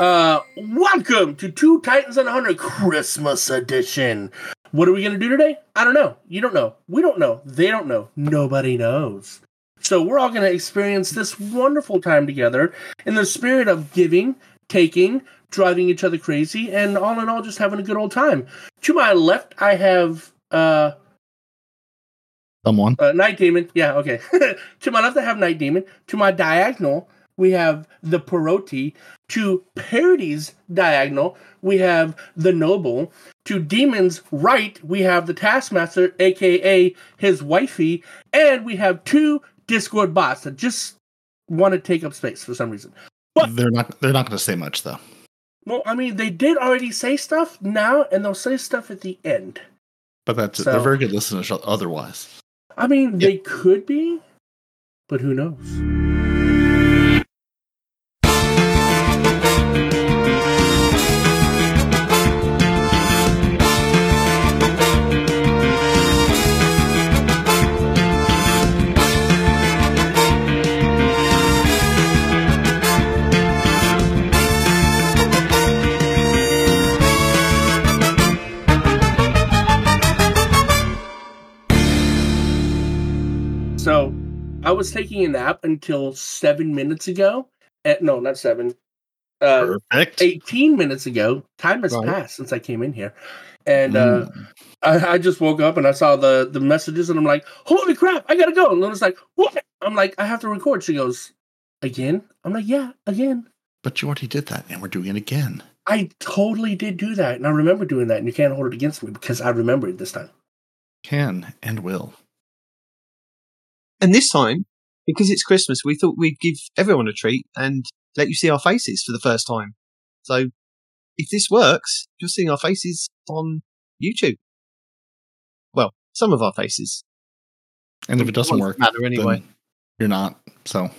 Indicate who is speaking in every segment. Speaker 1: Uh, Welcome to Two Titans and a Hundred Christmas Edition. What are we going to do today? I don't know. You don't know. We don't know. They don't know. Nobody knows. So we're all going to experience this wonderful time together in the spirit of giving, taking, driving each other crazy, and all in all, just having a good old time. To my left, I have uh,
Speaker 2: Someone.
Speaker 1: uh Night Demon. Yeah, okay. to my left, I have Night Demon. To my diagonal, we have the Paroti. To Parody's diagonal, we have the Noble. To Demon's right, we have the Taskmaster, aka his wifey, and we have two Discord bots that just want to take up space for some reason. What?
Speaker 2: They're not. They're not going to say much though.
Speaker 1: Well, I mean, they did already say stuff now, and they'll say stuff at the end.
Speaker 2: But that's it.
Speaker 1: So-
Speaker 2: they're very good listeners. Otherwise,
Speaker 1: I mean, they could be, but who knows? So I was taking a nap until seven minutes ago. Eh, no, not seven. Uh,
Speaker 2: perfect.
Speaker 1: 18 minutes ago. Time has
Speaker 2: Right. Mm.
Speaker 1: passed since I came in here. And uh, I, I just woke up and I saw the, the messages and I'm like, holy crap, I gotta go. And Luna's like, what? I'm like, I have to record. She goes, again? I'm like, yeah, again.
Speaker 2: but you already did that, and we're doing it again.
Speaker 1: I totally did do that. And I remember doing that. And you can't hold it against me because I remembered this time.
Speaker 2: Can and will.
Speaker 3: And this time, because it's Christmas, we thought we'd give everyone a treat and let you see our faces for the first time. So if this works, you're seeing our faces on YouTube. Well, some of our faces.
Speaker 2: And if it doesn't
Speaker 3: Doesn't
Speaker 2: work,
Speaker 3: matter anyway.
Speaker 2: then you're not. So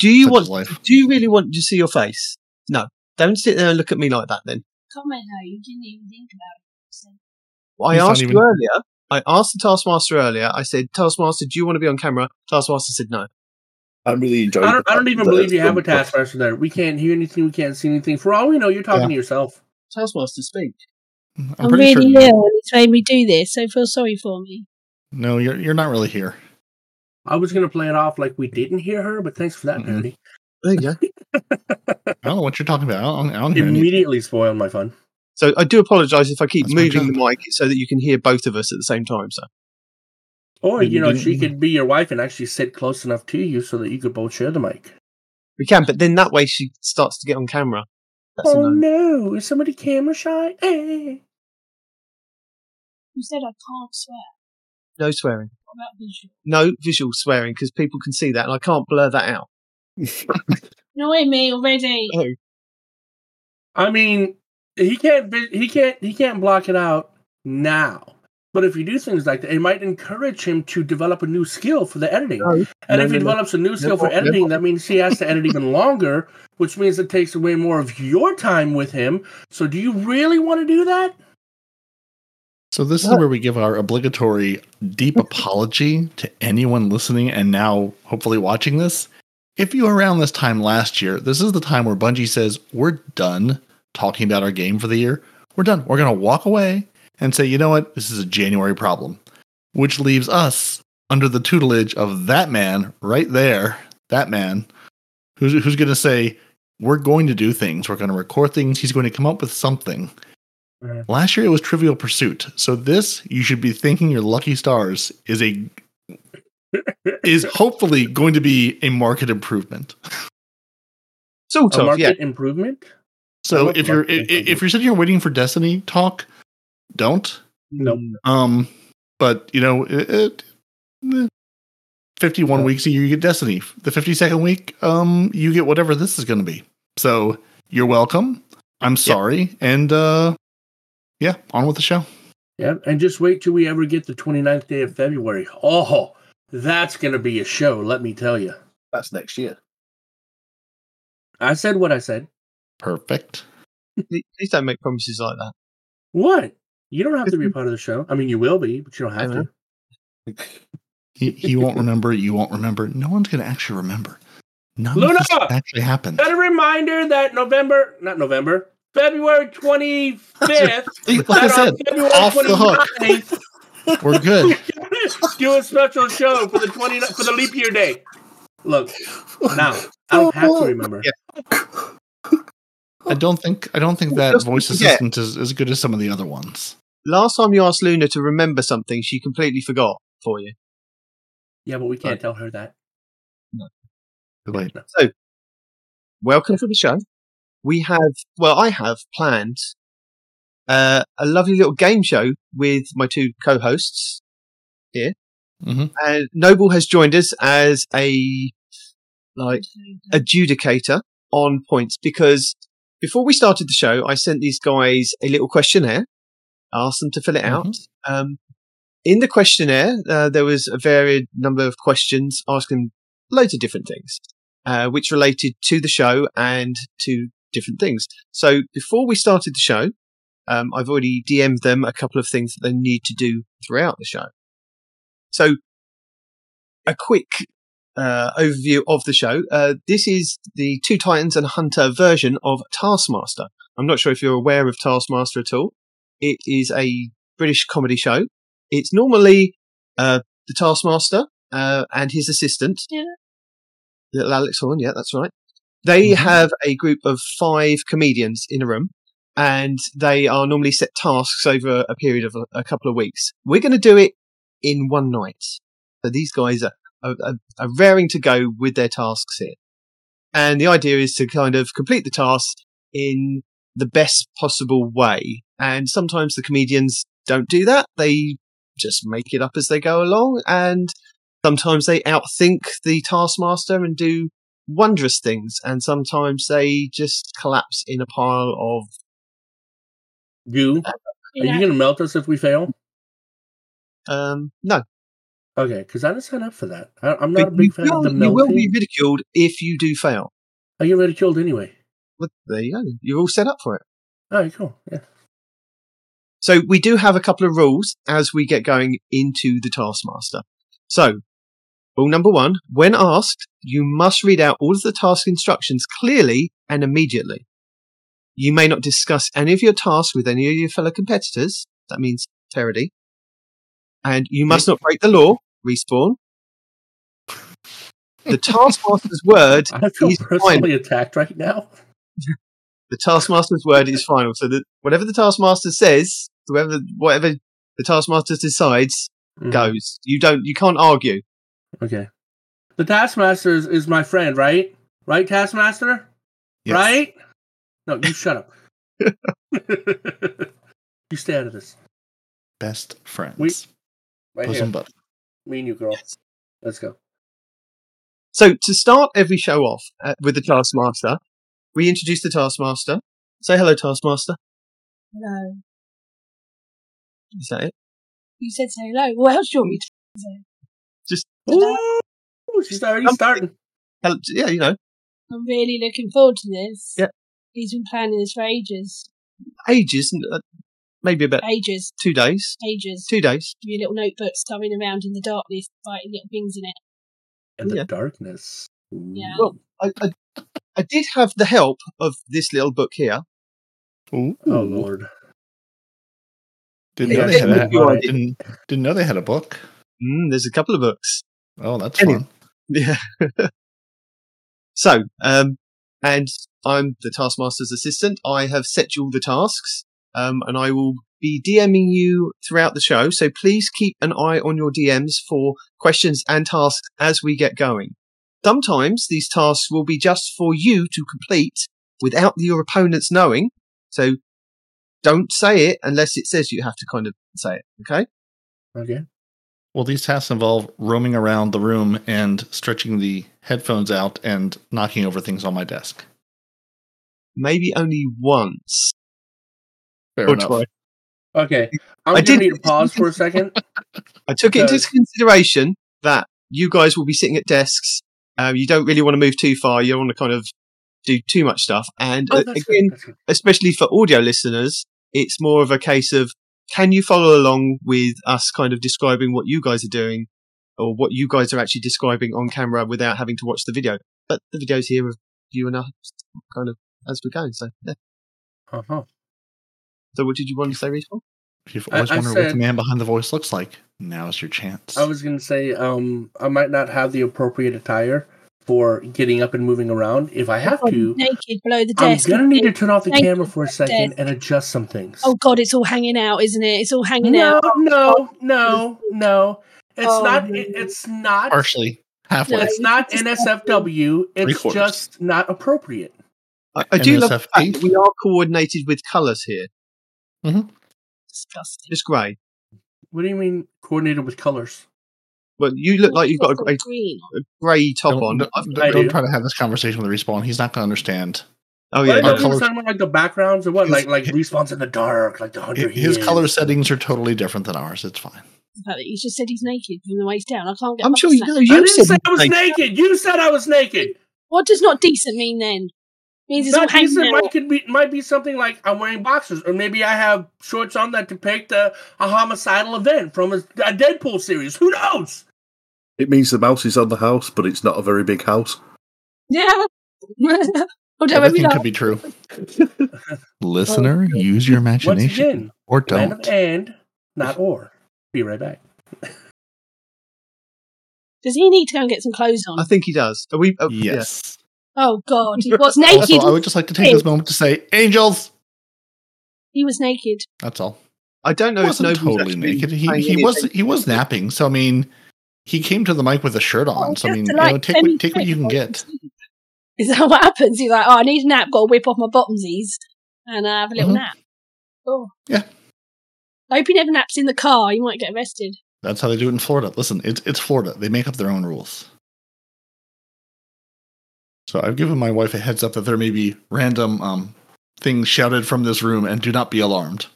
Speaker 3: Do you
Speaker 2: such
Speaker 3: want?
Speaker 2: is life.
Speaker 3: Do you really want to see your face? No. Don't sit there and look at me like that. Then
Speaker 4: comment how you didn't even think about it. So,
Speaker 3: I
Speaker 2: He's not
Speaker 3: asked
Speaker 2: even-
Speaker 3: you earlier. I asked the taskmaster earlier. I said, "Taskmaster, do you want to be on camera?" Taskmaster said, "No."
Speaker 5: I'm really enjoying.
Speaker 1: I don't,
Speaker 5: the
Speaker 1: I don't
Speaker 5: fact
Speaker 1: even
Speaker 5: that
Speaker 1: believe you
Speaker 5: it's
Speaker 1: have a
Speaker 5: been-
Speaker 1: taskmaster there. We can't hear anything. We can't see anything. For all we know, you're talking to yourself.
Speaker 3: Taskmaster, speak.
Speaker 2: I'm,
Speaker 4: I'm,
Speaker 2: pretty
Speaker 4: really
Speaker 2: sure.
Speaker 4: ill and it's made me do this, so feel sorry for me.
Speaker 2: No, you're you're not really here.
Speaker 1: I was gonna play it off like we didn't hear her, but thanks for that,
Speaker 2: Mhm.
Speaker 1: Parody.
Speaker 3: There you go.
Speaker 2: I don't know what you're talking about. I don't, I don't hear anything.
Speaker 1: Immediately spoiled my fun.
Speaker 3: So I do apologise if I keep
Speaker 2: That's my
Speaker 3: moving the
Speaker 2: job.
Speaker 3: mic so that you can hear both of us at the same time. So
Speaker 1: Or
Speaker 2: Then
Speaker 1: you
Speaker 2: you
Speaker 1: know,
Speaker 2: didn't
Speaker 1: she
Speaker 2: hear.
Speaker 1: could be your wife and actually sit close enough to you so that you could both share the mic.
Speaker 3: we can, but then that way she starts to get on camera. That's
Speaker 1: oh
Speaker 3: a no.
Speaker 1: no, is somebody camera shy? Eh.
Speaker 4: You said I can't swear.
Speaker 3: No swearing.
Speaker 4: What about visual?
Speaker 3: No visual swearing because people can see that, and I can't blur that out.
Speaker 4: Annoy me already.
Speaker 3: Oh,
Speaker 1: I mean, he can't. vi- He can't. He can't block it out now. But if you do things like that, it might encourage him to develop a new skill for the editing.
Speaker 3: No.
Speaker 1: and
Speaker 3: No,
Speaker 1: if he
Speaker 3: no, no.
Speaker 1: develops a new skill for
Speaker 3: no,
Speaker 1: editing, that means he has to edit even longer, which means it takes away more of your time with him. So, do you really want to do that?
Speaker 2: So this is
Speaker 3: What?
Speaker 2: where we give our obligatory deep apology to anyone listening and now hopefully watching this. If you were around this time last year, this is the time where Bungie says, We're done talking about our game for the year. We're done. We're gonna walk away and say, you know what, this is a January problem. Which leaves us under the tutelage of that man right there, that man, who's who's gonna say, We're going to do things, we're gonna record things, he's going to come up with something. Last year it was Trivial Pursuit. So this you should be thinking your lucky stars is a is hopefully going to be a market improvement.
Speaker 3: Sort
Speaker 2: Oh,
Speaker 1: a
Speaker 3: of, yeah.
Speaker 1: market improvement? I
Speaker 2: So
Speaker 1: love
Speaker 2: if you're
Speaker 1: market
Speaker 2: if, if
Speaker 1: improvement.
Speaker 2: you're sitting here waiting for Destiny talk, don't.
Speaker 1: Nope.
Speaker 2: Um, but you know it. it eh, 51
Speaker 3: Yeah.
Speaker 2: weeks a year you get destiny the 52nd week um you get whatever this is going to be so you're welcome i'm sorry and uh yeah on with the show
Speaker 1: Yep. And just wait till we ever get the 29th day of February. Oh, that's going to be a show, let me tell you.
Speaker 5: That's next year.
Speaker 1: I said what I said.
Speaker 2: perfect
Speaker 3: Please don't make promises like that.
Speaker 1: What? You don't have to be a part of the show. I mean, you will be, but you don't have
Speaker 3: I know.
Speaker 1: to.
Speaker 2: He, he won't remember. You won't remember. No one's going to actually remember. None
Speaker 1: Luna!
Speaker 2: of this actually happened.
Speaker 1: But a reminder that November, not November, February 25th. and
Speaker 2: Like I
Speaker 1: on
Speaker 2: said,
Speaker 1: February
Speaker 2: off the hook.
Speaker 1: 29th,
Speaker 2: We're good.
Speaker 1: do a special show for the 20 for the leap year day. Look, now I
Speaker 2: Oh,
Speaker 1: don't have to remember.
Speaker 2: I don't think I don't think that
Speaker 3: Just
Speaker 2: voice
Speaker 3: forget.
Speaker 2: assistant is as good as some of the other ones.
Speaker 3: Last time you asked Luna to remember something, she completely forgot for you.
Speaker 1: Yeah, but we can't tell her that.
Speaker 2: Like,
Speaker 3: Welcome to the show. We have, well, I have planned uh, a lovely little game show with my two co-hosts.
Speaker 2: mhm.
Speaker 3: And Noble has joined us as a like Mm-hmm. adjudicator on points because before we started the show, I sent these guys a little questionnaire, asked them to fill it out. Um, in the questionnaire, uh, there was a varied number of questions asking loads of different things, uh, which related to the show and to different things. So before we started the show, um, I've already DM'd them a couple of things that they need to do throughout the show. So a quick uh, overview of the show. Uh, this is the Two Titans and Hunter version of Taskmaster. I'm not sure if you're aware of Taskmaster at all. It is a British comedy show. It's normally uh, the Taskmaster uh, and his assistant,
Speaker 4: Yeah.
Speaker 3: little Alex Horn. Yeah, that's right. They
Speaker 2: Mhm.
Speaker 3: have a group of five comedians in a room, and they are normally set tasks over a period of a, a couple of weeks. We're going to do it in one night. So these guys are, are, are are raring to go with their tasks here. And the idea is to kind of complete the task in the best possible way. And sometimes the comedians don't do that. They just make it up as they go along. And sometimes they outthink the taskmaster and do wondrous things. And sometimes they just collapse in a pile of.
Speaker 1: You are you gonna melt us if we fail?
Speaker 3: Um, no,
Speaker 1: Okay, because I didn't sign up for that. I, I'm not a big fan
Speaker 3: you,
Speaker 1: of the
Speaker 3: will, you will be
Speaker 1: melting.
Speaker 3: ridiculed if you do fail.
Speaker 1: I get ridiculed anyway.
Speaker 3: But there you go. You're all set up for it.
Speaker 1: All right, cool. Yeah.
Speaker 3: So we do have a couple of rules as we get going into the Taskmaster. So, rule number one, when asked, you must read out all of the task instructions clearly and immediately. You may not discuss any of your tasks with any of your fellow competitors. That means parody. And you must not break the law, respawn. The Taskmaster's word
Speaker 1: I feel
Speaker 3: He's
Speaker 1: personally attacked right now.
Speaker 3: the taskmaster's word is final. So that whatever the taskmaster says, whoever whatever the taskmaster decides
Speaker 1: Mhm.
Speaker 3: goes. You don't you can't argue.
Speaker 1: Okay. The Taskmaster is, is my friend, right? Right, Taskmaster?
Speaker 2: yes.
Speaker 1: Right? No, you shut up. you stay out of this.
Speaker 2: Best friends.
Speaker 1: We- Right
Speaker 2: Bosom
Speaker 1: here.
Speaker 2: buddies.
Speaker 1: Me and you, girl. Let's go.
Speaker 3: So to start every show off uh, with the taskmaster, we introduce the taskmaster. Say hello, taskmaster.
Speaker 4: Hello.
Speaker 3: Is that it?
Speaker 4: You said say hello. What else do you want me to say?
Speaker 1: Ooh, she's already
Speaker 3: Something.
Speaker 1: starting.
Speaker 3: Hello, yeah, you know,
Speaker 4: I'm really looking forward to this.
Speaker 3: Yeah.
Speaker 4: He's been planning this for ages.
Speaker 3: ages, n- uh, maybe about
Speaker 4: Ages.
Speaker 3: two days,
Speaker 4: Ages.
Speaker 3: two days.
Speaker 4: Your little notebook stumbling around in the darkness, biting little things in it.
Speaker 1: In the
Speaker 3: Yeah.
Speaker 1: darkness. Ooh.
Speaker 4: Yeah.
Speaker 3: Well, I, I, I did have the help of this little book here.
Speaker 2: Ooh.
Speaker 1: Oh, Lord.
Speaker 2: Didn't
Speaker 1: Yeah,
Speaker 2: know they had
Speaker 1: I
Speaker 2: a,
Speaker 1: think you are-
Speaker 2: didn't, didn't know they had a book.
Speaker 3: Mm, there's a couple of books.
Speaker 2: Oh, that's
Speaker 3: Anyway.
Speaker 2: fun.
Speaker 3: Yeah. so, um, and I'm the taskmaster's assistant. I have set you all the tasks, um, and I will be DMing you throughout the show. So please keep an eye on your DMs for questions and tasks as we get going. Sometimes these tasks will be just for you to complete without your opponents knowing. So don't say it unless it says you have to kind of say it. Okay.
Speaker 1: Okay.
Speaker 2: Well, these tasks involve roaming around the room and stretching the headphones out and knocking over things on my desk.
Speaker 3: Maybe only once.
Speaker 2: Fair
Speaker 3: Or
Speaker 2: enough.
Speaker 3: twice.
Speaker 1: Okay. I'm
Speaker 3: I
Speaker 1: going to
Speaker 3: did-
Speaker 1: need to pause for a second.
Speaker 3: I took it into
Speaker 1: Because-
Speaker 3: consideration that you guys will be sitting at desks. Um, you don't really want to move too far. You don't want to kind of do too much stuff. And
Speaker 1: Oh,
Speaker 3: uh,
Speaker 1: that's good,
Speaker 3: again,
Speaker 1: that's good.
Speaker 3: especially for audio listeners, it's more of a case of can you follow along with us kind of describing what you guys are doing or what you guys are actually describing on camera without having to watch the video? But the video's here of you and us kind of as we're going. So, yeah.
Speaker 1: Uh huh.
Speaker 3: So, what did you want to say, Respawn?
Speaker 2: If you've
Speaker 1: I-
Speaker 2: always
Speaker 1: I
Speaker 2: wondered what
Speaker 1: said- Oh,
Speaker 2: the man behind the voice looks like, now's your chance.
Speaker 1: I was gonna say, um, I might not have the appropriate attire for getting up and moving around. If I have to,
Speaker 4: naked below the
Speaker 1: I'm
Speaker 4: desk.
Speaker 1: gonna
Speaker 4: isn't
Speaker 1: need to
Speaker 4: it?
Speaker 1: turn off the
Speaker 4: Oh, Thank
Speaker 1: camera
Speaker 4: you.
Speaker 1: for a second
Speaker 4: Desk.
Speaker 1: and adjust some things.
Speaker 4: Oh God, it's all hanging out, isn't it? It's all hanging
Speaker 1: no,
Speaker 4: out.
Speaker 1: no, no, no! It's
Speaker 4: Oh,
Speaker 1: not.
Speaker 4: no.
Speaker 1: It, it's not.
Speaker 2: partially halfway.
Speaker 4: No,
Speaker 1: It's not
Speaker 4: It's just-
Speaker 1: NSFW. It's
Speaker 2: Three-quarters.
Speaker 1: just not appropriate.
Speaker 3: I, I do love the
Speaker 2: NSFW.
Speaker 3: fact that we are coordinated with colours here.
Speaker 4: Disgusting.
Speaker 3: Just grey.
Speaker 1: What do you mean coordinated with colors?
Speaker 3: Well, you look like you've got a
Speaker 4: It's
Speaker 3: grey,
Speaker 4: green. on.
Speaker 3: grey top
Speaker 2: don't,
Speaker 3: on.
Speaker 2: don't-
Speaker 3: I've-
Speaker 2: don't
Speaker 1: idea.
Speaker 2: try to have this conversation with respawn. He's not going to understand.
Speaker 3: oh
Speaker 1: Yeah,
Speaker 3: yeah,
Speaker 1: what,
Speaker 2: our
Speaker 1: are
Speaker 3: no,
Speaker 1: you
Speaker 2: colours-
Speaker 1: talking about, like the backgrounds or what? like
Speaker 2: His-
Speaker 1: like respawns in the dark, like the hundred
Speaker 2: His
Speaker 1: years.
Speaker 2: color settings are totally different than ours. It's fine.
Speaker 4: The fact that you just said he's naked from the waist down. I can't get.
Speaker 3: I'm
Speaker 4: past
Speaker 3: sure you
Speaker 4: that.
Speaker 3: know.
Speaker 1: I
Speaker 3: You
Speaker 1: didn't
Speaker 3: said
Speaker 1: say I was
Speaker 3: like,
Speaker 1: naked. You said I was naked.
Speaker 4: What does not decent mean then? Means it's all
Speaker 1: Not
Speaker 4: hanging
Speaker 1: decent
Speaker 4: out.
Speaker 1: might could be might be something like I'm wearing boxers, or maybe I have shorts on that depict a, a homicidal event from a, a Deadpool series. Who knows?
Speaker 5: It means the mouse is on the house, but it's not a very big house.
Speaker 4: Yeah. Although every
Speaker 2: Everything
Speaker 4: laugh,
Speaker 2: could be true. Listener, use your
Speaker 1: Once
Speaker 2: imagination
Speaker 1: again,
Speaker 2: or
Speaker 1: land of
Speaker 2: don't.
Speaker 1: and not or. Be right back.
Speaker 4: does he need to go and get some clothes on?
Speaker 3: I think he does. Are we? oh, yeah.
Speaker 2: Yes.
Speaker 4: Oh God, he was naked.
Speaker 2: Also, I would just like to take this moment to say, angels.
Speaker 4: He was naked.
Speaker 2: That's all.
Speaker 3: I don't know
Speaker 2: He
Speaker 3: if
Speaker 2: wasn't
Speaker 3: Noble's
Speaker 2: totally
Speaker 3: actually
Speaker 2: naked. He,
Speaker 3: paying
Speaker 2: he
Speaker 3: any
Speaker 2: was
Speaker 3: attention.
Speaker 2: he was napping. So I mean, he came to the mic with a shirt on. So I
Speaker 4: Just
Speaker 2: mean,
Speaker 4: to,
Speaker 2: Oh, you
Speaker 4: like,
Speaker 2: know, take what, take what you can get.
Speaker 4: Is that what happens? He's like, oh, I need a nap. Got to whip off my bottomsies and uh, have a little
Speaker 2: Mhm.
Speaker 4: nap. Oh.
Speaker 2: Yeah.
Speaker 4: I hope he never naps in the car. You might get arrested.
Speaker 2: That's how they do it in Florida. Listen, it's it's Florida. They make up their own rules. So I've given my wife a heads up that there may be random um, things shouted from this room, and do not be alarmed.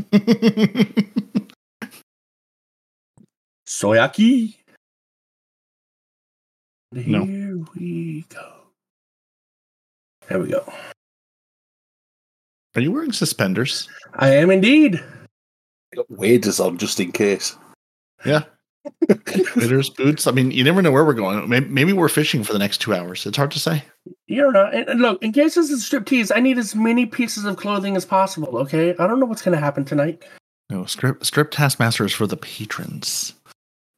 Speaker 1: Soyaki.
Speaker 2: No.
Speaker 1: Here we go. There we go.
Speaker 2: Are you wearing suspenders?
Speaker 1: I am indeed.
Speaker 5: I got waders on just in case.
Speaker 2: Bitters, boots. I mean, you never know where we're going. May- Maybe we're fishing for the next two hours. It's hard to say.
Speaker 1: You're not. And, and look, in case this is striptease, I need as many pieces of clothing as possible. Okay. I don't know what's gonna happen tonight.
Speaker 2: No, strip strip taskmaster is for the patrons,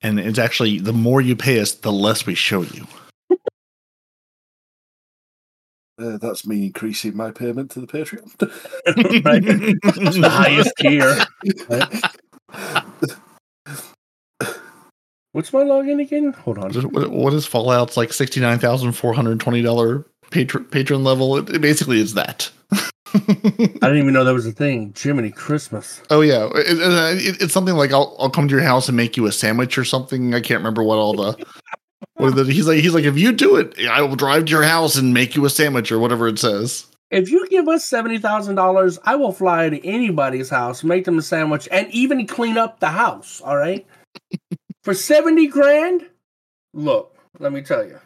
Speaker 2: and it's actually the more you pay us, the less we show you.
Speaker 5: Uh, that's me increasing my payment to the Patreon.
Speaker 1: right? The highest tier. What's my login again? Hold on.
Speaker 2: What is- what what is Fallout's like sixty nine thousand four hundred twenty dollar patron patron level? It, it basically is that.
Speaker 1: I didn't even know that was a thing. Jiminy Christmas.
Speaker 2: oh yeah, It- it- it- it's something like I'll I'll come to your house and make you a sandwich or something. I can't remember what all the. what the he's like he's like if you do it, I will drive to your house and make you a sandwich or whatever it says.
Speaker 1: If you give us seventy thousand dollars, I will fly to anybody's house, make them a sandwich, and even clean up the house. All right. For seventy grand, look. Let me tell you.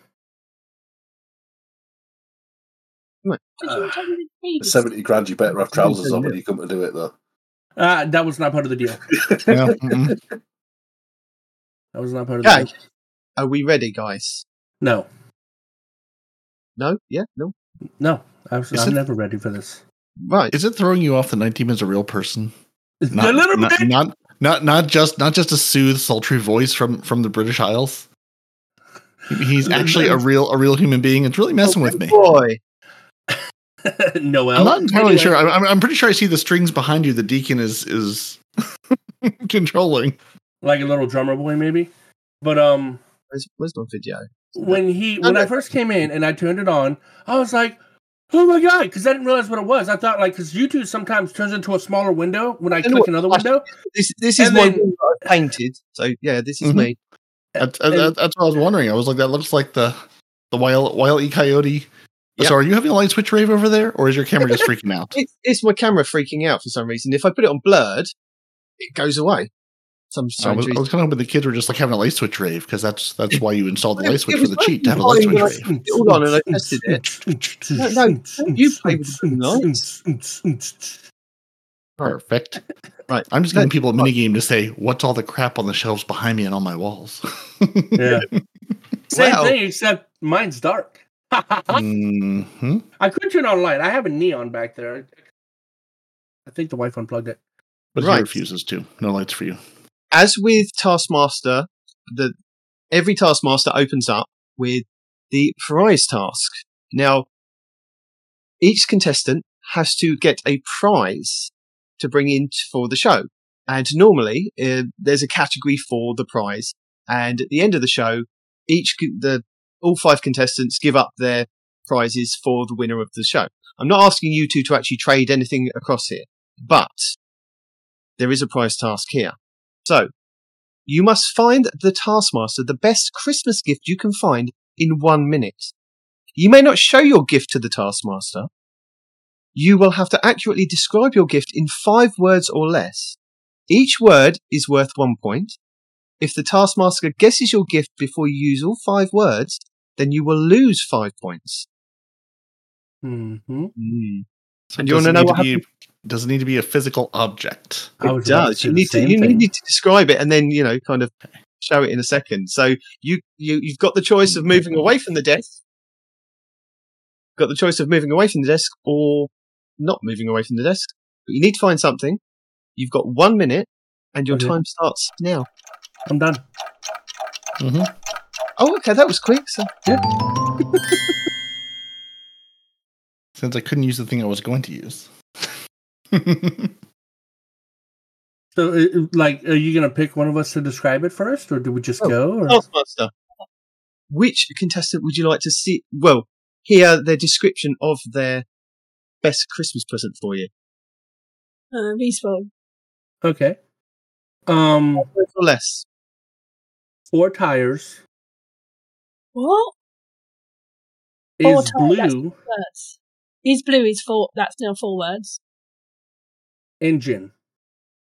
Speaker 4: Because you were talking to the babies.
Speaker 5: 70 grand, you better have trousers on when you come to do it, though.
Speaker 1: Uh, that was not part of the deal.
Speaker 2: Yeah, mhm.
Speaker 1: That was not part of the
Speaker 3: Okay.
Speaker 1: deal.
Speaker 3: Are we ready, guys?
Speaker 1: No,
Speaker 3: No. Yeah. No.
Speaker 1: no. I was,
Speaker 2: Is
Speaker 1: I'm
Speaker 2: it-
Speaker 1: never ready for this.
Speaker 3: Right.
Speaker 2: Is it throwing you off that Night Demon's a real person?
Speaker 1: a little
Speaker 2: not,
Speaker 1: bit.
Speaker 2: not not not just not just a soothed sultry voice from from the British Isles. He- He's actually a real a real human being. It's really messing with me.
Speaker 3: Boy.
Speaker 1: Noel.
Speaker 2: I'm not entirely
Speaker 1: Anyway,
Speaker 2: sure. I'm, I'm- I'm pretty sure I see the strings behind you. The deacon is is controlling.
Speaker 1: Like a little drummer boy, maybe. But um,
Speaker 3: Where's, where's my video?
Speaker 1: when he when I
Speaker 3: Okay.
Speaker 1: first came in and I turned it on, I was like, "Oh my god!" Because I didn't realize what it was. I thought like because YouTube sometimes turns into a smaller window when I
Speaker 3: know
Speaker 1: click
Speaker 3: what-
Speaker 1: another window.
Speaker 3: This this is
Speaker 1: And
Speaker 3: my
Speaker 1: then-
Speaker 3: room that I painted. So yeah, this is
Speaker 2: Mhm.
Speaker 3: me.
Speaker 2: That's, that's-
Speaker 1: And-
Speaker 2: that's what I was wondering. I was like, that looks like the the wild wild e coyote.
Speaker 3: Yep.
Speaker 2: So, are you having a light switch rave over there, or is your camera just freaking out?
Speaker 3: It's, it's my camera freaking out for some reason. If I put it on blurred, it goes away. Some
Speaker 2: I
Speaker 3: strange
Speaker 2: was, I
Speaker 3: reason.
Speaker 2: was kind of hoping the kids were just like having a light switch rave because that's that's why you installed the
Speaker 3: It
Speaker 2: light
Speaker 3: was-
Speaker 2: switch
Speaker 3: it
Speaker 2: for
Speaker 3: was
Speaker 2: the cheat to have a
Speaker 3: working
Speaker 2: light switch
Speaker 3: fine when I
Speaker 2: rave.
Speaker 3: Hold on, and I tested it. No, no, you play with the lights.
Speaker 2: Perfect.
Speaker 3: Right.
Speaker 2: I'm just giving people a mini game to say, what's all the crap on the shelves behind me and on my walls?
Speaker 1: Yeah. Same
Speaker 3: Wow.
Speaker 1: thing, except mine's dark.
Speaker 2: Mhm. Mm-hmm.
Speaker 1: I could turn on light. I have a neon back there. I think the wife unplugged it.
Speaker 2: But
Speaker 3: Right.
Speaker 2: he refuses to. No lights for you.
Speaker 3: as with Taskmaster, the every Taskmaster opens up with the prize task. Now, each contestant has to get a prize to bring in t- for the show, and normally uh, there's a category for the prize. And at the end of the show, each c- the all five contestants give up their prizes for the winner of the show. I'm not asking you two to actually trade anything across here, but there is a prize task here. So, you must find the Taskmaster the best Christmas gift you can find in one minute. You may not show your gift to the Taskmaster. You will have to accurately describe your gift in five words or less. Each word is worth one point. If the Taskmaster guesses your gift before you use all five words, then you will lose five points. Hmm.
Speaker 1: Mm-hmm.
Speaker 2: So it
Speaker 3: And you wanna
Speaker 2: doesn't
Speaker 3: know
Speaker 2: need
Speaker 3: what
Speaker 2: to be- doesn't need to be a physical object.
Speaker 1: I
Speaker 3: It
Speaker 1: was about
Speaker 3: does.
Speaker 1: say
Speaker 3: You
Speaker 1: the
Speaker 3: need to
Speaker 1: same
Speaker 3: you
Speaker 1: thing.
Speaker 3: need to describe it and then you know kind of show it in a second. So you you you've got the choice of moving away from the desk, got the choice of moving away from the desk or not moving away from the desk. But you need to find something. You've got one minute, and your
Speaker 1: Okay.
Speaker 3: time starts now.
Speaker 1: I'm done.
Speaker 2: hmm
Speaker 3: Oh, okay, that was quick. So
Speaker 2: Since I couldn't use the thing I was going to use.
Speaker 1: So, uh, uh, like, are you gonna pick one of us to describe it first, or do we just
Speaker 3: Oh.
Speaker 1: go? Or?
Speaker 3: Taskmaster, which contestant would you like to see? Well, hear their description of their best Christmas present for you,
Speaker 4: Uh, Respawn.
Speaker 1: Okay. Um,
Speaker 3: or less.
Speaker 1: four tires
Speaker 4: What?
Speaker 1: is
Speaker 4: Four tires, that's-
Speaker 1: blue
Speaker 4: Words. He's blue. He's four. That's now four words.
Speaker 1: engine.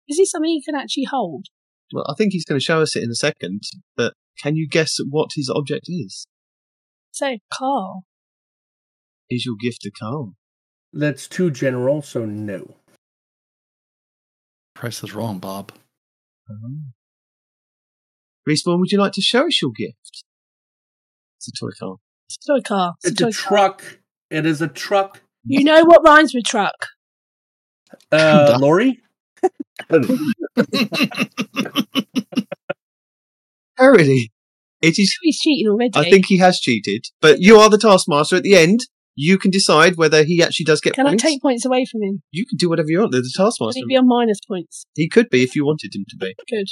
Speaker 4: Is he something he can actually hold?
Speaker 3: Well, I think he's going to show us it in a second, but can you guess what his object is?
Speaker 4: So car.
Speaker 3: Is your gift a car?
Speaker 1: That's too general, so no.
Speaker 2: Price is wrong, Bob.
Speaker 3: Oh. Respawn, would you like to show us your gift? It's a toy car.
Speaker 4: It's a toy car. It's,
Speaker 1: It's
Speaker 4: a
Speaker 1: a
Speaker 4: toy car.
Speaker 1: truck. It is a truck.
Speaker 4: You know what rhymes with truck?
Speaker 1: Uh,
Speaker 2: Duh.
Speaker 1: lorry.
Speaker 3: Parody. Oh, It is.
Speaker 4: He's cheating already.
Speaker 3: I think he has cheated, but you are the taskmaster. At the end, you can decide whether he actually does get
Speaker 4: Can I
Speaker 3: points.
Speaker 4: take points away from him?
Speaker 3: You can do whatever you want. They're the
Speaker 4: Would
Speaker 3: taskmaster.
Speaker 4: he be on minus points?
Speaker 3: He could be if you wanted him to be.
Speaker 4: Good.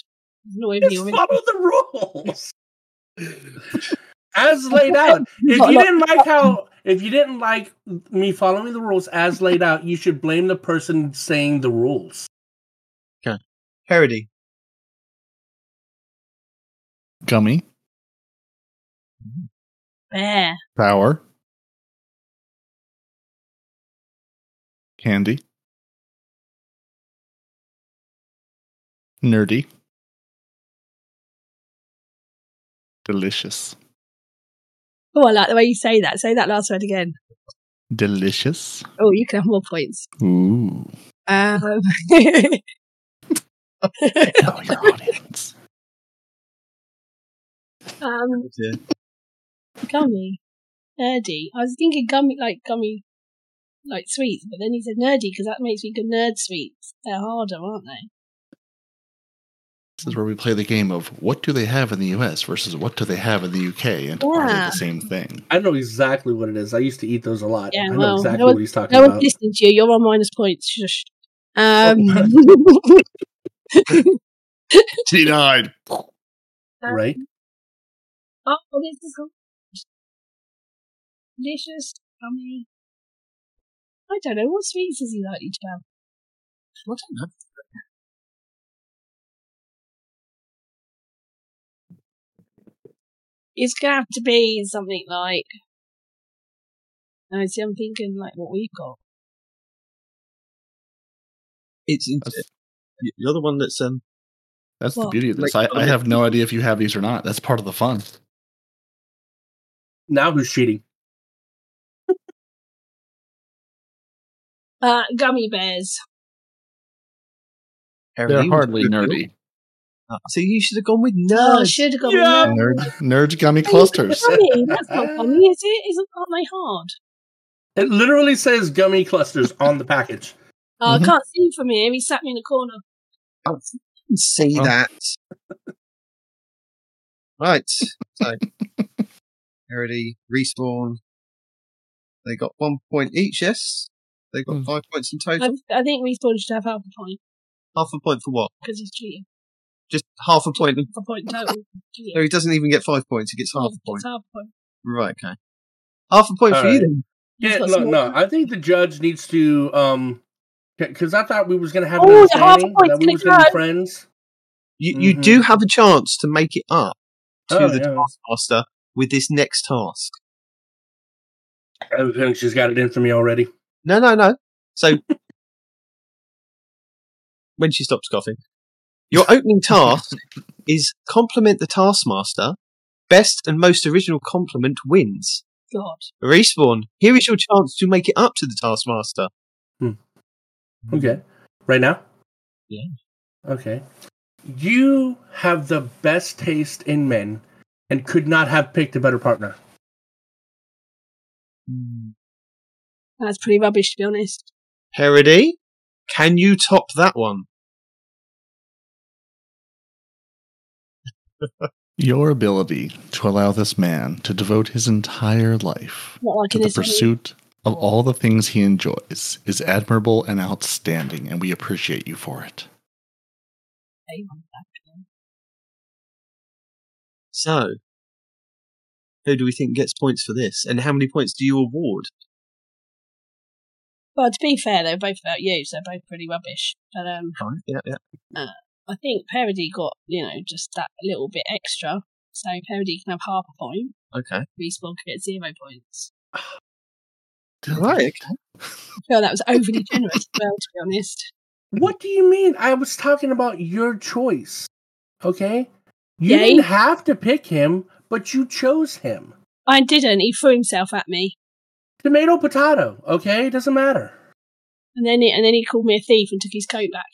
Speaker 4: Not even
Speaker 1: Just
Speaker 4: the
Speaker 1: follow the
Speaker 4: women.
Speaker 1: rules as laid out. If you didn't like how, if you didn't like me following the rules as laid out, you should blame the person saying the rules.
Speaker 3: Parody.
Speaker 2: Gummy,
Speaker 4: Bear.
Speaker 2: sour, candy, nerdy, delicious,
Speaker 4: Oh, I like the way you say that. Say that last word again.
Speaker 2: delicious.
Speaker 4: Oh, you can have more points.
Speaker 2: Ooh,
Speaker 4: Um,
Speaker 2: know your audience.
Speaker 4: um, gummy, nerdy. I was thinking gummy, like gummy, like sweets, but then he said nerdy because that makes me good nerd sweets. They're harder, aren't they?
Speaker 2: This is where we play the game of what do they have in the U.S. versus what do they have in the U.K. and are they
Speaker 4: Yeah.
Speaker 2: the same thing?
Speaker 1: I know exactly what it is. I used to eat those a lot.
Speaker 4: Yeah,
Speaker 1: I know
Speaker 4: well,
Speaker 1: exactly
Speaker 4: no one-
Speaker 1: what he's talking
Speaker 4: No
Speaker 1: about.
Speaker 4: one's listening to you. You're on minus points. Shush. Um,
Speaker 2: Denied.
Speaker 1: Right?
Speaker 4: Oh, this is good. delicious, gummy. I don't know what sweets is he likely to have.
Speaker 3: I don't know.
Speaker 4: It's gonna have to be something like. I see. I'm thinking like what we've got.
Speaker 3: It's
Speaker 2: That's-
Speaker 3: you're the one that's um.
Speaker 2: That's
Speaker 4: Well,
Speaker 2: the beauty of this.
Speaker 3: like-
Speaker 2: I, I have no idea if you have these or not. That's part of the fun.
Speaker 1: Now who's cheating?
Speaker 4: Uh, gummy bears.
Speaker 3: parody.
Speaker 2: They're hardly nerdy.
Speaker 3: Uh, So you should have gone with
Speaker 4: Oh, I
Speaker 3: nerds.
Speaker 4: should have got
Speaker 1: Yeah.
Speaker 4: one.
Speaker 2: Nerd, nerd gummy clusters.
Speaker 4: Gummy. That's not gummy, is it? Isn't aren't they hard?
Speaker 1: It literally says gummy clusters on the package.
Speaker 4: Oh,
Speaker 2: Mhm.
Speaker 4: I can't see from here. He sat me in the corner.
Speaker 3: See
Speaker 2: Oh.
Speaker 3: that. right. So, Parody, Respawn. They got one point each, yes? They got
Speaker 2: Hmm.
Speaker 3: five points in total.
Speaker 4: I, I think Respawn should have half a point
Speaker 3: half a point for what?
Speaker 4: because he's cheating.
Speaker 3: Just half a point.
Speaker 4: Half a point total. Cheating.
Speaker 3: No, he doesn't even get five points. He gets half
Speaker 4: It's
Speaker 3: a point.
Speaker 4: half a point.
Speaker 3: Right, okay. Half a point
Speaker 1: All
Speaker 3: for you
Speaker 1: right.
Speaker 3: then.
Speaker 4: He's
Speaker 1: Yeah,
Speaker 4: got
Speaker 1: no,
Speaker 4: some
Speaker 1: no.
Speaker 4: more-
Speaker 1: I think the judge needs to um, because I thought we was gonna have an
Speaker 4: Oh, the half
Speaker 1: understanding
Speaker 4: point's
Speaker 1: that we
Speaker 4: gonna
Speaker 1: was gonna be
Speaker 4: go.
Speaker 1: friends.
Speaker 3: You, you
Speaker 1: Mhm.
Speaker 3: do have a chance to make it up to
Speaker 1: Oh,
Speaker 3: the
Speaker 1: yeah.
Speaker 3: Taskmaster with this next task.
Speaker 1: I have a feeling she's got it in for me already.
Speaker 3: No, no, no. So when she stops coughing, your opening task is compliment the taskmaster. Best and most original compliment wins.
Speaker 4: God.
Speaker 3: Respawn. Here is your chance to make it up to the taskmaster.
Speaker 1: Okay. Right now?
Speaker 3: Yeah.
Speaker 1: Okay. You have the best taste in men and could not have picked a better partner. Hmm.
Speaker 4: That's pretty rubbish, to be honest.
Speaker 3: Parody. Can you top that one?
Speaker 2: Your ability to allow this man to devote his entire life
Speaker 4: Not like
Speaker 2: to
Speaker 4: in
Speaker 2: the
Speaker 4: this one.
Speaker 2: pursuit of all the things he enjoys is admirable and outstanding, and we appreciate you for it.
Speaker 4: Hang on.
Speaker 3: So, who do we think gets points for this? And how many points do you award?
Speaker 4: Well, to be fair, they're both about you, so they're both pretty rubbish. But um,
Speaker 3: Yeah, yeah.
Speaker 4: I think Parody got, you know, just that little bit extra. So Parody can have half a point.
Speaker 3: Okay.
Speaker 4: Respawn can get zero points.
Speaker 3: Right. Okay.
Speaker 4: I feel that was overly generous as well, to be honest.
Speaker 1: What do you mean? I was talking about your choice. Okay? You
Speaker 4: Yay.
Speaker 1: didn't have to pick him, but you chose him.
Speaker 4: I didn't. He threw himself at me.
Speaker 1: Tomato potato, okay? It doesn't matter.
Speaker 4: And then he, and then he called me a thief and took his coat back.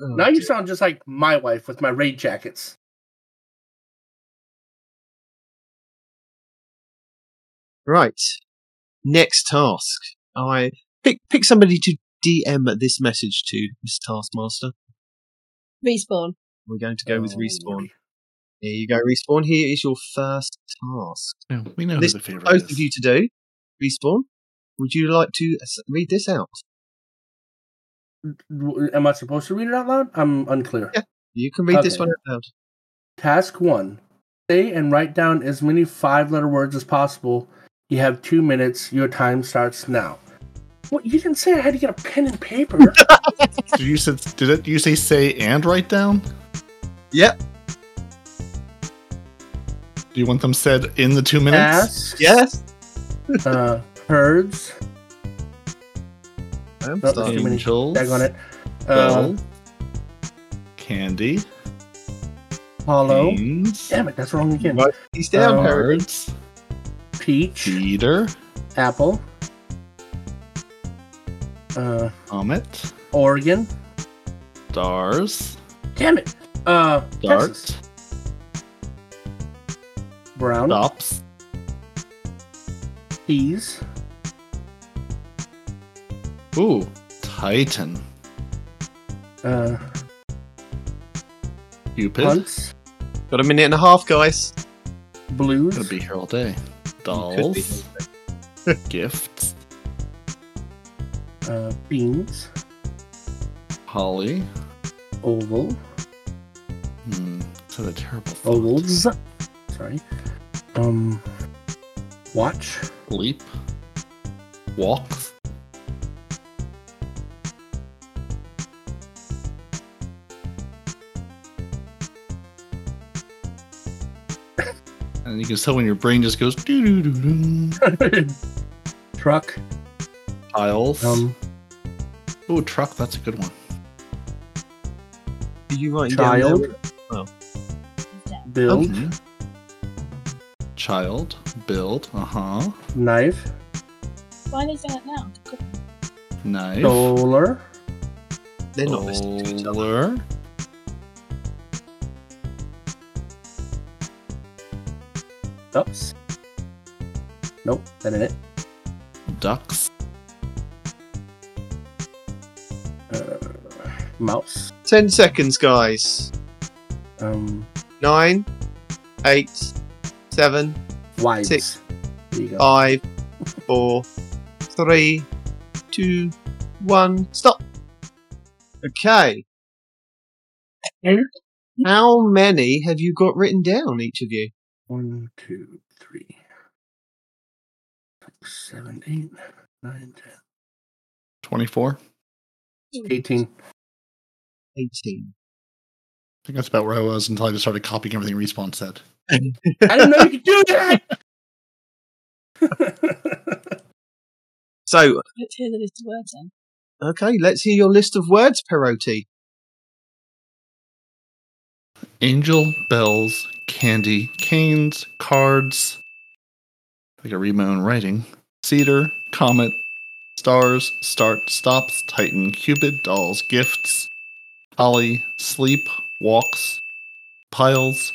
Speaker 3: Oh,
Speaker 1: now you
Speaker 3: dear.
Speaker 1: sound just like my wife with my raid jackets.
Speaker 3: Right. Next task. I pick pick somebody to DM this message to, Miss Taskmaster.
Speaker 4: Respawn.
Speaker 3: We're going to go with
Speaker 1: Oh,
Speaker 3: respawn.
Speaker 1: Lordy.
Speaker 3: Here you go, respawn. Here is your first task.
Speaker 2: Yeah, we know
Speaker 3: This
Speaker 2: who the favorite
Speaker 3: Both
Speaker 2: is.
Speaker 3: of you to do. Respawn. Would you like to s- read this out?
Speaker 1: W- Am I supposed to read it out loud? I'm unclear.
Speaker 3: Yeah. You can read this
Speaker 1: Okay.
Speaker 3: one out loud.
Speaker 1: Task one Say and write down as many five letter words as possible. You have two minutes. Your time starts now. What? You didn't say I had to get a pen and paper.
Speaker 2: Did you said did it, you say say and write down?
Speaker 3: Yep.
Speaker 2: Do you want them said in the two minutes?
Speaker 1: Ask
Speaker 3: Yes.
Speaker 1: uh, herds.
Speaker 3: I'm
Speaker 1: Not
Speaker 3: starting.
Speaker 1: too many.
Speaker 2: Angels.
Speaker 1: Dag on it. Uh,
Speaker 2: Bell. Candy.
Speaker 1: hollow.
Speaker 2: Beans.
Speaker 1: Damn it, that's wrong again.
Speaker 3: Right. He's down,
Speaker 1: Um,
Speaker 3: Perry.
Speaker 2: Cards.
Speaker 1: Peach.
Speaker 2: Peter.
Speaker 1: Apple. Uh,
Speaker 2: Comet.
Speaker 1: Oregon.
Speaker 2: Stars.
Speaker 1: Damn it. Uh, Texas.
Speaker 2: Dart.
Speaker 1: Brown.
Speaker 2: Stops.
Speaker 1: Peas.
Speaker 2: Ooh. Titan.
Speaker 1: Uh,
Speaker 2: Cupid.
Speaker 1: hunts.
Speaker 3: Got a minute and a half, guys.
Speaker 1: Blues.
Speaker 2: Gonna be here all day.
Speaker 3: You could be.
Speaker 2: Dolls. Gifts.
Speaker 1: Uh, beans.
Speaker 2: Holly.
Speaker 1: Oval.
Speaker 2: Hmm. Said a terrible thought.
Speaker 1: Ovals. Sorry. Um. Watch.
Speaker 2: Leap. Walks. And you can tell when your brain just goes doo doo doo doo.
Speaker 1: Truck.
Speaker 2: Tiles.
Speaker 1: Um.
Speaker 2: oh, truck. That's a good one.
Speaker 3: Are you writing down?
Speaker 1: Child.
Speaker 3: there?
Speaker 1: Build.
Speaker 2: Mhm. Mm-hmm. Child. Build. Uh huh.
Speaker 1: Knife.
Speaker 4: Why are they doing that now? Good.
Speaker 2: Knife.
Speaker 1: Solar.
Speaker 3: They're not listening to each other.
Speaker 2: Solar.
Speaker 1: Oops. Nope. That ain't it.
Speaker 2: Ducks.
Speaker 1: Uh, mouse.
Speaker 3: Ten seconds, guys.
Speaker 1: Um,
Speaker 3: Nine, eight, seven,
Speaker 1: wives.
Speaker 3: Six.
Speaker 1: There you go.
Speaker 3: five, four, three, two, one. Stop. Okay. How many have you got written down, each of you?
Speaker 1: One, two, three, six, seven, eight, nine, ten,
Speaker 2: 24. I
Speaker 1: 18.
Speaker 3: 18.
Speaker 2: think that's about where I was until I just started copying everything Respawn said.
Speaker 1: I didn't know you could do that!
Speaker 3: So,
Speaker 4: Let's hear the list of words then.
Speaker 3: okay, let's hear your list of words, Perotti.
Speaker 2: Angel, bells, candy, canes, cards. I can read my own writing. Cedar, comet, stars, start, stops, titan, cupid, dolls, gifts, holly, sleep, walks, piles,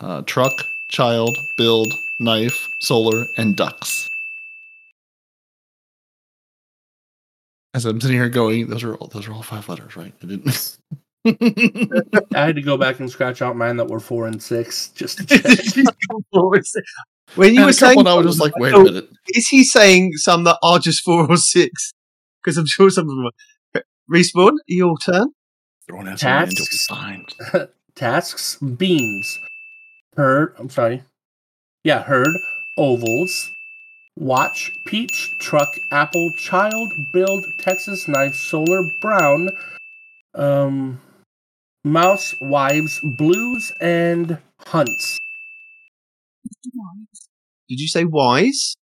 Speaker 2: uh, truck, child, build, knife, solar, and ducks. As I'm sitting here going, those are all those are all five letters, right? I didn't.
Speaker 1: I had to go back and scratch out mine that were four and six just to check.
Speaker 3: when you
Speaker 2: And
Speaker 3: were
Speaker 2: a couple,
Speaker 3: saying,
Speaker 2: and I was just like, wait a
Speaker 3: Oh.
Speaker 2: minute.
Speaker 3: is he saying some that are just four or six? Because I'm sure some of them are. Respawn, your turn.
Speaker 2: They're on
Speaker 1: Tats. Tasks, beans, herd, I'm sorry. Yeah, herd, ovals, watch, peach, truck, apple, child, build, Texas knife, solar, brown, um, mouse, wives, blues, and hunts.
Speaker 4: Wives.
Speaker 3: Did you say wise?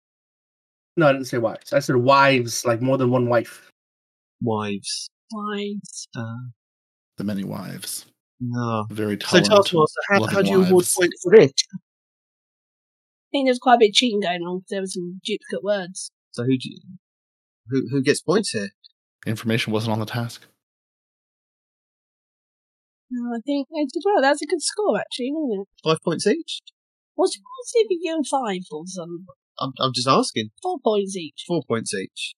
Speaker 1: No, I didn't say wives. I said wives, like more than one wife.
Speaker 3: Wives.
Speaker 4: Wives.
Speaker 3: Uh,
Speaker 2: The many wives.
Speaker 3: no.
Speaker 2: Very
Speaker 3: So,
Speaker 2: tolerant.
Speaker 3: Taskmaster, how,
Speaker 2: loving
Speaker 3: how do you award
Speaker 2: wives.
Speaker 3: points for this?
Speaker 4: I think there was quite a bit of cheating going on 'cause there were some duplicate words.
Speaker 3: So, who, do you, who who gets points here?
Speaker 2: Information wasn't on the task.
Speaker 4: No, I think they did well. That's a good score, actually, wasn't it?
Speaker 3: Five points each?
Speaker 4: What's, what's it be given five all of a sudden?
Speaker 3: I'm, I'm just asking.
Speaker 4: Four points each.
Speaker 3: Four points each.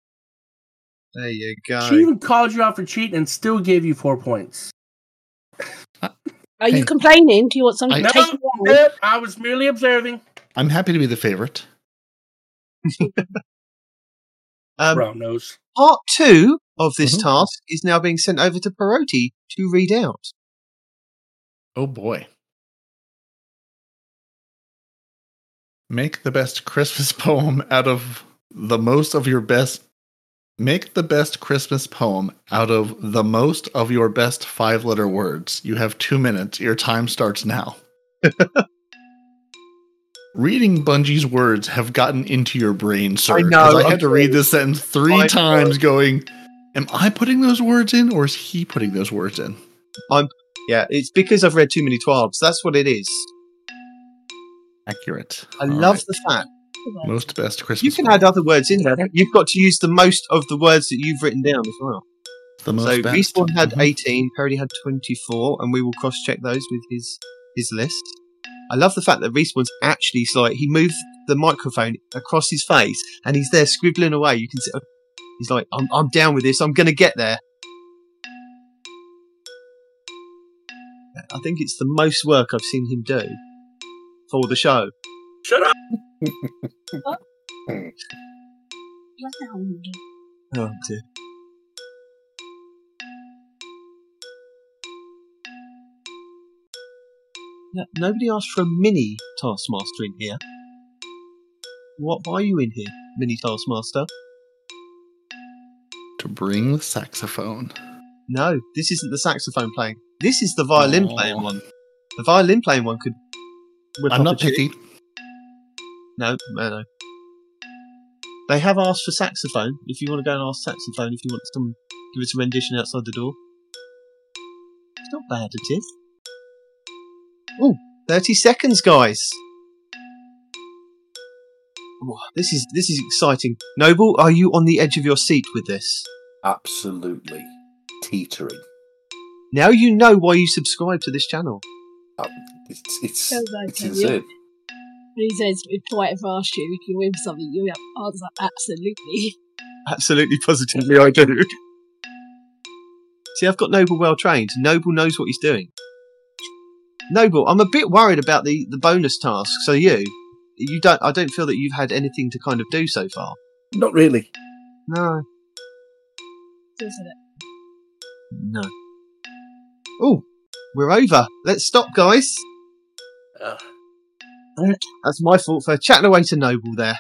Speaker 3: There you go.
Speaker 1: She even called you out for cheating and still gave you four points.
Speaker 4: Are
Speaker 2: Hey.
Speaker 4: you complaining? Do you want something
Speaker 2: I-
Speaker 4: to
Speaker 1: No,
Speaker 4: take you away?
Speaker 1: Yep, I was merely observing.
Speaker 2: I'm happy to be the favorite.
Speaker 3: Um,
Speaker 1: Brown nose.
Speaker 3: Part two of this
Speaker 2: Mhm.
Speaker 3: task is now being sent over to Perotti to read out.
Speaker 2: Oh boy. Make the best Christmas poem out of the most of your best. Make the best Christmas poem out of the most of your best five letter words. You have two minutes. Your time starts now. Reading Bungie's words have gotten into your brain, sir.
Speaker 3: I
Speaker 2: 'cause
Speaker 3: know,
Speaker 2: I
Speaker 3: I'm
Speaker 2: had to read this sentence three
Speaker 3: I know.
Speaker 2: times going, Am I putting those words in or is he putting those words in?
Speaker 3: Yeah, it's because I've read too many twabs. That's what it is.
Speaker 2: Accurate.
Speaker 3: I
Speaker 2: All
Speaker 3: love
Speaker 2: right.
Speaker 3: the fact
Speaker 2: most best Christmas.
Speaker 3: you can
Speaker 2: poem.
Speaker 3: add other words in there. You've got to use the most of the words that you've written down as well.
Speaker 2: the most
Speaker 3: so
Speaker 2: best.
Speaker 3: Respawn had
Speaker 2: Mhm.
Speaker 3: 18, Parody had 24, and we will cross-check those with his his list. I love the fact that Respawn's actually so, like he moved the microphone across his face, and he's there scribbling away. You can see he's like, "I'm I'm down with this. I'm gonna get there." I think it's the most work I've seen him do for the show.
Speaker 1: Shut up.
Speaker 4: Round.
Speaker 3: Oh dear. No- Nobody asked for a mini Taskmaster in here. What? Why are you in here, mini Taskmaster?
Speaker 2: to bring the saxophone.
Speaker 3: No, this isn't the saxophone playing. This is the violin
Speaker 2: Aw.
Speaker 3: playing one. The violin playing one could. whip
Speaker 2: Oh. I'm
Speaker 3: up
Speaker 2: not
Speaker 3: a tune.
Speaker 2: picky.
Speaker 3: No, no, no. They have asked for saxophone. If you want to go and ask saxophone, if you want some, give us a rendition outside the door. It's not bad, it is. Oh, 30 seconds, guys. Oh, this is this is exciting. Noble, are you on the edge of your seat with this?
Speaker 5: Absolutely teetering.
Speaker 3: Now you know why you subscribe to this channel.
Speaker 5: It's it's
Speaker 4: Sounds like
Speaker 5: it's
Speaker 4: a
Speaker 5: insane.
Speaker 4: When he says, if Dwight ever asked you if you win something, you answer absolutely.
Speaker 3: Absolutely positively, I do. See, I've got Noble well trained. Noble knows what he's doing. Noble, I'm a bit worried about the, the bonus task. So you, you don't. I don't feel that you've had anything to kind of do so far.
Speaker 5: Not really.
Speaker 3: No,
Speaker 4: doesn't it?
Speaker 3: no. Oh, we're over. Let's stop, guys.
Speaker 1: Ugh.
Speaker 3: That's my fault for chatting away to Noble there.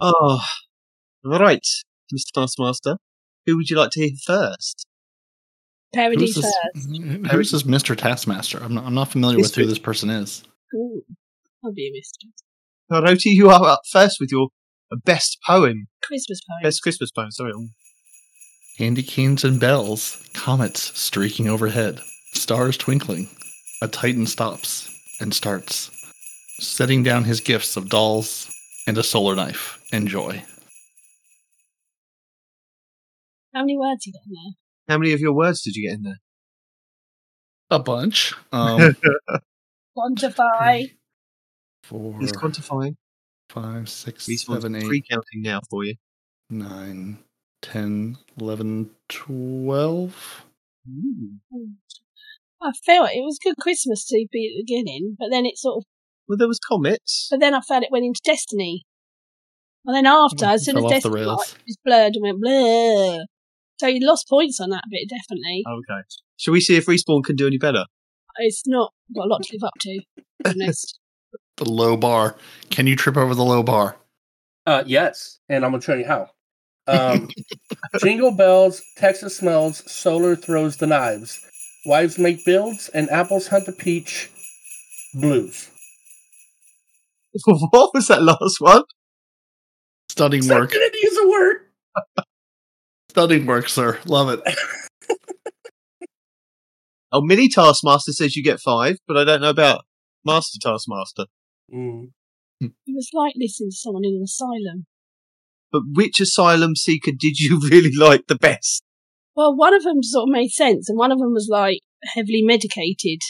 Speaker 3: Oh, right, Mr. Taskmaster. Who would you like to hear first?
Speaker 4: Parody
Speaker 2: Who's this,
Speaker 4: first.
Speaker 2: who's this Mr. Taskmaster? I'm not, I'm not familiar with who this person is.
Speaker 4: Ooh, I'll be a mystery.
Speaker 3: Paroti, you are up first with your best poem.
Speaker 4: Christmas poem.
Speaker 3: Best Christmas poem, sorry.
Speaker 2: Candy canes and bells, comets streaking overhead, stars twinkling. A titan stops and starts, setting down his gifts of dolls and a solar knife. Enjoy.
Speaker 4: How many words you got in there?
Speaker 3: How many of your words did you get in there?
Speaker 2: A bunch. Um,
Speaker 4: Quantify.
Speaker 2: three, four,
Speaker 3: He's quantifying.
Speaker 2: five, six,
Speaker 3: He's
Speaker 2: seven, eight,
Speaker 3: free counting now for you.
Speaker 2: nine, 10, 11, 12.
Speaker 4: Hmm. I felt it was good Christmas to be at the beginning, but then it sort of.
Speaker 3: Well, there was comets.
Speaker 4: But then I felt it went into Destiny. And then after,
Speaker 2: Well,
Speaker 4: as soon as
Speaker 2: Hmm, fell off the
Speaker 4: Destiny
Speaker 2: rails.
Speaker 4: like, just blurred and went blur. So you lost points on that bit,
Speaker 2: Uh.
Speaker 4: definitely.
Speaker 3: Okay. Shall we see if Respawn can do any better?
Speaker 4: It's not got a lot to live up to. to be honest.
Speaker 2: The low bar. Can you trip over the low bar?
Speaker 1: Uh, yes, and I'm gonna show you how. Um, jingle bells, Texas smells, solar throws the knives, wives make builds, and apples hunt the peach. Blues.
Speaker 3: what was that last one?
Speaker 2: Stunning
Speaker 1: So I'm
Speaker 2: work.
Speaker 1: gonna use a word.
Speaker 2: Stunning work, sir. Love it.
Speaker 3: Oh, Mini Taskmaster says you get five, but I don't know about Master Taskmaster.
Speaker 1: Mm.
Speaker 4: It was like listening to someone in an asylum.
Speaker 3: But which Asylum Seeker did you really like the best?
Speaker 4: Well, one of them sort of made sense, and one of them was like heavily medicated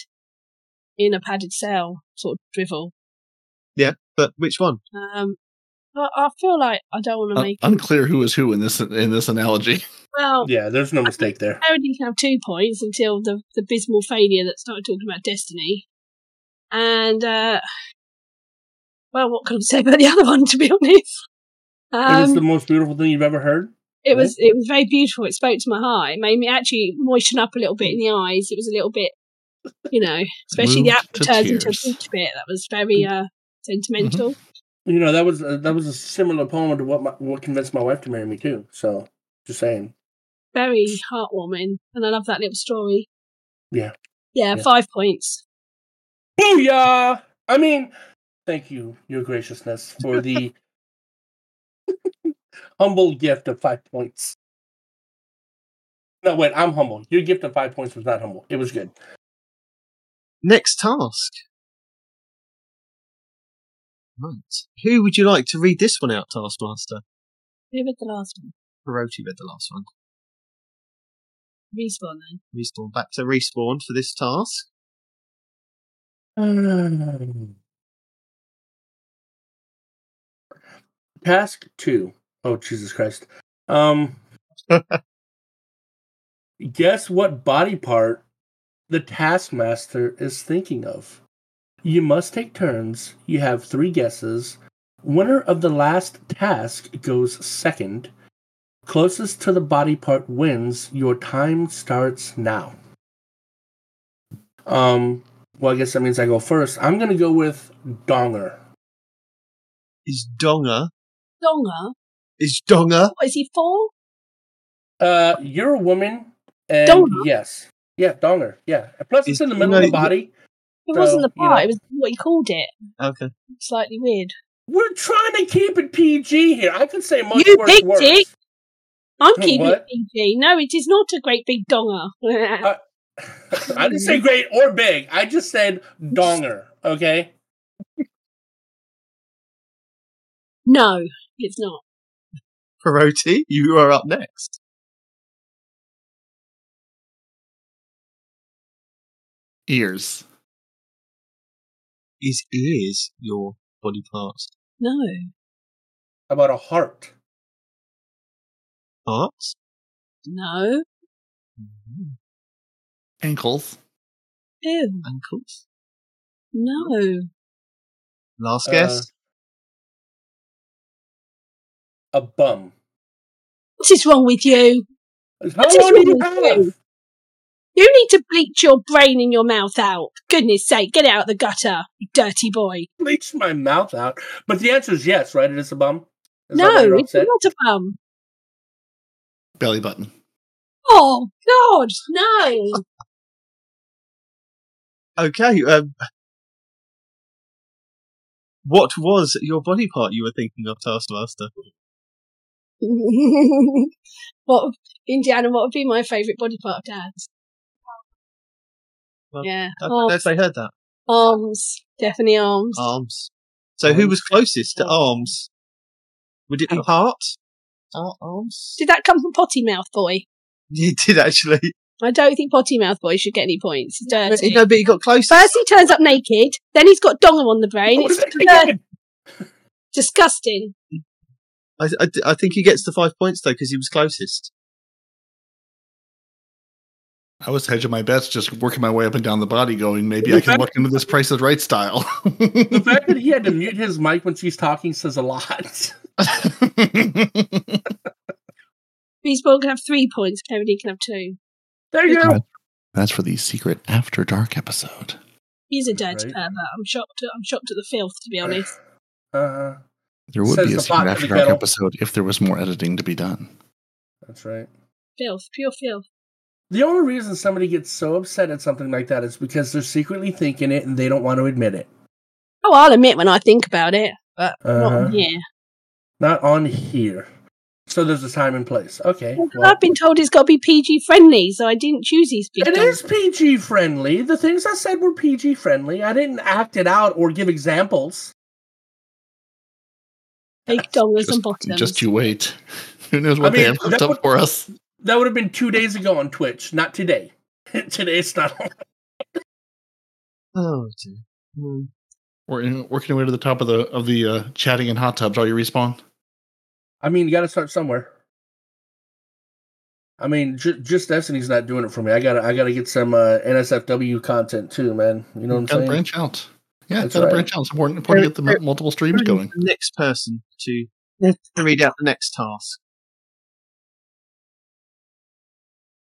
Speaker 4: in a padded cell, sort of drivel.
Speaker 3: Yeah, but which one?
Speaker 4: Um, but I feel like I don't want to
Speaker 2: Un-
Speaker 4: make.
Speaker 2: unclear who is who in this in this analogy.
Speaker 4: Well,
Speaker 1: Yeah, there's no mistake there.
Speaker 4: Parody can have two points until the, the abysmal failure that started talking about Destiny. And, uh, well, what can I say about the other one, to be honest?
Speaker 1: it was
Speaker 4: Um,
Speaker 1: the most beautiful thing you've ever heard.
Speaker 4: it was it was very beautiful. It spoke to my heart. It made me actually moisten up a little bit in the eyes. It was a little bit, you know, especially the
Speaker 2: Moved
Speaker 4: apple
Speaker 2: to
Speaker 4: turns into a
Speaker 2: tears.
Speaker 4: peach bit. That was very uh, sentimental.
Speaker 1: You know that was uh, that was a similar poem to what my, what convinced my wife to marry me too. So just saying.
Speaker 4: Very heartwarming. And I love that little story.
Speaker 1: Yeah.
Speaker 4: Yeah,
Speaker 1: Yeah.
Speaker 4: five points.
Speaker 1: Booyah! I mean, thank you, your graciousness, for the humble gift of five points. No, wait, I'm humble. Your gift of five points was not humble. It was good.
Speaker 3: Next task. Right. Who would you like to read this one out, Taskmaster?
Speaker 4: Who read the last one?
Speaker 3: Hiroti read the last one.
Speaker 4: Respawn then.
Speaker 3: Respawn back to respawn for this task.
Speaker 1: Mm. Task two. Oh Jesus Christ. Um guess what body part the taskmaster is thinking of? You must take turns. You have three guesses. Winner of the last task goes second. Closest to the body part wins. Your time starts now. Um well I guess that means I go first. I'm gonna go with Donger.
Speaker 3: Is Donga?
Speaker 4: Donga.
Speaker 3: Is Donga?
Speaker 4: What is he for?
Speaker 1: Uh, you're a woman, and
Speaker 4: Donger?
Speaker 1: yes, yeah, donger, yeah. Plus, it's
Speaker 3: Is-
Speaker 1: in the middle of
Speaker 3: no,
Speaker 1: the body.
Speaker 4: It
Speaker 1: So,
Speaker 4: wasn't the
Speaker 1: you know.
Speaker 4: part. It was what he called it.
Speaker 3: Okay.
Speaker 4: Slightly weird.
Speaker 1: We're trying to keep it PG here. I could say much
Speaker 4: You
Speaker 1: worse
Speaker 4: picked
Speaker 1: words.
Speaker 4: it. I'm keeping
Speaker 1: What? Uh,
Speaker 4: it PG. No, it is not a great big donga.
Speaker 1: I didn't say great or big. I just said donger. Okay.
Speaker 4: no, it's not.
Speaker 3: Hiroti, you are up next.
Speaker 2: Ears.
Speaker 3: Is ears your body part?
Speaker 4: No.
Speaker 1: About a heart.
Speaker 3: Heart?
Speaker 4: No.
Speaker 3: Mhm.
Speaker 2: Ankles.
Speaker 4: Ew.
Speaker 3: Ankles.
Speaker 4: No.
Speaker 3: Last
Speaker 1: Uh,
Speaker 3: guess.
Speaker 1: A bum.
Speaker 4: What is wrong with you?
Speaker 1: How
Speaker 4: is
Speaker 1: long did you
Speaker 4: wrong with
Speaker 1: have?
Speaker 4: you? You need to bleach your brain and your mouth out. Goodness sake, get it out of the gutter, you dirty boy.
Speaker 1: Bleached my mouth out. But the answer is yes, right? It is a bum. Is that why
Speaker 4: no,
Speaker 1: you're
Speaker 4: it's
Speaker 1: upset?
Speaker 4: not a bum.
Speaker 2: Belly button.
Speaker 4: Oh, God, no.
Speaker 3: Okay. Um, what was your body part you were thinking of, Taskmaster?
Speaker 4: what, Indiana, what would be my favourite body part of Dad's?
Speaker 3: Well,
Speaker 4: yeah,
Speaker 3: I don't know
Speaker 4: arms,
Speaker 3: if they heard that.
Speaker 4: arms, definitely arms.
Speaker 3: Arms. So who was closest to arms? Would it be heart? Heart arms?
Speaker 4: Did that come from Potty Mouth Boy?
Speaker 3: You did actually.
Speaker 4: I don't think Potty Mouth Boy should get any points. He's dirty.
Speaker 3: No, but you got close.
Speaker 4: First he turns up naked, then he's got Dongle on the brain.
Speaker 1: What
Speaker 4: It's
Speaker 1: did I
Speaker 4: uh,
Speaker 1: get?
Speaker 4: disgusting.
Speaker 3: I, I, I think he gets the five points though because he was closest.
Speaker 2: I was hedging my bets, just working my way up and down the body, going, maybe I can walk into this Price is Right style.
Speaker 1: the fact that he had to mute his mic when she's talking says a lot.
Speaker 4: Beesball can have three points, Kennedy can have two.
Speaker 1: There you go.
Speaker 2: That's for the secret After Dark episode.
Speaker 4: He's a dirty
Speaker 1: Right.
Speaker 4: pervert. I'm shocked at, I'm shocked at the filth, to be honest.
Speaker 1: Uh,
Speaker 2: There would
Speaker 1: Says
Speaker 2: be a
Speaker 1: the
Speaker 2: secret
Speaker 1: pot to
Speaker 2: After
Speaker 1: the
Speaker 2: Dark
Speaker 1: kettle.
Speaker 2: episode if there was more editing to be done.
Speaker 1: that's right.
Speaker 4: Filth, pure filth.
Speaker 1: The only reason somebody gets so upset at something like that is because they're secretly thinking it and they don't want to admit it.
Speaker 4: Oh, I'll admit when I think about it. But not
Speaker 1: Uh-huh.
Speaker 4: on here.
Speaker 1: Not on here. So there's a time and place. Okay.
Speaker 4: Well,
Speaker 1: well.
Speaker 4: I've been told he's got to be PG friendly, so I didn't choose these big
Speaker 1: It is
Speaker 4: dogs.
Speaker 1: PG friendly. The things I said were PG friendly. I didn't act it out or give examples.
Speaker 4: Big dongers and
Speaker 2: Just,
Speaker 4: bottoms.
Speaker 2: just you wait. Who knows what
Speaker 1: I mean,
Speaker 2: they have cooked
Speaker 1: that
Speaker 2: up
Speaker 1: would-
Speaker 2: for us?
Speaker 1: That would have been two days ago on Twitch, not today. today it's not on.
Speaker 3: Oh dear. Hmm.
Speaker 2: We're in, working our way to the top of the of the uh, chatting and hot tubs. Are you respawn?
Speaker 1: I mean, you got to start somewhere. I mean, j- just Destiny's not doing it for me. I gotta, I gotta get some uh, NSFW content too, man. You know what I'm
Speaker 2: Gotta
Speaker 1: saying?
Speaker 2: branch out. Yeah,
Speaker 1: That's
Speaker 2: gotta
Speaker 1: right.
Speaker 2: branch out. It's important, important to get the
Speaker 3: There-
Speaker 2: mul- multiple streams
Speaker 3: Who's
Speaker 2: going.
Speaker 3: The next person to to read out the next task.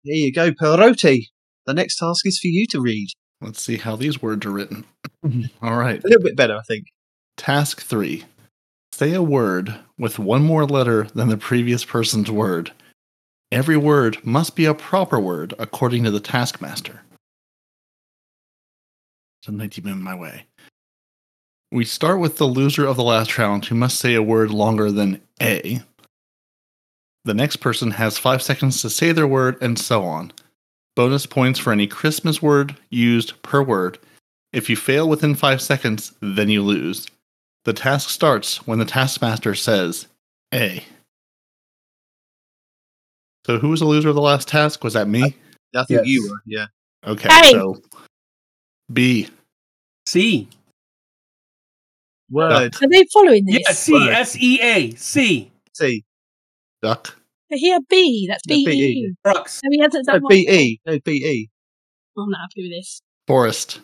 Speaker 3: There you go, Perotti. The next task is for you to read.
Speaker 2: Let's see how these words are written. All right.
Speaker 3: A little bit better, I think.
Speaker 2: Task three Say a word with one more letter than the previous person's word. Every word must be a proper word according to the taskmaster. So, 19 minutes my way. We start with the loser of the last round who must say a word longer than A. The next person has five seconds to say their word and so on. Bonus points for any Christmas word used per word. If you fail within five seconds, then you lose. The task starts when the taskmaster says A. So who was the loser of the last task? Was that me?
Speaker 3: I think
Speaker 1: Yes.
Speaker 3: you were, yeah.
Speaker 2: Okay,
Speaker 4: Hey!
Speaker 2: so B.
Speaker 1: C.
Speaker 3: Word.
Speaker 4: Are they following this?
Speaker 1: Yeah, C.
Speaker 3: Word.
Speaker 1: S. E. A. C.
Speaker 3: C.
Speaker 2: Duck.
Speaker 4: But here, B. That's
Speaker 3: Yeah,
Speaker 4: B
Speaker 3: BE.
Speaker 4: E U.
Speaker 1: Crux.
Speaker 4: No, he hasn't
Speaker 3: No,
Speaker 4: done one.
Speaker 3: BE. No, E. BE.
Speaker 4: I'm not happy with this.
Speaker 2: Forest.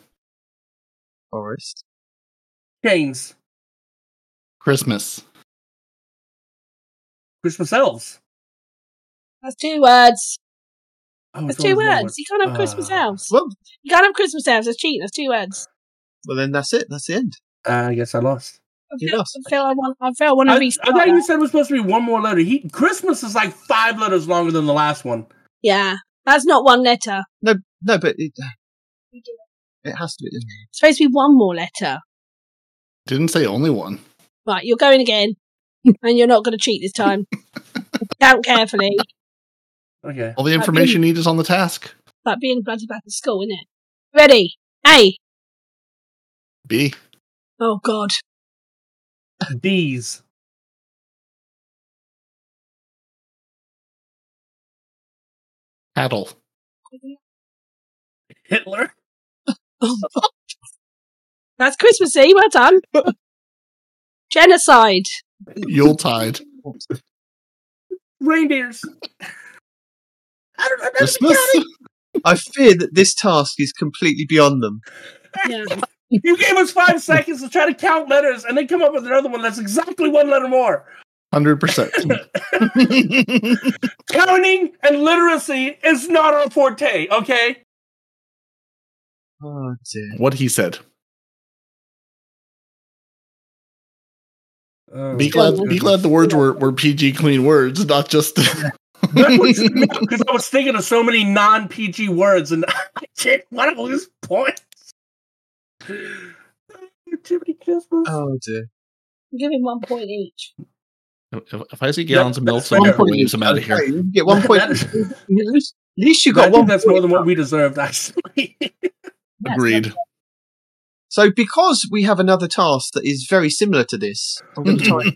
Speaker 3: Forest.
Speaker 1: Chains.
Speaker 2: Christmas.
Speaker 1: Christmas elves.
Speaker 4: That's two words.
Speaker 1: Oh,
Speaker 4: That's
Speaker 1: it's
Speaker 4: two
Speaker 1: always one
Speaker 4: words.
Speaker 1: word.
Speaker 4: You can't have Christmas
Speaker 1: Ah.
Speaker 4: elves.
Speaker 3: Well,
Speaker 4: You can't have Christmas elves. That's cheating. That's two words.
Speaker 3: well, then that's it. That's the end.
Speaker 1: Ah, I guess I lost.
Speaker 4: I
Speaker 3: You
Speaker 4: feel,
Speaker 3: lost.
Speaker 4: I feel I want. I feel I want
Speaker 1: I,
Speaker 4: to
Speaker 1: I
Speaker 4: restart.
Speaker 1: thought
Speaker 4: that.
Speaker 1: you said it was supposed to be one more letter. He Christmas is like five letters longer than the last one.
Speaker 4: Yeah, that's not one letter.
Speaker 3: No, no, but it, uh, it has to be.
Speaker 4: It's supposed to be one more letter.
Speaker 2: Didn't say only one.
Speaker 4: Right, you're going again, and you're not going to cheat this time. Count carefully.
Speaker 1: Okay.
Speaker 2: All the information you need is on the task.
Speaker 4: Like being bloody back at school, isn't it? Ready? A.
Speaker 2: B.
Speaker 4: Oh God.
Speaker 1: D's.
Speaker 2: Cattle.
Speaker 1: Hitler.
Speaker 4: Oh, fuck. That's Christmassy. Well done. Genocide.
Speaker 2: Yuletide.
Speaker 1: Reindeers. I don't know.
Speaker 2: Christmas?
Speaker 3: I fear that this task is completely beyond them.
Speaker 4: Yeah.
Speaker 1: You gave us five seconds to try to count letters and then come up with another one that's exactly one letter more.
Speaker 2: 100%.
Speaker 1: Counting and literacy is not our forte, okay?
Speaker 3: Oh dear.
Speaker 2: what he said.
Speaker 3: Oh.
Speaker 2: Be glad, be glad the words were, were PG clean words, not just.
Speaker 1: Because I was thinking of so many non PG words and I didn't want to lose points. Jiminy Christmas.
Speaker 3: Oh dear.
Speaker 4: Give him one point each.
Speaker 2: If, if I see gallons of milk,
Speaker 1: that's
Speaker 2: someone
Speaker 1: fair.
Speaker 2: will leaves them out of here.
Speaker 3: Okay, you get one point.
Speaker 1: That is-
Speaker 3: At least you
Speaker 1: I
Speaker 3: got
Speaker 1: think
Speaker 3: one.
Speaker 1: that's
Speaker 3: point.
Speaker 1: more than what we deserved, actually.
Speaker 4: That's
Speaker 2: Agreed.
Speaker 3: So, because we have another task that is very similar to this, I'm going to try and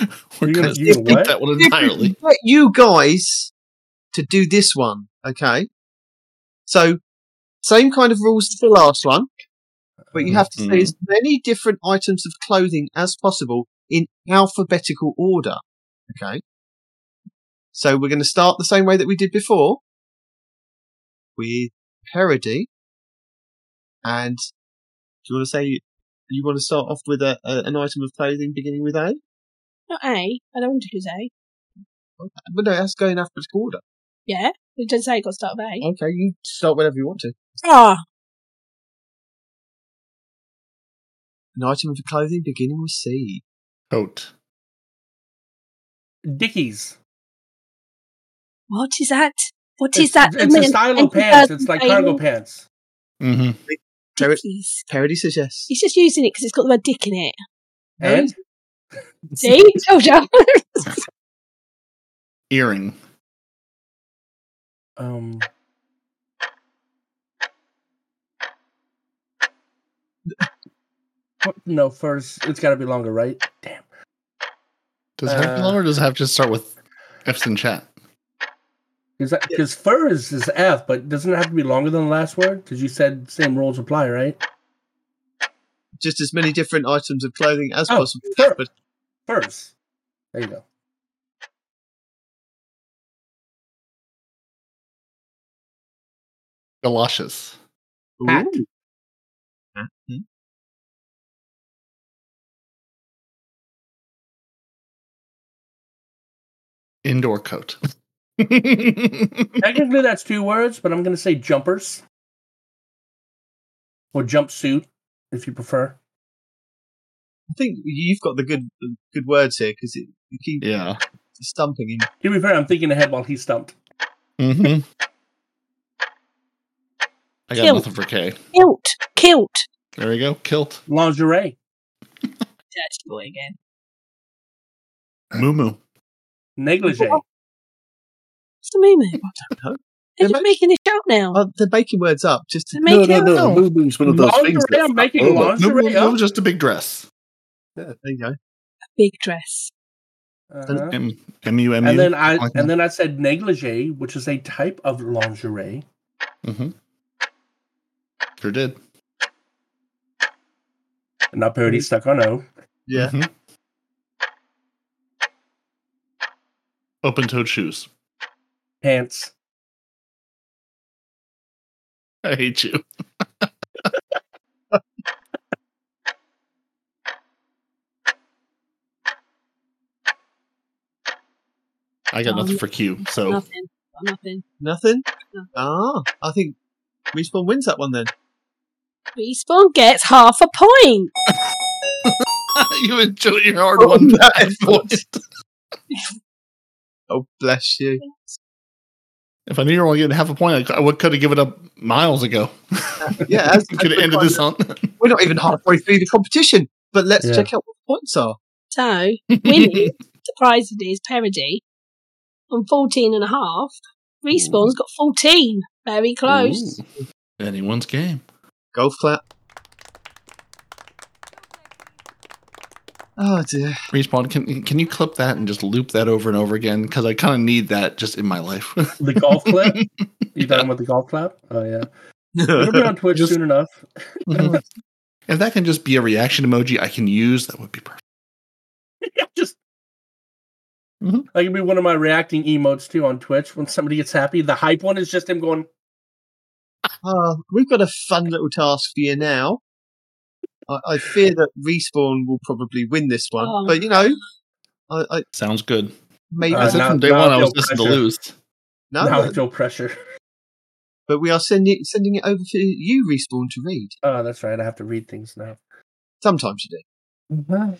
Speaker 2: We're
Speaker 1: You're
Speaker 2: going
Speaker 1: gonna-
Speaker 2: to
Speaker 1: you're
Speaker 2: skip
Speaker 1: what?
Speaker 2: that one entirely.
Speaker 3: get you guys to do this one. Okay. So, same kind of rules as the last one, but you have to say as many different items of clothing as possible in alphabetical order. Okay. So, we're going to start the same way that we did before with parody. And do you want to say, you want to start off with a, a, an item of clothing beginning with A?
Speaker 4: Not A. I don't want to choose A.
Speaker 3: But no, that's going alphabetical order.
Speaker 4: Yeah? It doesn't say it got to start with
Speaker 1: Oh.
Speaker 4: A.
Speaker 3: Okay, you start whenever you want to.
Speaker 4: Ah!
Speaker 3: An item of clothing beginning with C.
Speaker 2: Coat.
Speaker 1: Dickies.
Speaker 4: What is that? What
Speaker 1: It's,
Speaker 4: is that?
Speaker 1: it's a style of pants. It's like cargo pants.
Speaker 2: hmm
Speaker 3: Terry,
Speaker 4: Dickies.
Speaker 3: Parody says yes.
Speaker 4: He's just using it because it's got the word dick in it.
Speaker 1: And
Speaker 4: See? Oh, Told you.
Speaker 2: Earring.
Speaker 1: um, what- no, first it's got to be longer, right? Damn.
Speaker 2: Does it have to be
Speaker 1: Uh,
Speaker 2: long or does it have to just start with F's in chat?
Speaker 1: Because fur is, is F, but doesn't it have to be longer than the last word? Because you said same rules apply, right?
Speaker 3: Just as many different items of clothing as
Speaker 1: Oh,
Speaker 3: possible.
Speaker 1: sure.
Speaker 3: But
Speaker 1: Furs. There you go.
Speaker 2: Galoshes.
Speaker 1: Hat.
Speaker 3: Ooh. Hat, hmm.
Speaker 2: Indoor coat.
Speaker 1: Technically, that's two words, but I'm going to say jumpers or jumpsuit, if you prefer.
Speaker 3: I think you've got the good the good words here because you keep
Speaker 2: yeah.
Speaker 3: stumping him.
Speaker 1: To be fair, I'm thinking ahead while he's stumped.
Speaker 2: Mm-hmm. I got
Speaker 4: Kilt.
Speaker 2: nothing for K.
Speaker 4: Kilt. Kilt.
Speaker 2: There we go. Kilt.
Speaker 1: Lingerie.
Speaker 4: Dirty boy again.
Speaker 2: Moo moo.
Speaker 1: Negligee.
Speaker 4: What's the movement?
Speaker 3: know. They're
Speaker 4: They're just making this out now.
Speaker 3: Oh, they're making words up. Just
Speaker 4: They're
Speaker 3: to,
Speaker 5: No,
Speaker 4: making
Speaker 5: no,
Speaker 4: it
Speaker 5: no.
Speaker 4: up.
Speaker 2: No.
Speaker 5: Moo Moo's one of those
Speaker 1: Lingerie,
Speaker 5: things. that's
Speaker 1: I'm making
Speaker 5: abnormal.
Speaker 1: lingerie.
Speaker 2: Moo moo
Speaker 1: up?
Speaker 2: moo, just a big dress.
Speaker 3: yeah, there you go.
Speaker 4: Big dress.
Speaker 1: Uh-huh.
Speaker 2: M M U M U.
Speaker 1: And then I
Speaker 2: like
Speaker 1: and then I said negligee, which is a type of lingerie.
Speaker 2: Mm-hmm. Sure did.
Speaker 1: And not parody
Speaker 2: Mm-hmm.
Speaker 1: stuck on O.
Speaker 3: Yeah.
Speaker 2: Mhm. Open toed shoes.
Speaker 1: Pants.
Speaker 2: I hate you. I got nothing for Q,
Speaker 1: Oh.
Speaker 2: so
Speaker 4: Nothing. Got nothing.
Speaker 3: Nothing.
Speaker 4: No.
Speaker 3: Ah, I think Respawn wins that one then.
Speaker 4: Respawn gets half a point.
Speaker 2: you enjoy your hard
Speaker 3: Oh,
Speaker 2: one.
Speaker 3: that is- Oh, bless you.
Speaker 2: If I knew you were only getting half a point, I could have given up miles ago.
Speaker 3: Yeah, as-
Speaker 2: could have
Speaker 3: as
Speaker 2: ended
Speaker 3: we're
Speaker 2: this on.
Speaker 3: We're not even halfway through the competition, but let's
Speaker 1: Yeah.
Speaker 3: check out what the points are.
Speaker 4: So, Willie, surprisingly, is parody on 14 and a half. Respawn's got 14. Very close.
Speaker 2: Ooh. Anyone's game.
Speaker 3: Golf clap. Oh dear.
Speaker 2: Respawn, can can you clip that and just loop that over and over again? Because I kind of need that just in my life.
Speaker 1: The golf clap. You talking about the golf clap? Oh yeah. It'll be on Twitch
Speaker 2: Just-
Speaker 1: soon enough. Mm-hmm.
Speaker 2: Mhm. if that can just be a reaction emoji I can use, that would be perfect.
Speaker 1: Just
Speaker 2: Mhm.
Speaker 1: Mm-hmm. That could be one of my reacting emotes too on Twitch. When somebody gets happy, the hype one is just him going,
Speaker 3: Uh, we've got a fun little task for you now. I, I fear that Respawn will probably win this one,
Speaker 4: Oh.
Speaker 3: but you know, I, I
Speaker 2: Sounds good.
Speaker 3: maybe
Speaker 1: Uh,
Speaker 2: I said
Speaker 1: now-
Speaker 2: from day
Speaker 1: now I
Speaker 2: one I
Speaker 1: feel
Speaker 2: was destined to
Speaker 1: pressure.
Speaker 2: lose.
Speaker 3: no,
Speaker 1: now I
Speaker 3: but,
Speaker 1: feel pressure.
Speaker 3: but we are sending sending it over for you, Respawn, to read.
Speaker 1: Oh, that's right. I have to read things now.
Speaker 3: Sometimes you do.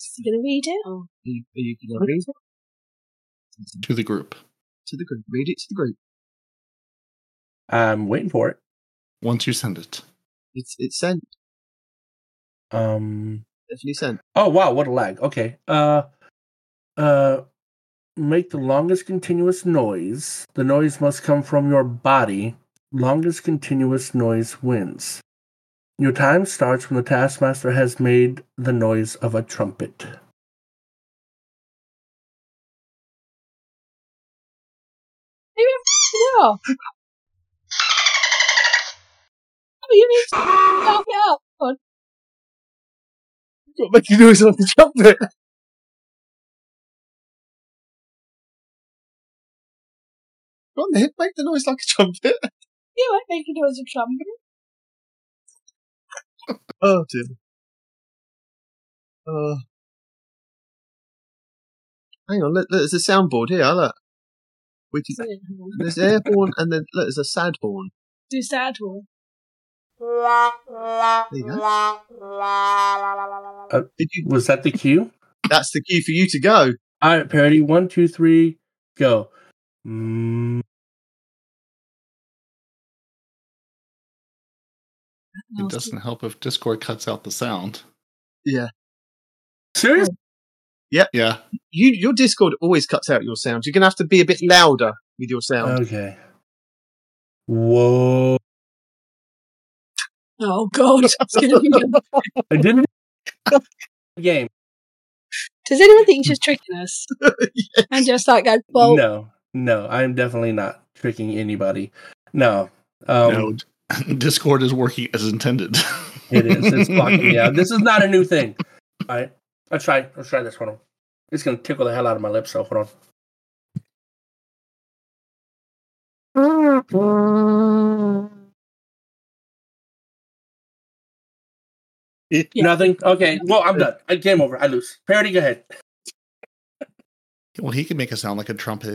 Speaker 4: Is he going to read it? Oh, Or?
Speaker 3: Are you, are you gonna read it
Speaker 2: To the group.
Speaker 3: to the group? Read it to the group.
Speaker 1: I'm waiting for it.
Speaker 2: Once you send it.
Speaker 3: It's it's sent.
Speaker 1: Um,
Speaker 3: Definitely sent.
Speaker 1: oh, wow. What a lag. Okay. Uh, uh, make the longest continuous noise. The noise must come from your body. Longest continuous noise wins. Your time starts when the taskmaster has made the noise of a trumpet.
Speaker 4: Yeah. Oh, you need to help me out. God.
Speaker 3: Got making noise off the chocolate. Go on then, make the noise like a trumpet.
Speaker 4: You weren't making noise with trumpet.
Speaker 3: Oh dear. Uh, hang on, look, look, there's a soundboard here. Look, we can,
Speaker 4: isn't it? Hang on.
Speaker 3: there's airborne and then look, there's a sadborn.
Speaker 4: Do sad one.
Speaker 3: There you go. Uh, Did you,
Speaker 1: Was that the cue?
Speaker 3: that's the cue for you to go.
Speaker 1: All right, parody. One, two, three, go. Mm,
Speaker 2: It doesn't help if Discord cuts out the sound.
Speaker 1: serious?
Speaker 2: Yeah.
Speaker 3: You, your Discord always cuts out your sound. You're gonna have to be a bit louder with your sound.
Speaker 1: Okay. Whoa!
Speaker 4: Oh God! It's gonna be good.
Speaker 1: I didn't game.
Speaker 4: Does anyone think she's tricking us? And just like go, well,
Speaker 1: no, no, I'm definitely not tricking anybody. No, um,
Speaker 2: no. Discord is working as intended.
Speaker 1: it is. It's blocking me out. This is not a new thing. All right, let's try. Let's try this. Hold on. It's gonna tickle the hell out of my lips. So hold on.
Speaker 4: Yeah.
Speaker 1: Nothing. Okay. Well, I'm done. I game over. I lose. Parody. Go ahead.
Speaker 2: Well, he can make it sound like a trumpet.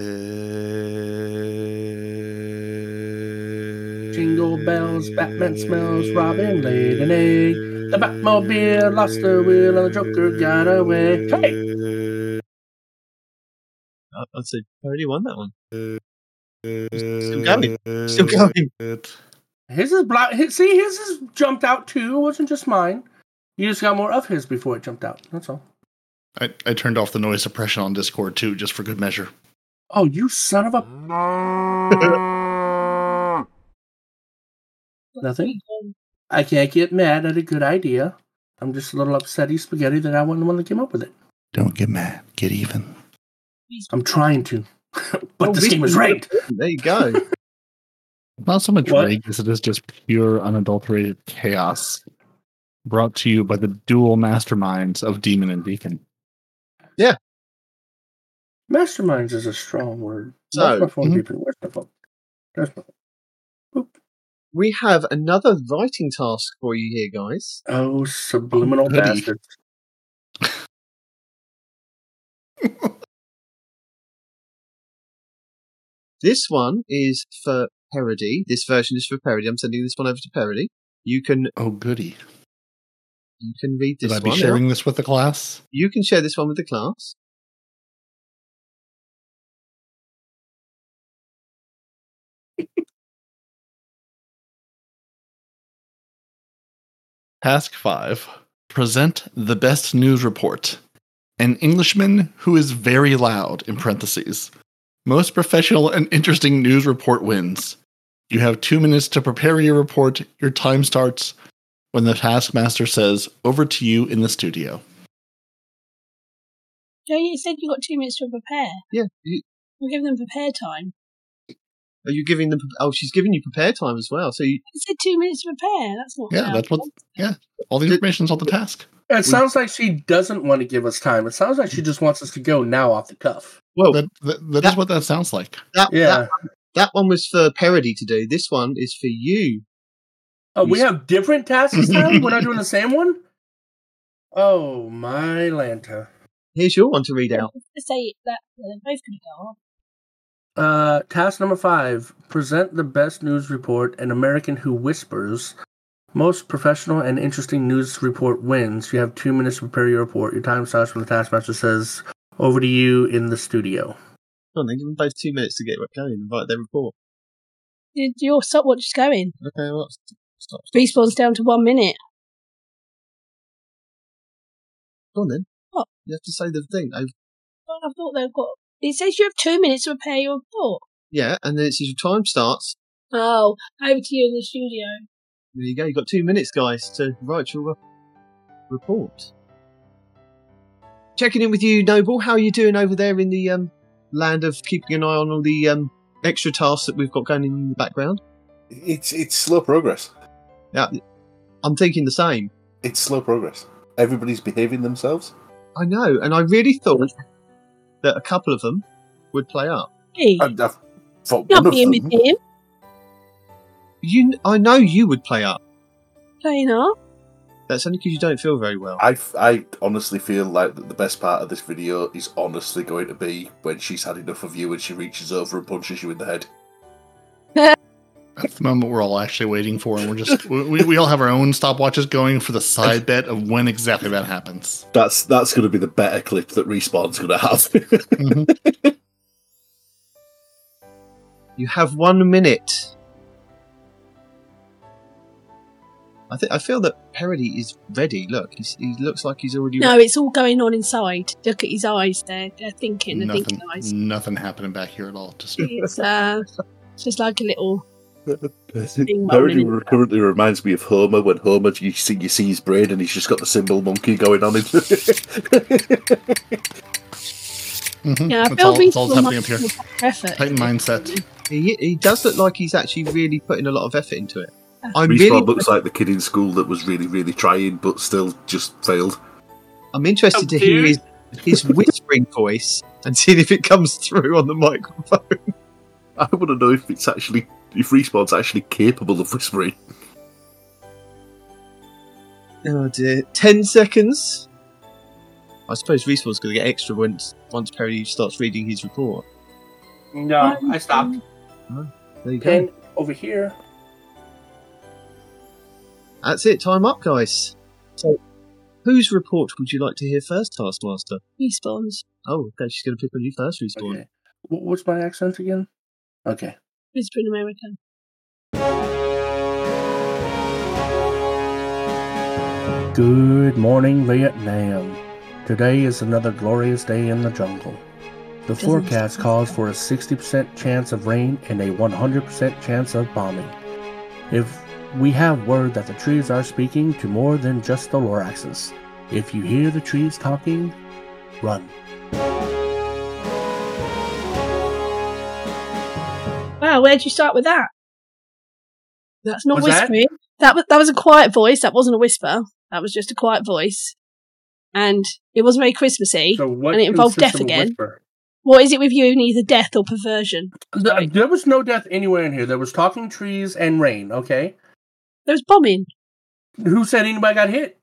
Speaker 1: Jingle bells, Batman smells, Robin laid an egg. The Batmobile lost the wheel and the Joker got away. Hey!
Speaker 3: I- I'd say I already won that one.
Speaker 2: Still
Speaker 3: going. Still going.
Speaker 1: His is block. His, see, his is jumped out too. It wasn't just mine. You just got more of his before it jumped out. That's all.
Speaker 2: I, I turned off the noise suppression on Discord too, just for good measure.
Speaker 1: Oh, you son of a. Nothing.
Speaker 4: um,
Speaker 1: I can't get mad at a good idea. I'm just a little upsetty spaghetti that I wasn't the one that came up with it.
Speaker 2: Don't get mad. Get even.
Speaker 1: I'm trying to. but
Speaker 3: Oh,
Speaker 1: this
Speaker 3: we-
Speaker 1: game is rigged.
Speaker 3: There you go.
Speaker 2: Not so much
Speaker 1: What?
Speaker 2: rage as it is just pure, unadulterated chaos. Brought to you by the dual masterminds of Demon and Deacon.
Speaker 1: Masterminds is a strong word.
Speaker 3: So-
Speaker 1: Where's my phone,
Speaker 2: Mhm.
Speaker 1: people? Where's my phone? There's my
Speaker 3: we have another writing task for you here, guys.
Speaker 1: Oh, subliminal
Speaker 2: Goody.
Speaker 1: bastard.
Speaker 3: This one is for Parody. This version is for Parody. I'm sending this one over to Parody. You can
Speaker 2: Oh, goody.
Speaker 3: you can read
Speaker 2: Did
Speaker 3: this
Speaker 2: I be
Speaker 3: one. out.
Speaker 2: sharing this with the class?
Speaker 3: You can share this one with the class.
Speaker 2: Task 5 Present the best news report. An Englishman who is very loud, in parentheses. Most professional and interesting news report wins. You have two minutes to prepare your report. Your time starts when the taskmaster says, Over to you in the studio.
Speaker 4: Joe, you said you got two minutes to prepare.
Speaker 3: Yeah. You,
Speaker 4: We'll give them prepare time.
Speaker 3: Are you giving them? Oh, she's giving you prepare time as well. So you,
Speaker 4: It said two minutes to prepare. That's not.
Speaker 2: Yeah,
Speaker 4: fair.
Speaker 2: that's what. Yeah, all the information's on the task.
Speaker 1: It sounds like she doesn't want to give us time. It sounds like she just wants us to go now off the cuff.
Speaker 3: well,
Speaker 2: That, that, that is what that sounds like.
Speaker 3: that,
Speaker 1: Yeah.
Speaker 3: that that one was for parody to do. This one is for you.
Speaker 1: Oh, we have different tasks now? We're not doing the same one? Oh, my Lanta.
Speaker 3: Here's your one to read out.
Speaker 4: Let's say that well, they're both going to go off.
Speaker 1: Uh, task number five present the best news report an American who whispers. Most professional and interesting news report wins. You have two minutes to prepare your report. Your time starts when the taskmaster says, over to you in the studio.
Speaker 3: Come on, then give them both two minutes to get going and write their report.
Speaker 4: Did your stopwatch is going?
Speaker 3: Okay, well, stop. stop.
Speaker 4: Respawn's down to one minute.
Speaker 3: Go on then.
Speaker 4: What?
Speaker 3: You have to say the thing. Over.
Speaker 4: Well, I thought they've got. It says you have two minutes to prepare your report.
Speaker 3: Yeah, and then it says your time starts.
Speaker 4: Oh, over to you in the studio.
Speaker 3: There you go. You've got two minutes, guys, to write your re- report. Checking in with you, Noble. How are you doing over there in the um, land of keeping an eye on all the um, extra tasks that we've got going in the background?
Speaker 5: It's it's slow progress.
Speaker 3: Yeah, I'm thinking the same.
Speaker 5: It's slow progress. Everybody's behaving themselves.
Speaker 3: I know, and I really thought that a couple of them would play up.
Speaker 4: Hey,
Speaker 2: Uh,
Speaker 5: I, I thought
Speaker 4: not
Speaker 5: one of
Speaker 4: being
Speaker 5: them.
Speaker 4: with him.
Speaker 3: You, I know you would play up.
Speaker 4: Playing up.
Speaker 3: That's only because you don't feel very well.
Speaker 5: I, f- I honestly feel like that the best part of this video is honestly going to be when she's had enough of you and she reaches over and punches you in the head.
Speaker 2: That's the moment we're all actually waiting for, and we're just we, we- we all have our own stopwatches going for the side bet of when exactly that happens.
Speaker 5: That's that's going to be the better clip that Respawn's going to have.
Speaker 2: Mhm.
Speaker 3: You have one minute. I think I feel that Parody is ready. Look, he's, he looks like he's already.
Speaker 4: No, it's all going on inside. Look at his eyes. They're they're thinking. They're
Speaker 2: nothing,
Speaker 4: thinking eyes.
Speaker 2: nothing happening back here at all. Just
Speaker 4: It's uh, just like a little. Being
Speaker 5: Parody
Speaker 4: moaning.
Speaker 5: currently reminds me of Homer when Homer you see you see his brain and he's just got the symbol monkey going on him.
Speaker 2: mhm.
Speaker 4: Yeah, I
Speaker 2: it's
Speaker 4: feel
Speaker 2: all, it's all
Speaker 4: reasonable
Speaker 2: happening up here.
Speaker 4: effort.
Speaker 2: Titan mindset.
Speaker 3: He, he does look like he's actually really putting a lot of effort into it. I'm
Speaker 5: Respawn
Speaker 3: really.
Speaker 5: looks like the kid in school that was really really trying but still just failed.
Speaker 3: I'm interested to hear his, his whispering voice and seeing if it comes through on the microphone.
Speaker 5: I want to know if it's actually if Respawn's actually capable of whispering.
Speaker 3: Oh dear. Ten seconds. I suppose Respawn's going to get extra once once Parody starts reading his report.
Speaker 1: No, I stopped.
Speaker 3: There you go.
Speaker 1: Pen over here.
Speaker 3: That's it. Time up, guys. So, whose report would you like to hear first, Taskmaster?
Speaker 4: Respawns.
Speaker 3: Oh, okay, she's going to pick on you first, Respawn.
Speaker 1: Okay. Wh- What's my accent again? Okay.
Speaker 4: Whispering American.
Speaker 1: Good morning, Vietnam. Today is another glorious day in the jungle. The
Speaker 4: Doesn't
Speaker 1: forecast
Speaker 4: sound
Speaker 1: calls
Speaker 4: bad.
Speaker 1: for a 60% chance of rain and a 100% chance of bombing. If we have word that the trees are speaking to more than just the Loraxes, if you hear the trees talking, run.
Speaker 4: Wow, where'd you start with that? That's not
Speaker 1: Was that-
Speaker 4: whispering. That? was that was a quiet voice. That wasn't a whisper. That was just a quiet voice, and it wasn't very Christmassy.
Speaker 1: what
Speaker 4: And it involved consists death of a again? what is it with you? Either death or perversion. Sorry.
Speaker 1: uh, there was no death anywhere in here. There was talking trees and rain, okay?
Speaker 4: There was bombing.
Speaker 1: Who said anybody got hit?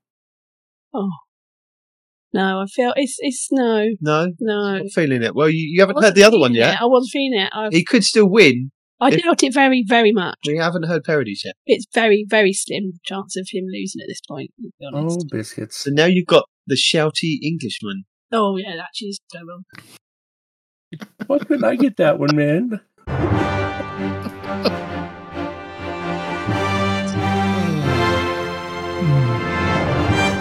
Speaker 4: No, I feel it's it's no
Speaker 3: No,
Speaker 4: no.
Speaker 3: I'm feeling it. Well, you, you haven't
Speaker 4: I
Speaker 3: heard the other one
Speaker 4: wasn't feeling
Speaker 3: yet.
Speaker 4: it. I wasn't feeling it. I,
Speaker 3: He could still win.
Speaker 4: I
Speaker 3: if-
Speaker 4: doubt it very very much.
Speaker 3: We haven't heard parodies yet.
Speaker 4: It's very very slim chance of him losing at this point. To be honest.
Speaker 1: Oh, biscuits.
Speaker 3: So now you've got the shouty Englishman.
Speaker 4: Oh, yeah, that cheese is so wrong.
Speaker 1: Why couldn't I get that one, man?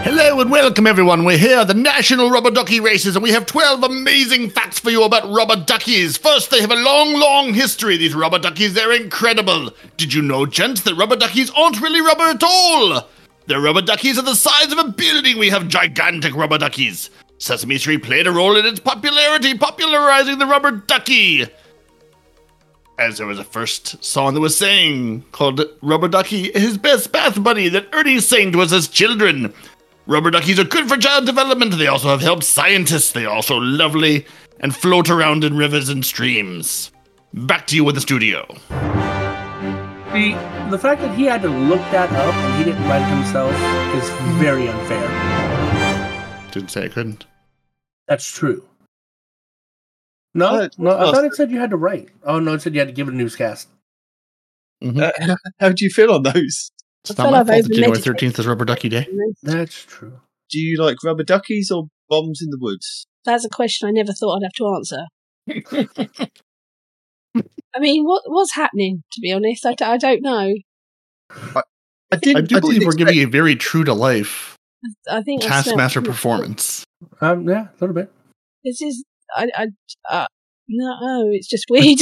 Speaker 2: Hello and welcome, everyone. We're here, at the National Rubber Ducky Races, and we have 12 amazing facts for you about rubber duckies. First, they have a long, long history, these rubber duckies. They're incredible. Did you know, gents, that rubber duckies aren't really rubber at all? The rubber duckies are the size of a building. We have gigantic rubber duckies. Sesame Street played a role in its popularity, popularizing the rubber ducky. as there was a first song that was sang called Rubber Ducky, his best bath buddy that Ernie sang to us as children. Rubber duckies are good for child development. They also have helped scientists. They are also lovely and float around in rivers and streams. Back to you with the studio.
Speaker 1: The the fact that he had to look that up and he didn't write it himself is very unfair.
Speaker 2: Didn't say I couldn't.
Speaker 1: That's true. No,
Speaker 3: Uh,
Speaker 1: no, I
Speaker 3: well-
Speaker 1: thought it said you had to write. Oh no, it said you had to give it a newscast.
Speaker 2: Mhm.
Speaker 3: Uh, how do you feel on those?
Speaker 2: it's not
Speaker 4: I feel
Speaker 2: my
Speaker 4: like
Speaker 2: fault
Speaker 4: I've
Speaker 2: that January
Speaker 4: meditated.
Speaker 2: 13th is Rubber Ducky Day.
Speaker 1: That's true.
Speaker 3: Do you like rubber duckies or bombs in the woods?
Speaker 4: That's a question I never thought I'd have to answer. I mean, what what's happening? To be honest, I, d- I don't know.
Speaker 3: I did.
Speaker 2: I do believe
Speaker 3: did
Speaker 2: we're giving a very true to life
Speaker 4: I think I smell-
Speaker 2: Taskmaster performance.
Speaker 1: Um, yeah, a little bit.
Speaker 4: This is I I uh, no, oh, it's just weed.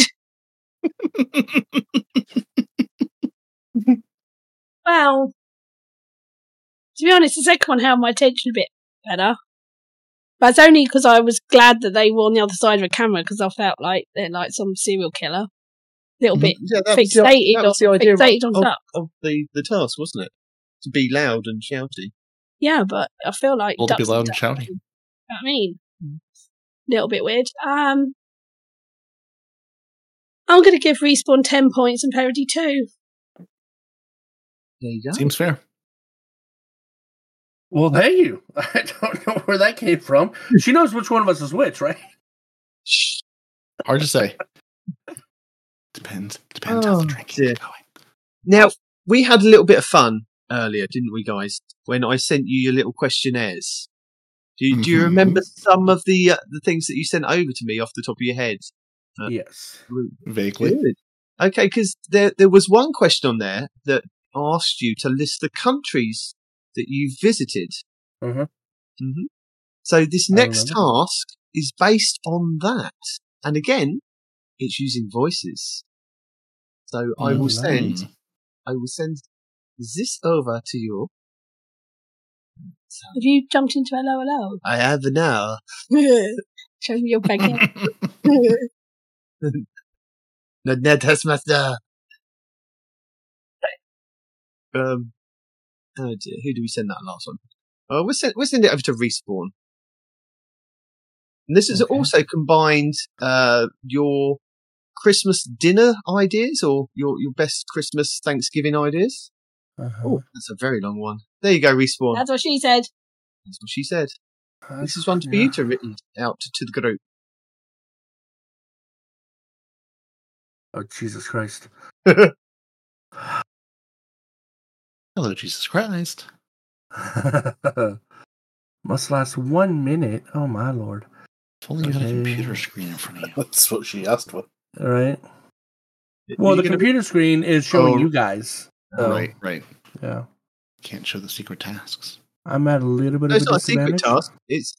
Speaker 4: well, to be honest, the second one held my attention a bit better. But it's only because I was glad that they were on the other side of a camera because I felt like they're like some serial killer. Little bit
Speaker 3: Yeah, that was the-
Speaker 4: fixated,
Speaker 3: that
Speaker 4: on,
Speaker 3: was the idea Oh, of-
Speaker 4: fixated on
Speaker 3: of-
Speaker 4: stuff.
Speaker 3: of the the task, wasn't it? To be loud and shouty.
Speaker 4: Yeah, but I feel like
Speaker 2: Well, to be
Speaker 4: ducks and
Speaker 2: loud and
Speaker 4: ducks-
Speaker 2: shouty.
Speaker 4: You know what I mean? Little bit weird. Um, I'm going to give respawn ten points and parody two.
Speaker 3: There you go.
Speaker 2: Seems fair.
Speaker 1: Well, thank you. I don't know where that came from. She knows which one of us is which, right?
Speaker 2: Hard to say. Depends. Depends how
Speaker 3: Oh,
Speaker 2: the drinking
Speaker 3: dear.
Speaker 2: is going.
Speaker 3: Now, we had a little bit of fun earlier, didn't we, guys? When I sent you your little questionnaires. Do you, do you
Speaker 2: Mhm.
Speaker 3: remember some of the uh, the things that you sent over to me off the top of your head? Uh,
Speaker 1: Yes.
Speaker 2: Vaguely.
Speaker 3: Good. Okay, because there there was one question on there that asked you to list the countries that you've visited.
Speaker 1: Mhm.
Speaker 3: Mhm. So this
Speaker 1: I
Speaker 3: next
Speaker 1: remember.
Speaker 3: task is based on that, and again, it's using voices. So I will send
Speaker 2: Mm.
Speaker 3: I will send this over to you. So
Speaker 4: Have you jumped into LOLO?
Speaker 3: I have now.
Speaker 4: Show me your baggy.
Speaker 3: The net has master. Um, oh dear, who do we send that last one? Uh, we'll, send, we'll send it over to Respawn. And this is
Speaker 1: Okay.
Speaker 3: also combined uh, your Christmas dinner ideas or your, your best Christmas Thanksgiving ideas.
Speaker 1: Uh-huh.
Speaker 3: Oh, that's a very long one. There you go, Respawn.
Speaker 4: That's what she said.
Speaker 3: That's what she said. oh, This is one to be you to written out to, to the group.
Speaker 1: Oh, Jesus Christ.
Speaker 2: Hello, Jesus Christ.
Speaker 1: Must last one minute. Oh, my lord.
Speaker 2: If only you had a
Speaker 1: Okay.
Speaker 2: computer screen in front of you.
Speaker 5: That's what she asked for.
Speaker 1: All right. Well,
Speaker 3: You're
Speaker 1: the
Speaker 3: gonna-
Speaker 1: computer screen is showing
Speaker 2: Oh.
Speaker 1: you guys. so,
Speaker 2: Right, right.
Speaker 1: Yeah.
Speaker 2: Can't show the secret tasks.
Speaker 1: I'm at a little bit
Speaker 3: No,
Speaker 1: of
Speaker 3: it's
Speaker 1: a
Speaker 3: not a secret
Speaker 1: disadvantage.
Speaker 3: task. It's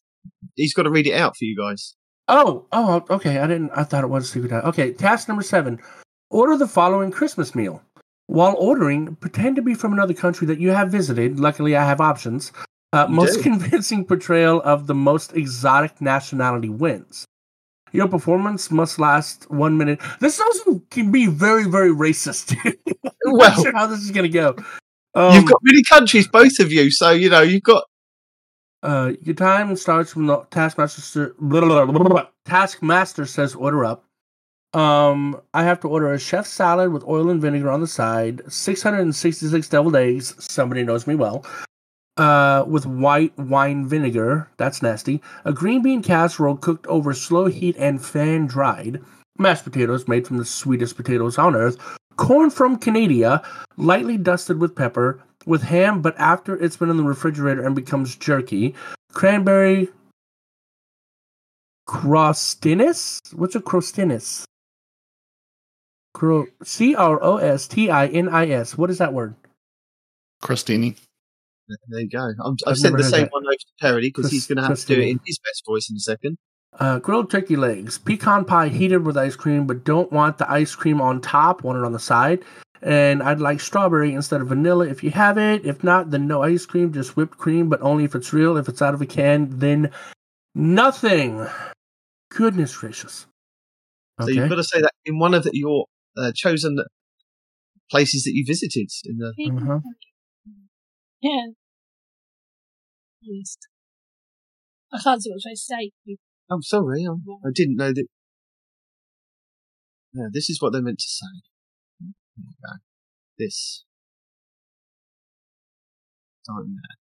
Speaker 3: he's got to read it out for you guys.
Speaker 1: Oh, oh, okay. I didn't. I thought it was a secret. dial. Okay, task number seven: order the following Christmas meal. While ordering, pretend to be from another country that you have visited. Luckily, I have options. Uh,
Speaker 3: You
Speaker 1: most
Speaker 3: do.
Speaker 1: convincing portrayal of the most exotic nationality wins. Your performance must last one minute. This also can be very, very racist. I'm not
Speaker 3: Well-
Speaker 1: sure how this is going to go. Um,
Speaker 3: you've got many countries, both of you. So you know you've got.
Speaker 1: Uh, your time starts when the taskmaster ser- blah, blah, blah, blah, blah. taskmaster says order up. Um, I have to order a chef salad with oil and vinegar on the side, 666 deviled eggs. Somebody knows me well. Uh, with white wine vinegar. That's nasty. A green bean casserole cooked over slow heat and fan dried. Mashed potatoes made from the sweetest potatoes on earth. Corn from Canada, lightly dusted with pepper, with ham, but after it's been in the refrigerator and becomes jerky. Cranberry crostinis? What's a crostinis? Cro- C R O S T I N I S. What is that word?
Speaker 2: Crustini.
Speaker 3: There you go. I'm, I've,
Speaker 1: I've
Speaker 3: sent
Speaker 1: never
Speaker 3: the
Speaker 1: heard
Speaker 3: same
Speaker 1: that.
Speaker 3: one over to Perry because he's
Speaker 1: Chris-
Speaker 3: going to have to do
Speaker 1: Christine.
Speaker 3: it in his best voice in a second.
Speaker 1: Uh, grilled turkey legs, pecan pie heated with ice cream, but don't want the ice cream on top, want it on the side. And I'd like strawberry instead of vanilla if you have it. If not, then no ice cream, just whipped cream, but only if it's real. If it's out of a can, then nothing. Goodness gracious.
Speaker 3: So you've got to say that in one of your uh, chosen places that you visited in the
Speaker 1: Uh-huh.
Speaker 4: Yeah. Honest. I can't see what I'm supposed to say.
Speaker 3: I'm oh, sorry, I'm, I didn't know that. No, this is what they're meant to say. There you go. This. Starting there.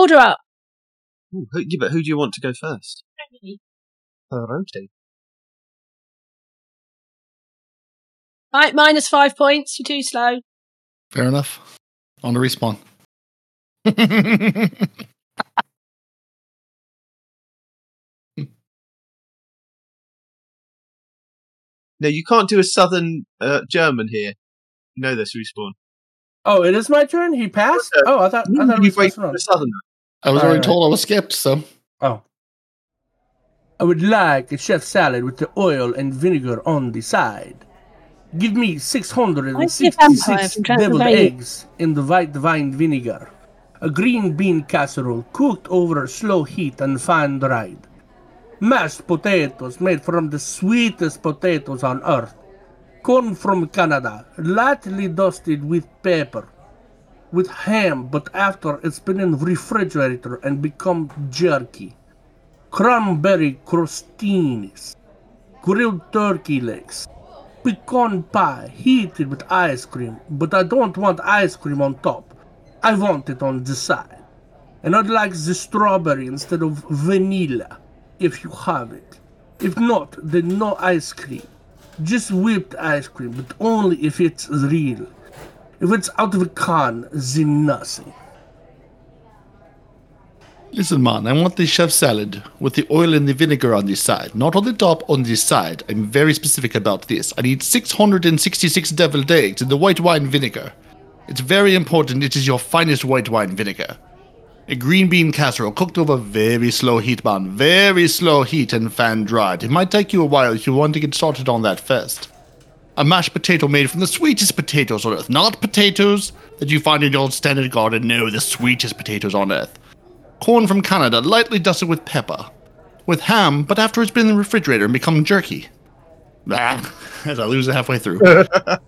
Speaker 4: Order up.
Speaker 3: Ooh, who, yeah, but who do you want to go first?
Speaker 4: Emily.
Speaker 3: Perotti.
Speaker 4: Right, minus five points. You're too slow.
Speaker 2: Fair enough. On the respawn.
Speaker 3: No, you can't do a southern uh, German here. You know this respawn.
Speaker 1: Oh, it is my turn. He passed. Oh, I thought I thought it
Speaker 3: You
Speaker 1: was
Speaker 3: wait
Speaker 1: first
Speaker 3: for
Speaker 1: round.
Speaker 3: a southerner.
Speaker 2: I was
Speaker 1: All
Speaker 2: already
Speaker 1: right.
Speaker 2: told I was skipped, so
Speaker 1: Oh. I would like a chef salad with the oil and vinegar on the side. Give me
Speaker 4: vampire
Speaker 1: 666
Speaker 4: from
Speaker 1: deviled
Speaker 4: Transylvania?
Speaker 1: eggs in the white wine vinegar. A green bean casserole cooked over slow heat and fine dried. Mashed potatoes made from the sweetest potatoes on earth. Corn from Canada, lightly dusted with pepper with ham, but after it's been in refrigerator and become jerky. Cranberry crostinis, grilled turkey legs, pecan pie heated with ice cream, but I don't want ice cream on top. I want it on the side. And I'd like the strawberry instead of vanilla, if you have it. If not, then no ice cream. Just whipped ice cream, but only if it's real. If it's out of a can, then nothing.
Speaker 2: Listen, man, I want the chef salad with the oil and the vinegar on the side, not on the top, on the side. I'm very specific about this. I need 666 deviled eggs in the white wine vinegar. It's very important it is your finest white wine vinegar. A green bean casserole cooked over very slow heat, man. Very slow heat and fan dried. It might take you a while if you want to get started on that first. A mashed potato made from the sweetest potatoes on earth. Not potatoes that you find in your standard garden, no, the sweetest potatoes on earth corn from Canada, lightly dusted with pepper, with ham, but after it's been in the refrigerator and become jerky. Ah, as I lose it halfway through.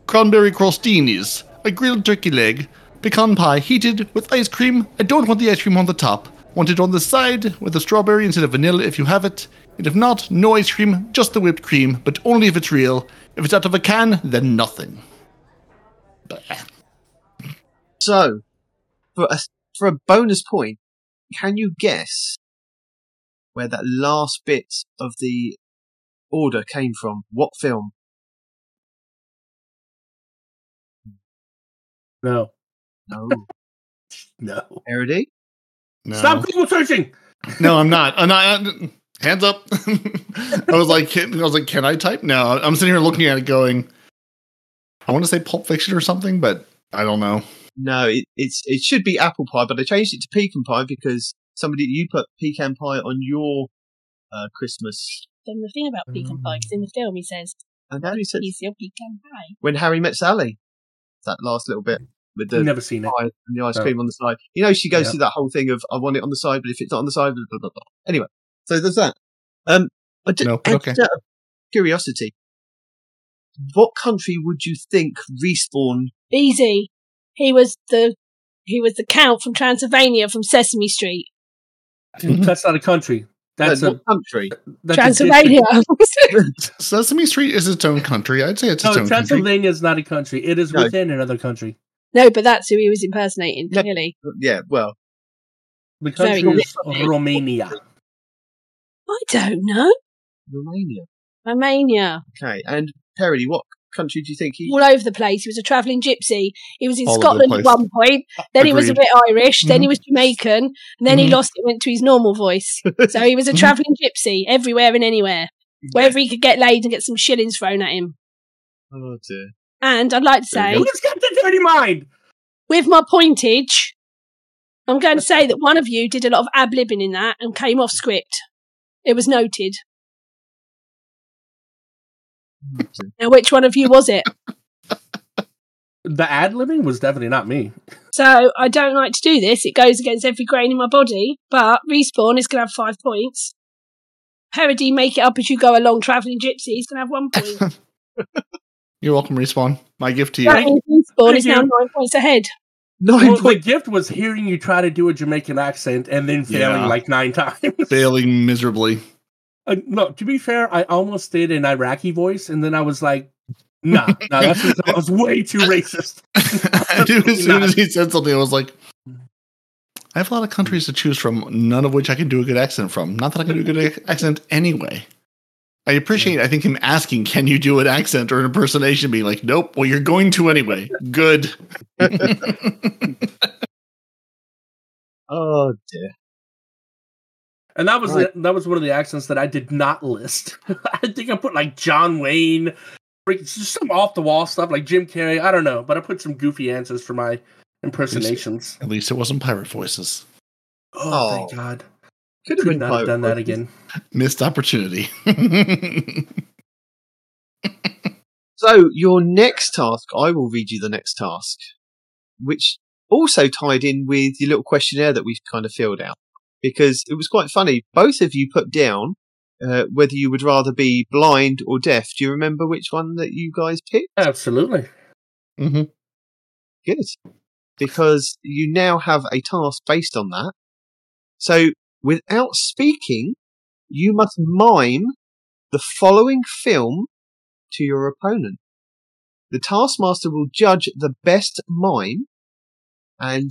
Speaker 2: Cranberry crostinis, a grilled turkey leg, pecan pie heated with ice cream. I don't want the ice cream on the top. Want it on the side with a strawberry instead of vanilla if you have it. And if not, no ice cream, just the whipped cream, but only if it's real. If it's out of a can, then nothing. But, ah,
Speaker 3: So, for a, for a bonus point, can you guess where that last bit of the order came from? What film?
Speaker 1: No,
Speaker 3: No.
Speaker 1: no.
Speaker 3: Parody?
Speaker 2: no.
Speaker 1: Stop Google searching.
Speaker 2: No, I'm not. I'm not. I'm- hands up. I was like, I was like, can I type? No, I'm sitting here looking at it, going, I want to say Pulp Fiction or something, but I don't know.
Speaker 3: No, it, it's it should be apple pie, but I changed it to pecan pie because somebody you put pecan pie on your uh, Christmas.
Speaker 4: Done the thing about pecan pie. 'cause in the film, he says,
Speaker 3: And how do you say
Speaker 4: "He's your pecan pie."
Speaker 3: when Harry met Sally? That last little bit with the
Speaker 1: Never seen it.
Speaker 3: pie and the ice
Speaker 1: No.
Speaker 3: cream on the side. You know, she goes
Speaker 1: Yeah.
Speaker 3: through that whole thing of I want it on the side, but if it's not on the side, blah blah blah. blah. Anyway, so there's that. Um, I d-
Speaker 2: No, but
Speaker 3: out
Speaker 2: okay.
Speaker 3: of curiosity, what country would you think respawn? uh,
Speaker 4: Easy. He was the he was the count from Transylvania from Sesame Street. Mm-hmm.
Speaker 2: Mhm.
Speaker 1: That's not a country. That's
Speaker 3: Uh,
Speaker 1: a
Speaker 3: no, what country?
Speaker 1: that's a
Speaker 4: Transylvania.
Speaker 1: district.
Speaker 2: Sesame Street is its own country. I'd say it's its
Speaker 1: No,
Speaker 2: own country.
Speaker 1: Transylvania is not a country. It is
Speaker 3: No.
Speaker 1: within another country.
Speaker 4: no, but that's who he was impersonating.
Speaker 3: No.
Speaker 4: Clearly,
Speaker 3: Yeah, well,
Speaker 1: The country
Speaker 4: Very good.
Speaker 1: is Romania.
Speaker 4: I don't know.
Speaker 3: Romania.
Speaker 4: Romania,
Speaker 3: Okay, and Perry, what country do you think he?
Speaker 4: all over the place. He was a travelling gypsy. He was in
Speaker 2: All over the
Speaker 4: Scotland at
Speaker 2: place.
Speaker 4: one point. Then he was a
Speaker 2: Agreed.
Speaker 4: bit Irish. Then he
Speaker 2: Mhm.
Speaker 4: was Jamaican, and then he
Speaker 2: Mhm.
Speaker 4: lost it. Went to his normal voice. So he was a
Speaker 2: Mhm.
Speaker 4: travelling gypsy everywhere and anywhere, wherever he could get laid and get some shillings thrown at him.
Speaker 3: Oh dear.
Speaker 4: And I'd like to
Speaker 3: There
Speaker 4: say,
Speaker 3: you
Speaker 1: Who's got the dirty mind?
Speaker 4: with my pointage, I'm going to say that one of you did a lot of ab libbing in that and came off script. It was noted.
Speaker 3: Oh, dear.
Speaker 4: Now, which one of you was it?
Speaker 1: The ad libbing was definitely not me.
Speaker 4: So I don't like to do this. It goes against every grain in my body. But respawn is going to have five points. Parody, make it up as you go along. Traveling gypsy is going to have one point.
Speaker 2: You're welcome, Respawn. My gift to you.
Speaker 4: That means Spawn is
Speaker 1: Thank
Speaker 4: now
Speaker 1: you.
Speaker 4: nine points ahead.
Speaker 3: Nine
Speaker 1: Well, the
Speaker 3: point.
Speaker 1: gift was hearing you try to do a Jamaican accent and then failing
Speaker 2: Yeah.
Speaker 1: like nine times.
Speaker 2: Failing miserably.
Speaker 1: Uh, no, to be fair, I almost did an Iraqi voice, and then I was like, "Nah, nah, that's just, that was way too racist."
Speaker 2: Dude, as soon as he said something, I was like, I have a lot of countries to choose from, none of which I can do a good accent from. Not that I can do a good ac- accent anyway. I appreciate, I think, him asking, can you do an accent or an impersonation? Being like, nope, well, you're going to anyway. Good.
Speaker 3: Oh dear.
Speaker 1: And that was
Speaker 3: Right.
Speaker 1: the, that was one of the accents that I did not list. I think I put like John Wayne, freak- just some off the wall stuff like Jim Carrey. I don't know, but I put some goofy answers for my impersonations.
Speaker 2: At least it wasn't pirate voices.
Speaker 1: Oh,
Speaker 3: Oh.
Speaker 1: thank God!
Speaker 3: Could have
Speaker 1: Could
Speaker 3: been
Speaker 1: not have done
Speaker 3: pirate
Speaker 1: that
Speaker 3: voices.
Speaker 1: again.
Speaker 2: Missed opportunity.
Speaker 3: So your next task, I will read you the next task, which also tied in with your little questionnaire that we kind of filled out because it was quite funny. Both of you put down uh, whether you would rather be blind or deaf. Do you remember which one that you guys picked?
Speaker 1: Absolutely.
Speaker 2: Mhm.
Speaker 3: Good, because you now have a task based on that. So without speaking, you must mime the following film to your opponent. The taskmaster will judge the best mime, and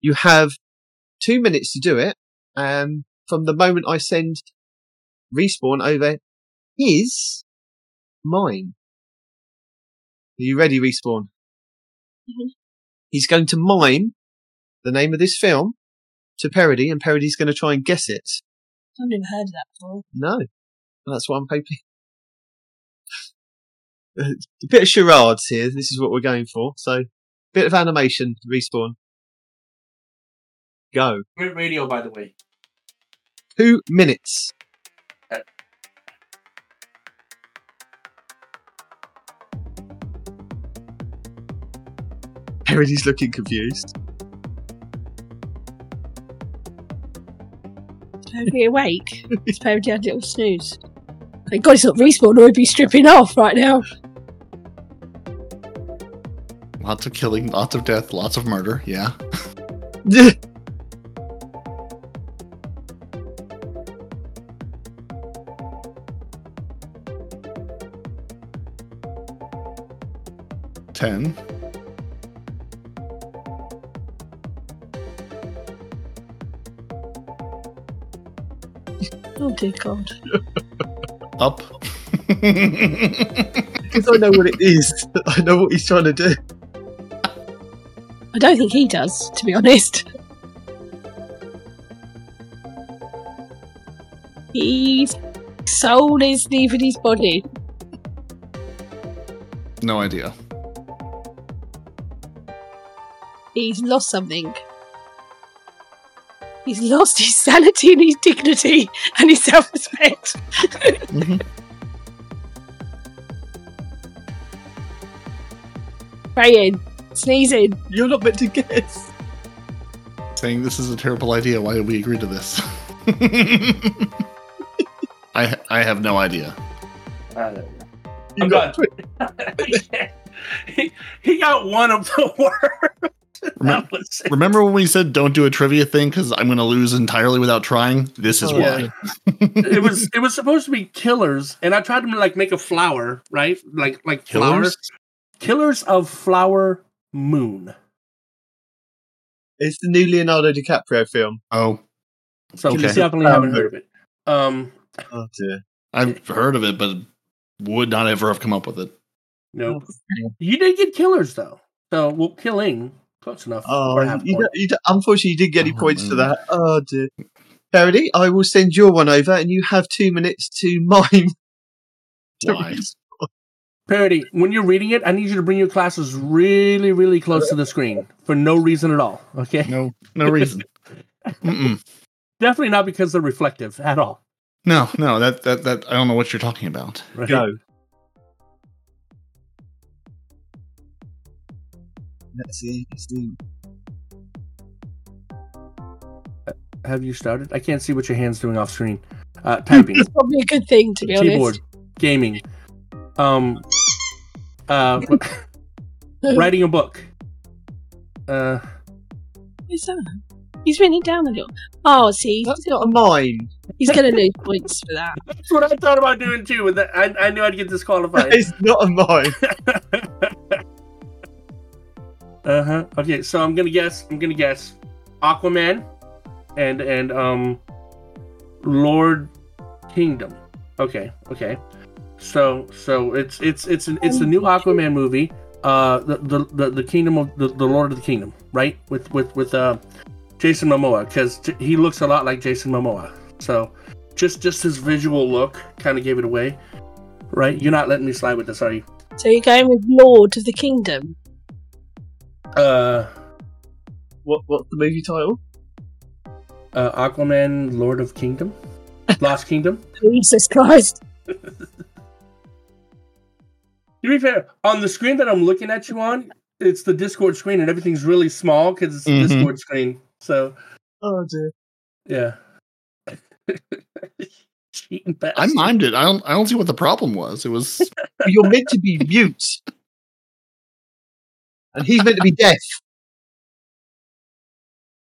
Speaker 3: you have two minutes to do it. Um, from the moment I send respawn over his mime. Are you ready, respawn?
Speaker 4: Mhm.
Speaker 3: He's going to mime the name of this film to Parody, and Parody's going to try and guess it.
Speaker 4: I've never heard of that before.
Speaker 3: No, that's what I'm hoping. Uh, a bit of charades here. This is what we're going for. So, bit of animation respawn. Go.
Speaker 1: Great radio, by the way.
Speaker 3: Two minutes. Uh. Parody's looking confused.
Speaker 4: Parody awake. It's Parody had a little snooze. Thank God it's not respawn, or he'd be stripping off right now.
Speaker 2: lots of killing, lots of death, lots of murder. Yeah. Ten.
Speaker 4: Oh dear God.
Speaker 2: Up.
Speaker 3: Because I know what it is. I know what he's trying to do.
Speaker 4: I don't think he does, to be honest. His soul is leaving his body.
Speaker 2: no idea.
Speaker 4: He's lost something. He's lost his sanity and his dignity and his self respect. Praying, sneezing.
Speaker 3: You're not meant to guess.
Speaker 2: Saying this is a terrible idea. Why did we agree to this? I I have no idea.
Speaker 1: I don't know.
Speaker 3: You're
Speaker 1: I'm
Speaker 3: not-
Speaker 1: he, he got one of the worst.
Speaker 2: Remem-
Speaker 1: That was-
Speaker 2: Remember when we said don't do a trivia thing because I'm going to lose entirely without trying? This is
Speaker 3: Oh,
Speaker 2: why.
Speaker 1: it was it was supposed to be killers, and I tried to like make a flower, right? Like like flowers, killers of flower moon.
Speaker 3: It's the new Leonardo DiCaprio film.
Speaker 2: Oh,
Speaker 1: So
Speaker 2: Okay.
Speaker 1: you definitely haven't heard of it. Um,
Speaker 3: Oh dear.
Speaker 2: I've heard of it, but would not ever have come up with it.
Speaker 1: no,
Speaker 3: Oh,
Speaker 1: you did get killers though. So well, killing close enough.
Speaker 3: Oh,
Speaker 1: for half a
Speaker 3: you
Speaker 1: point.
Speaker 3: don't- you don't- unfortunately, you didn't get any
Speaker 2: Oh,
Speaker 3: points for
Speaker 2: man.
Speaker 3: that. Oh dear. Parody, I will send your one over, and you have two minutes to mime.
Speaker 2: Why?
Speaker 1: Parody. When you're reading it, I need you to bring your glasses really, really close to the screen for no reason at all. Okay,
Speaker 2: No, no reason. Mm-mm.
Speaker 1: definitely not because they're reflective at all.
Speaker 2: No, no, that, that that I don't know what you're talking about.
Speaker 1: Right?
Speaker 3: Go. Let's see. Let's see.
Speaker 1: Have you started? I can't see what your hand's doing off screen. Uh, typing.
Speaker 4: It's probably a good thing, to be honest.
Speaker 1: Keyboard. Gaming. Um Uh, writing a book. Uh,
Speaker 4: Where's that? He's written it down a little. Oh, see,
Speaker 3: That's not a mine.
Speaker 4: he's going to lose points for that.
Speaker 1: that's what I thought about doing too. With that, I, I knew I'd get disqualified.
Speaker 3: It's not a mine.
Speaker 1: Uh huh. Okay, so I'm gonna guess. I'm gonna guess Aquaman, and and um, Lord Kingdom. Okay, okay. So so it's it's it's an, it's the new Aquaman movie. Uh, the the the, the Kingdom of the, the Lord of the Kingdom, right? With with with uh, Jason Momoa, because t- he looks a lot like Jason Momoa. So just just his visual look kind of gave it away, right? You're not letting me slide with this, are you?
Speaker 4: So you're going with Lord of the Kingdom.
Speaker 1: Uh.
Speaker 3: What? What's the movie title?
Speaker 1: uh, Aquaman, Lord of Kingdom, Lost Kingdom.
Speaker 4: Jesus Christ.
Speaker 1: To be fair, on the screen that I'm looking at you on, it's the Discord screen, and everything's really small because it's a
Speaker 2: Mhm.
Speaker 1: Discord screen. So
Speaker 3: Oh dear.
Speaker 1: yeah, cheating bastard.
Speaker 2: I mimed it. I don't. I don't see what the problem was. It was.
Speaker 3: You're meant to be mute, and he's meant to be deaf.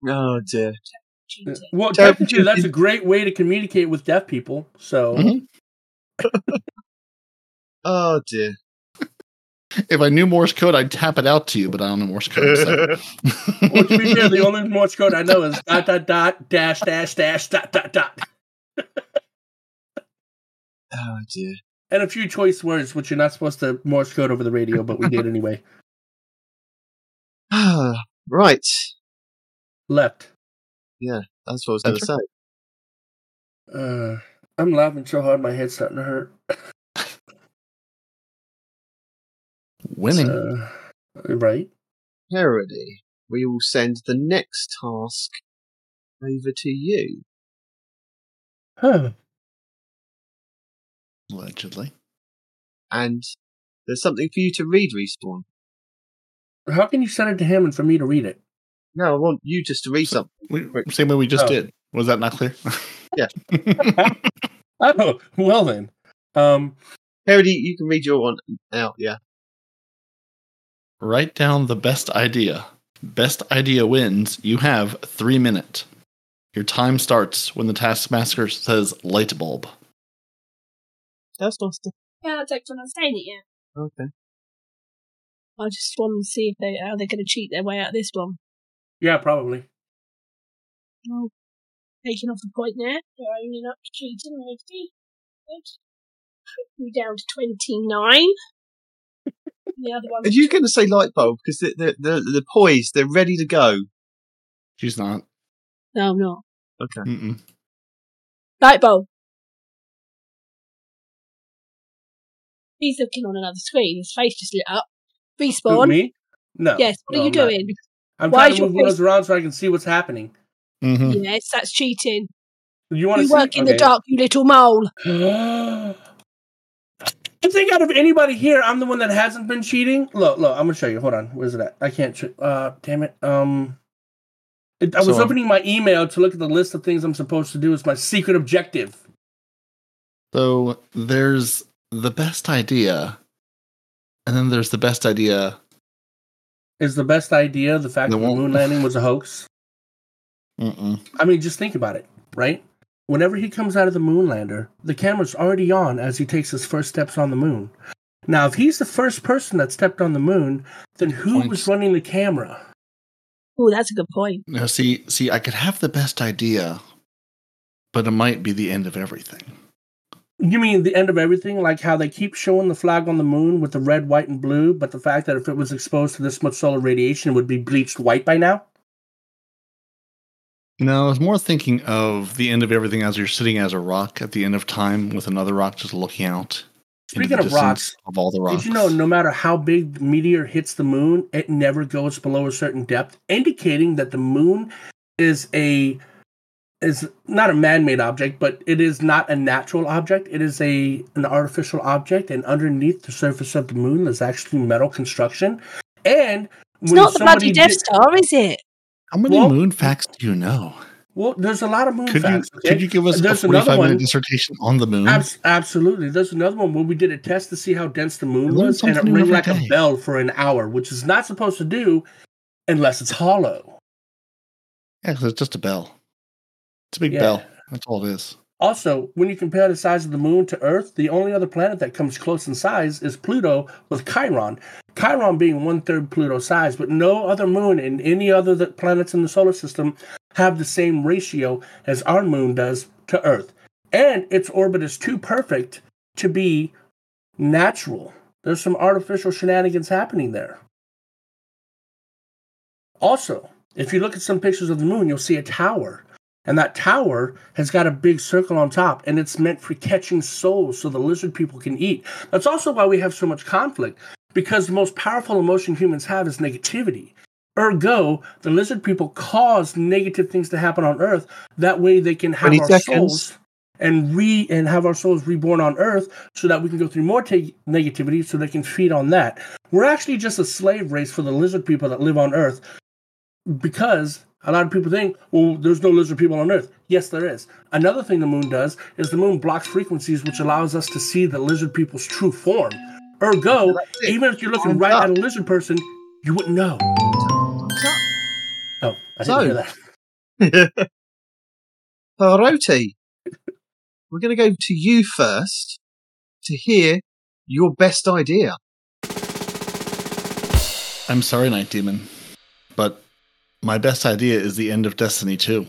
Speaker 3: Oh dear.
Speaker 1: Yeah.
Speaker 4: Jesus.
Speaker 1: Well,
Speaker 3: Terrible
Speaker 1: technically, that's a
Speaker 3: cheating.
Speaker 1: great way to communicate with deaf people. So
Speaker 2: Mhm.
Speaker 3: Oh dear.
Speaker 2: If I knew Morse code, I'd tap it out to you. But I don't know Morse code. So.
Speaker 1: well, to be fair, the only Morse code I know is dot dot dot dash dash dash dot dot dot,
Speaker 3: Oh dear.
Speaker 1: and a few choice words which you're not supposed to Morse code over the radio, but we did anyway.
Speaker 3: right.
Speaker 1: Left.
Speaker 3: That's what I was going to say.
Speaker 1: Uh, I'm laughing so hard my head's starting to hurt.
Speaker 2: Winning.
Speaker 1: Uh, right?
Speaker 3: Parody. We will send the next task over to you.
Speaker 1: Huh.
Speaker 2: Allegedly.
Speaker 3: And there's something for you to read, Respawn.
Speaker 1: How can you send it to him and for me to read it?
Speaker 3: No, I want you just to read something.
Speaker 2: We, same way we just
Speaker 1: Oh.
Speaker 2: did. Was that not clear?
Speaker 3: Yeah.
Speaker 1: Oh, well then. Um,
Speaker 3: Parody, you can read your one out, yeah.
Speaker 2: Write down the best idea. Best idea wins. You have three minutes. Your time starts when the taskmaster says light bulb.
Speaker 3: Taskmaster.
Speaker 4: Yeah, that's excellent. I'm saying it, yeah.
Speaker 3: Okay.
Speaker 4: I just want to see if they how they're going to cheat their way out of this one.
Speaker 1: yeah, probably.
Speaker 4: Well, taking off the point there, they're only up to cheating already. Good. We down to 29. the other one.
Speaker 3: Are you going to say light bulb? Because they're, they're, they're, they're poised, they're ready to go.
Speaker 2: She's not.
Speaker 4: No, I'm not.
Speaker 3: Okay.
Speaker 2: Mm-mm.
Speaker 4: Light bulb. He's looking on another screen. His face just lit up.
Speaker 1: Who,
Speaker 4: Respawn.
Speaker 1: me? No.
Speaker 4: Yes. What
Speaker 1: No,
Speaker 4: are you
Speaker 1: I'm not.
Speaker 4: doing?
Speaker 1: I'm
Speaker 4: Why
Speaker 1: trying
Speaker 4: is
Speaker 1: to
Speaker 4: your
Speaker 1: move windows
Speaker 4: face-
Speaker 1: around so I can see what's happening.
Speaker 2: Mm-hmm.
Speaker 4: Yes, that's cheating.
Speaker 1: Hmm. You want to
Speaker 4: You
Speaker 1: see?
Speaker 4: work in the dark, you little mole.
Speaker 1: Okay. I think out of anybody here, I'm the one that hasn't been cheating. Look, look, I'm gonna show you. Hold on, where's it at? I can't. Ch- uh, damn it. Um, it, I was
Speaker 2: So-
Speaker 1: opening my email to look at the list of things I'm supposed to do. It's my secret objective.
Speaker 2: So there's the best idea, and then there's the best idea.
Speaker 1: Is the best idea the fact
Speaker 2: They
Speaker 1: that the
Speaker 2: won't-
Speaker 1: moon landing was a hoax?
Speaker 2: Mm-mm.
Speaker 1: I mean, just think about it, right? Whenever he comes out of the moon lander, the camera's already on as he takes his first steps on the moon. Now, if he's the first person that stepped on the moon, then who
Speaker 2: Points.
Speaker 1: was running the camera?
Speaker 4: Oh, that's a good point.
Speaker 2: Now, see, see, I could have the best idea, but it might be the end of everything.
Speaker 1: You mean the end of everything? Like how they keep showing the flag on the moon with the red, white, and blue, but the fact that if it was exposed to this much solar radiation, it would be bleached white by now?
Speaker 2: No, I was more thinking of the end of everything as you're sitting as a rock at the end of time with another rock just looking out. into
Speaker 1: Speaking
Speaker 2: the
Speaker 1: of rocks,
Speaker 2: distance of all the rocks.
Speaker 1: Did you know no matter how big the meteor hits the moon, it never goes below a certain depth, indicating that the moon is a is not a man-made object, but it is not a natural object. It is a an artificial object, and underneath the surface of the moon is actually metal construction. And
Speaker 4: It's not the
Speaker 1: somebody
Speaker 4: bloody Death
Speaker 1: did-
Speaker 4: Star, is it?
Speaker 2: How many
Speaker 1: Well-
Speaker 2: moon facts do you know?
Speaker 1: Well, there's a lot of moon
Speaker 2: Could you
Speaker 1: facts. okay?
Speaker 2: could you give us a
Speaker 1: There's another
Speaker 2: 45 minute
Speaker 1: one.
Speaker 2: dissertation on the moon?
Speaker 1: Abs- absolutely. There's another one where we did a test to see how dense the moon
Speaker 2: You learn
Speaker 1: was, and it
Speaker 2: something new
Speaker 1: rang
Speaker 2: every
Speaker 1: like
Speaker 2: day.
Speaker 1: a bell for an hour, which is not supposed to do unless it's hollow.
Speaker 2: Yeah, 'cause it's just a bell. It's a big
Speaker 1: Yeah.
Speaker 2: bell. That's all it is.
Speaker 1: Also, when you compare the size of the moon to Earth, the only other planet that comes close in size is Pluto with Chiron. Chiron being one third Pluto's size, but no other moon and any other th- planets in the solar system have the same ratio as our moon does to Earth. And its orbit is too perfect to be natural. There's some artificial shenanigans happening there. Also, if you look at some pictures of the moon, you'll see a tower. And that tower has got a big circle on top, and it's meant for catching souls so the lizard people can eat. That's also why we have so much conflict, because the most powerful emotion humans have is negativity. Ergo, the lizard people cause negative things to happen on Earth. That way, they can have
Speaker 3: 20
Speaker 1: our
Speaker 3: seconds.
Speaker 1: souls and re and have our souls reborn on Earth, so that we can go through more ta- negativity, so they can feed on that. We're actually just a slave race for the lizard people that live on Earth, because a lot of people think, well, there's no lizard people on Earth. Yes, there is. Another thing the moon does is the moon blocks frequencies, which allows us to see the lizard people's true form. Ergo,
Speaker 3: That's it.
Speaker 1: even if you're looking
Speaker 3: Time's
Speaker 1: right
Speaker 3: up.
Speaker 1: at a lizard person, you wouldn't know. Oh, I didn't
Speaker 3: So-
Speaker 1: hear that.
Speaker 3: Paroti, we're going to go to you first to hear your best idea.
Speaker 2: I'm sorry, Night Demon, but my best idea is the end of Destiny 2.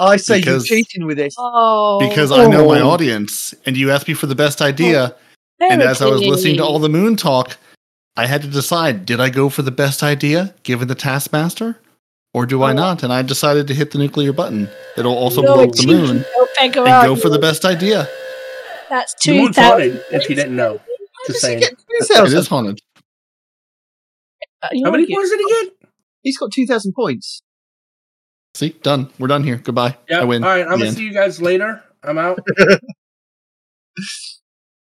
Speaker 3: I say
Speaker 2: Because-
Speaker 3: you're cheating with this.
Speaker 4: Oh,
Speaker 2: Because I know my
Speaker 3: Oh.
Speaker 2: audience, and you asked me for the best idea,
Speaker 4: they're
Speaker 2: and as I was listening to
Speaker 4: opinionated.
Speaker 2: all the moon talk, I had to decide did I go for the best idea given the Taskmaster, or do I
Speaker 4: Oh.
Speaker 2: not? And I decided to hit the nuclear button. It'll also
Speaker 4: You're
Speaker 2: blow
Speaker 4: a
Speaker 2: up the
Speaker 4: cheeky
Speaker 2: moon
Speaker 4: little beggar,
Speaker 2: and
Speaker 4: aren't
Speaker 2: go for
Speaker 4: you?
Speaker 2: the best idea.
Speaker 4: That's
Speaker 1: The
Speaker 4: two
Speaker 1: moon's
Speaker 4: thousand.
Speaker 1: haunted, if you didn't know. Just
Speaker 3: Does he
Speaker 1: saying.
Speaker 3: get
Speaker 2: It
Speaker 3: 20,000?
Speaker 2: is haunted.
Speaker 4: uh,
Speaker 1: How many points did he get?
Speaker 3: He's got 2,000 points.
Speaker 2: See, done. We're done here. Goodbye. I win.
Speaker 1: All right, I'm
Speaker 2: The
Speaker 1: going to
Speaker 2: end.
Speaker 1: see you guys later. I'm out.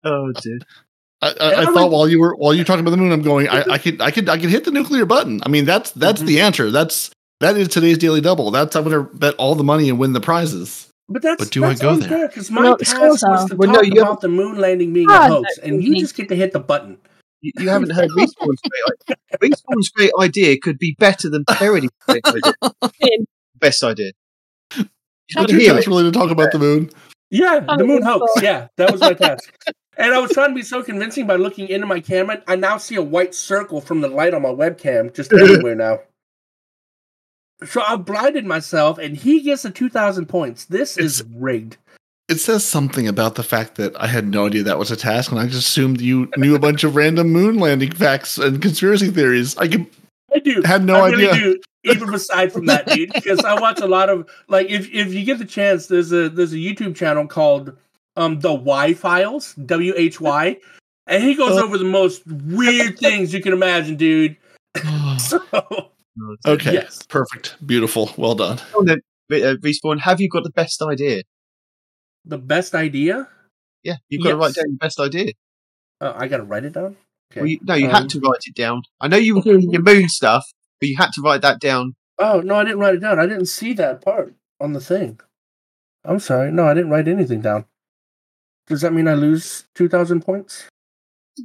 Speaker 3: Oh, dear.
Speaker 2: I, I, I
Speaker 1: I'm
Speaker 2: thought
Speaker 1: like-
Speaker 2: while you were while you were talking about the moon, I'm going. I, I could I could I could hit the nuclear button. I mean, that's that's the answer. That's that is today's daily double. That's I'm gonna bet all the money and win the prizes.
Speaker 1: But that's
Speaker 2: But do I
Speaker 1: that's
Speaker 2: go there?
Speaker 1: unfair because
Speaker 4: Well,
Speaker 1: my
Speaker 4: no, the
Speaker 1: task
Speaker 4: scores
Speaker 1: was
Speaker 4: are.
Speaker 1: to
Speaker 3: Well, no,
Speaker 1: talk
Speaker 3: you
Speaker 1: about
Speaker 3: haven't-
Speaker 1: the moon landing being
Speaker 4: Ah,
Speaker 1: a hoax,
Speaker 4: that's
Speaker 1: and you
Speaker 4: easy.
Speaker 1: just get to hit the button.
Speaker 3: You, you haven't heard Respawn's great idea. Respawn's great idea could be better than Parody's great idea.
Speaker 4: Finn.
Speaker 3: Best idea. You
Speaker 2: But
Speaker 3: could
Speaker 2: your
Speaker 3: hear
Speaker 2: task
Speaker 3: it.
Speaker 2: really to talk about the moon.
Speaker 1: Yeah,
Speaker 4: Oh,
Speaker 1: the moon
Speaker 4: that's
Speaker 1: hoax.
Speaker 4: cool.
Speaker 1: Yeah, that was my task. And I was trying to be so convincing by looking into my camera. I now see a white circle from the light on my webcam just everywhere now. So I blinded myself, and he gets the 2,000 points. This is rigged.
Speaker 2: It says something about the fact that I had no idea that was a task, and I just assumed you knew a bunch of random moon landing facts and conspiracy theories. I could,
Speaker 1: I do.
Speaker 2: had no
Speaker 1: I
Speaker 2: idea.
Speaker 1: really do. Even aside from that, dude, because I watch a lot of like if if you get the chance, there's a there's a YouTube channel called um the Y Files W H Y, and he goes over the most weird things you can imagine, dude. So
Speaker 2: okay,
Speaker 1: yes.
Speaker 2: perfect, beautiful, well done.
Speaker 3: Go on then, Re- uh, Respawn, have you got the best idea?
Speaker 1: the best idea.
Speaker 3: Yeah, you've got to write
Speaker 1: Yes.
Speaker 3: down your best idea.
Speaker 1: Uh, I gotta write it down. Okay.
Speaker 3: Well, you, no, you
Speaker 1: Um,
Speaker 3: had to write it down. I know you were doing your moon stuff, but you had to write that down.
Speaker 1: Oh no, I didn't write it down. I didn't see that part on the thing. I'm sorry. No, I didn't write anything down. Does that mean I lose two thousand points?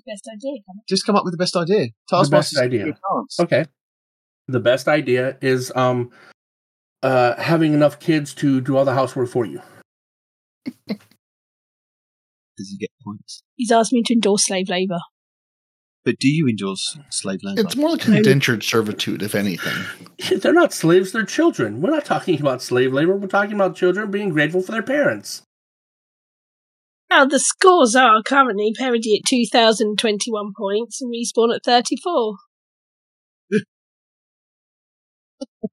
Speaker 4: Best idea.
Speaker 3: Just come up with the best idea.
Speaker 1: best
Speaker 3: Taskmaster's giving
Speaker 1: idea.
Speaker 3: you a chance.
Speaker 1: Okay. The best idea is um uh having enough kids to do all the housework for you.
Speaker 3: Does he get points?
Speaker 4: He's asked me to endorse slave labour.
Speaker 3: But do you endorse slave labour?
Speaker 2: It's more like indentured servitude, if anything.
Speaker 1: They're not slaves, they're children. We're not talking about slave labor, we're talking about children being grateful for their parents.
Speaker 4: Now the scores are currently Parody at two thousand twenty-one points and Respawn at thirty-four.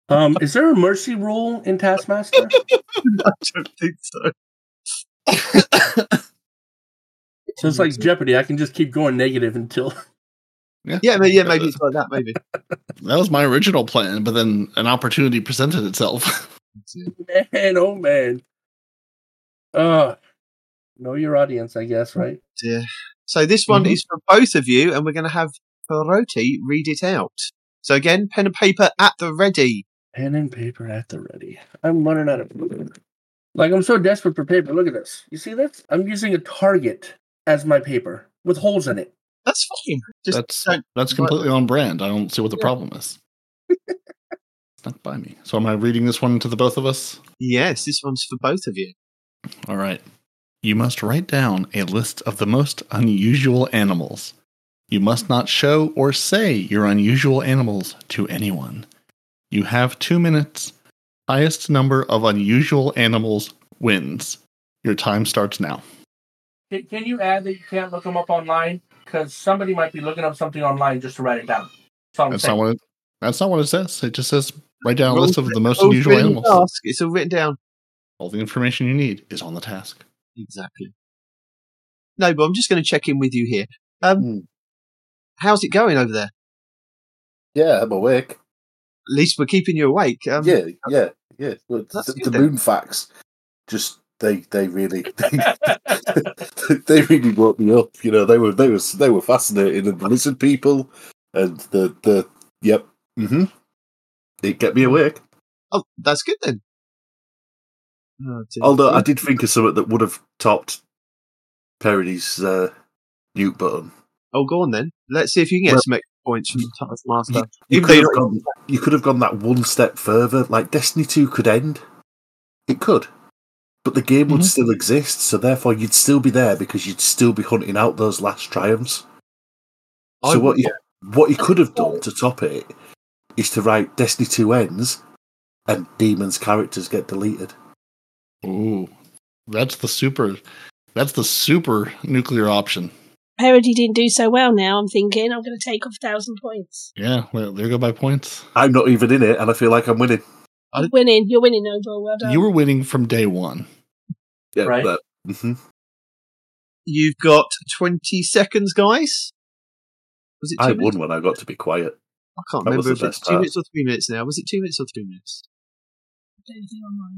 Speaker 1: Um is there a mercy rule in Taskmaster?
Speaker 3: I don't think so.
Speaker 1: so it's like Jeopardy, I can just keep going negative until
Speaker 3: Yeah, maybe, yeah, maybe it's like that. Maybe.
Speaker 2: That was my original plan, but then an opportunity presented itself.
Speaker 3: That's it.
Speaker 1: man, oh man. Uh know your audience, I guess, right?
Speaker 3: Yeah. So this one
Speaker 2: Mhm.
Speaker 3: is for both of you, and we're going to have Paroti read it out. So again, pen and paper at the ready.
Speaker 1: Pen and paper at the ready. I'm running out of like I'm so desperate for paper. Look at this. You see this? I'm using a target as my paper with holes in it.
Speaker 3: That's fine. Just
Speaker 2: that's
Speaker 3: don't-
Speaker 2: that's completely on brand. I don't see what the problem is. Not by me. So am I reading this one to the both of us?
Speaker 3: Yes, this one's for both of you.
Speaker 2: All right. You must write down a list of the most unusual animals. You must not show or say your unusual animals to anyone. You have two minutes. Highest number of unusual animals wins. Your time starts now.
Speaker 1: Can, can you add that you can't look them up online? Because somebody might be looking up something online just to write it down. So I'm
Speaker 2: That's
Speaker 1: saying.
Speaker 2: not what it, that's not what it says. It just says write down a
Speaker 3: Roll
Speaker 2: list of the most
Speaker 3: Oh,
Speaker 2: unusual
Speaker 3: written
Speaker 2: animals.
Speaker 3: task. It's all written down.
Speaker 2: All the information you need is on the task.
Speaker 3: Exactly. No, but I'm just going to check in with you here. Um,
Speaker 5: Hmm.
Speaker 3: How's it going over there?
Speaker 5: Yeah, I'm awake.
Speaker 3: At least we're keeping you awake. Um,
Speaker 5: yeah, yeah, yeah. Well,
Speaker 3: That's
Speaker 5: the,
Speaker 3: good
Speaker 5: the
Speaker 3: then.
Speaker 5: moon facts just they they really they, they really woke me up. You know, they were they were they were fascinating and the lizard people and the the yep. Mm-hmm. It kept me awake.
Speaker 3: Oh, that's good then. Oh, dear.
Speaker 5: Although I did think of something that would have topped Parody's uh, nuke button.
Speaker 3: oh, go on then. Let's see if you can get
Speaker 5: Well-
Speaker 3: some extra points from the Taskmaster.
Speaker 5: You
Speaker 3: Even
Speaker 5: could,
Speaker 3: though
Speaker 5: have
Speaker 3: you're
Speaker 5: gone, you could have gone that one step further. Like Destiny 2 could end. It could. But the game would
Speaker 2: Mhm.
Speaker 3: Mm-hmm.
Speaker 5: still exist, so therefore you'd still be there because you'd still be hunting out those last triumphs.
Speaker 3: I
Speaker 5: so what
Speaker 3: would-
Speaker 5: you, what you could have done to top it is to write Destiny 2 ends and Demon's characters get deleted.
Speaker 2: Ooh, that's the super. That's the super nuclear option.
Speaker 4: Parody didn't do so well now. I'm thinking I'm going to take off a thousand points.
Speaker 2: Yeah, well, there go by points.
Speaker 5: I'm not even in it, and I feel like I'm winning.
Speaker 3: I-
Speaker 4: You're winning. You're winning, Noble. Well done.
Speaker 3: um,
Speaker 2: You were winning from day one.
Speaker 5: Yeah,
Speaker 1: Right.
Speaker 5: hmm
Speaker 3: You've got 20 seconds, guys. Was it two
Speaker 5: I
Speaker 3: minutes?
Speaker 5: won when I got to be quiet.
Speaker 3: I can't
Speaker 5: That was
Speaker 3: remember
Speaker 5: the
Speaker 3: if it's
Speaker 5: best
Speaker 3: two
Speaker 5: part.
Speaker 3: minutes or three minutes now. Was it two minutes or three minutes?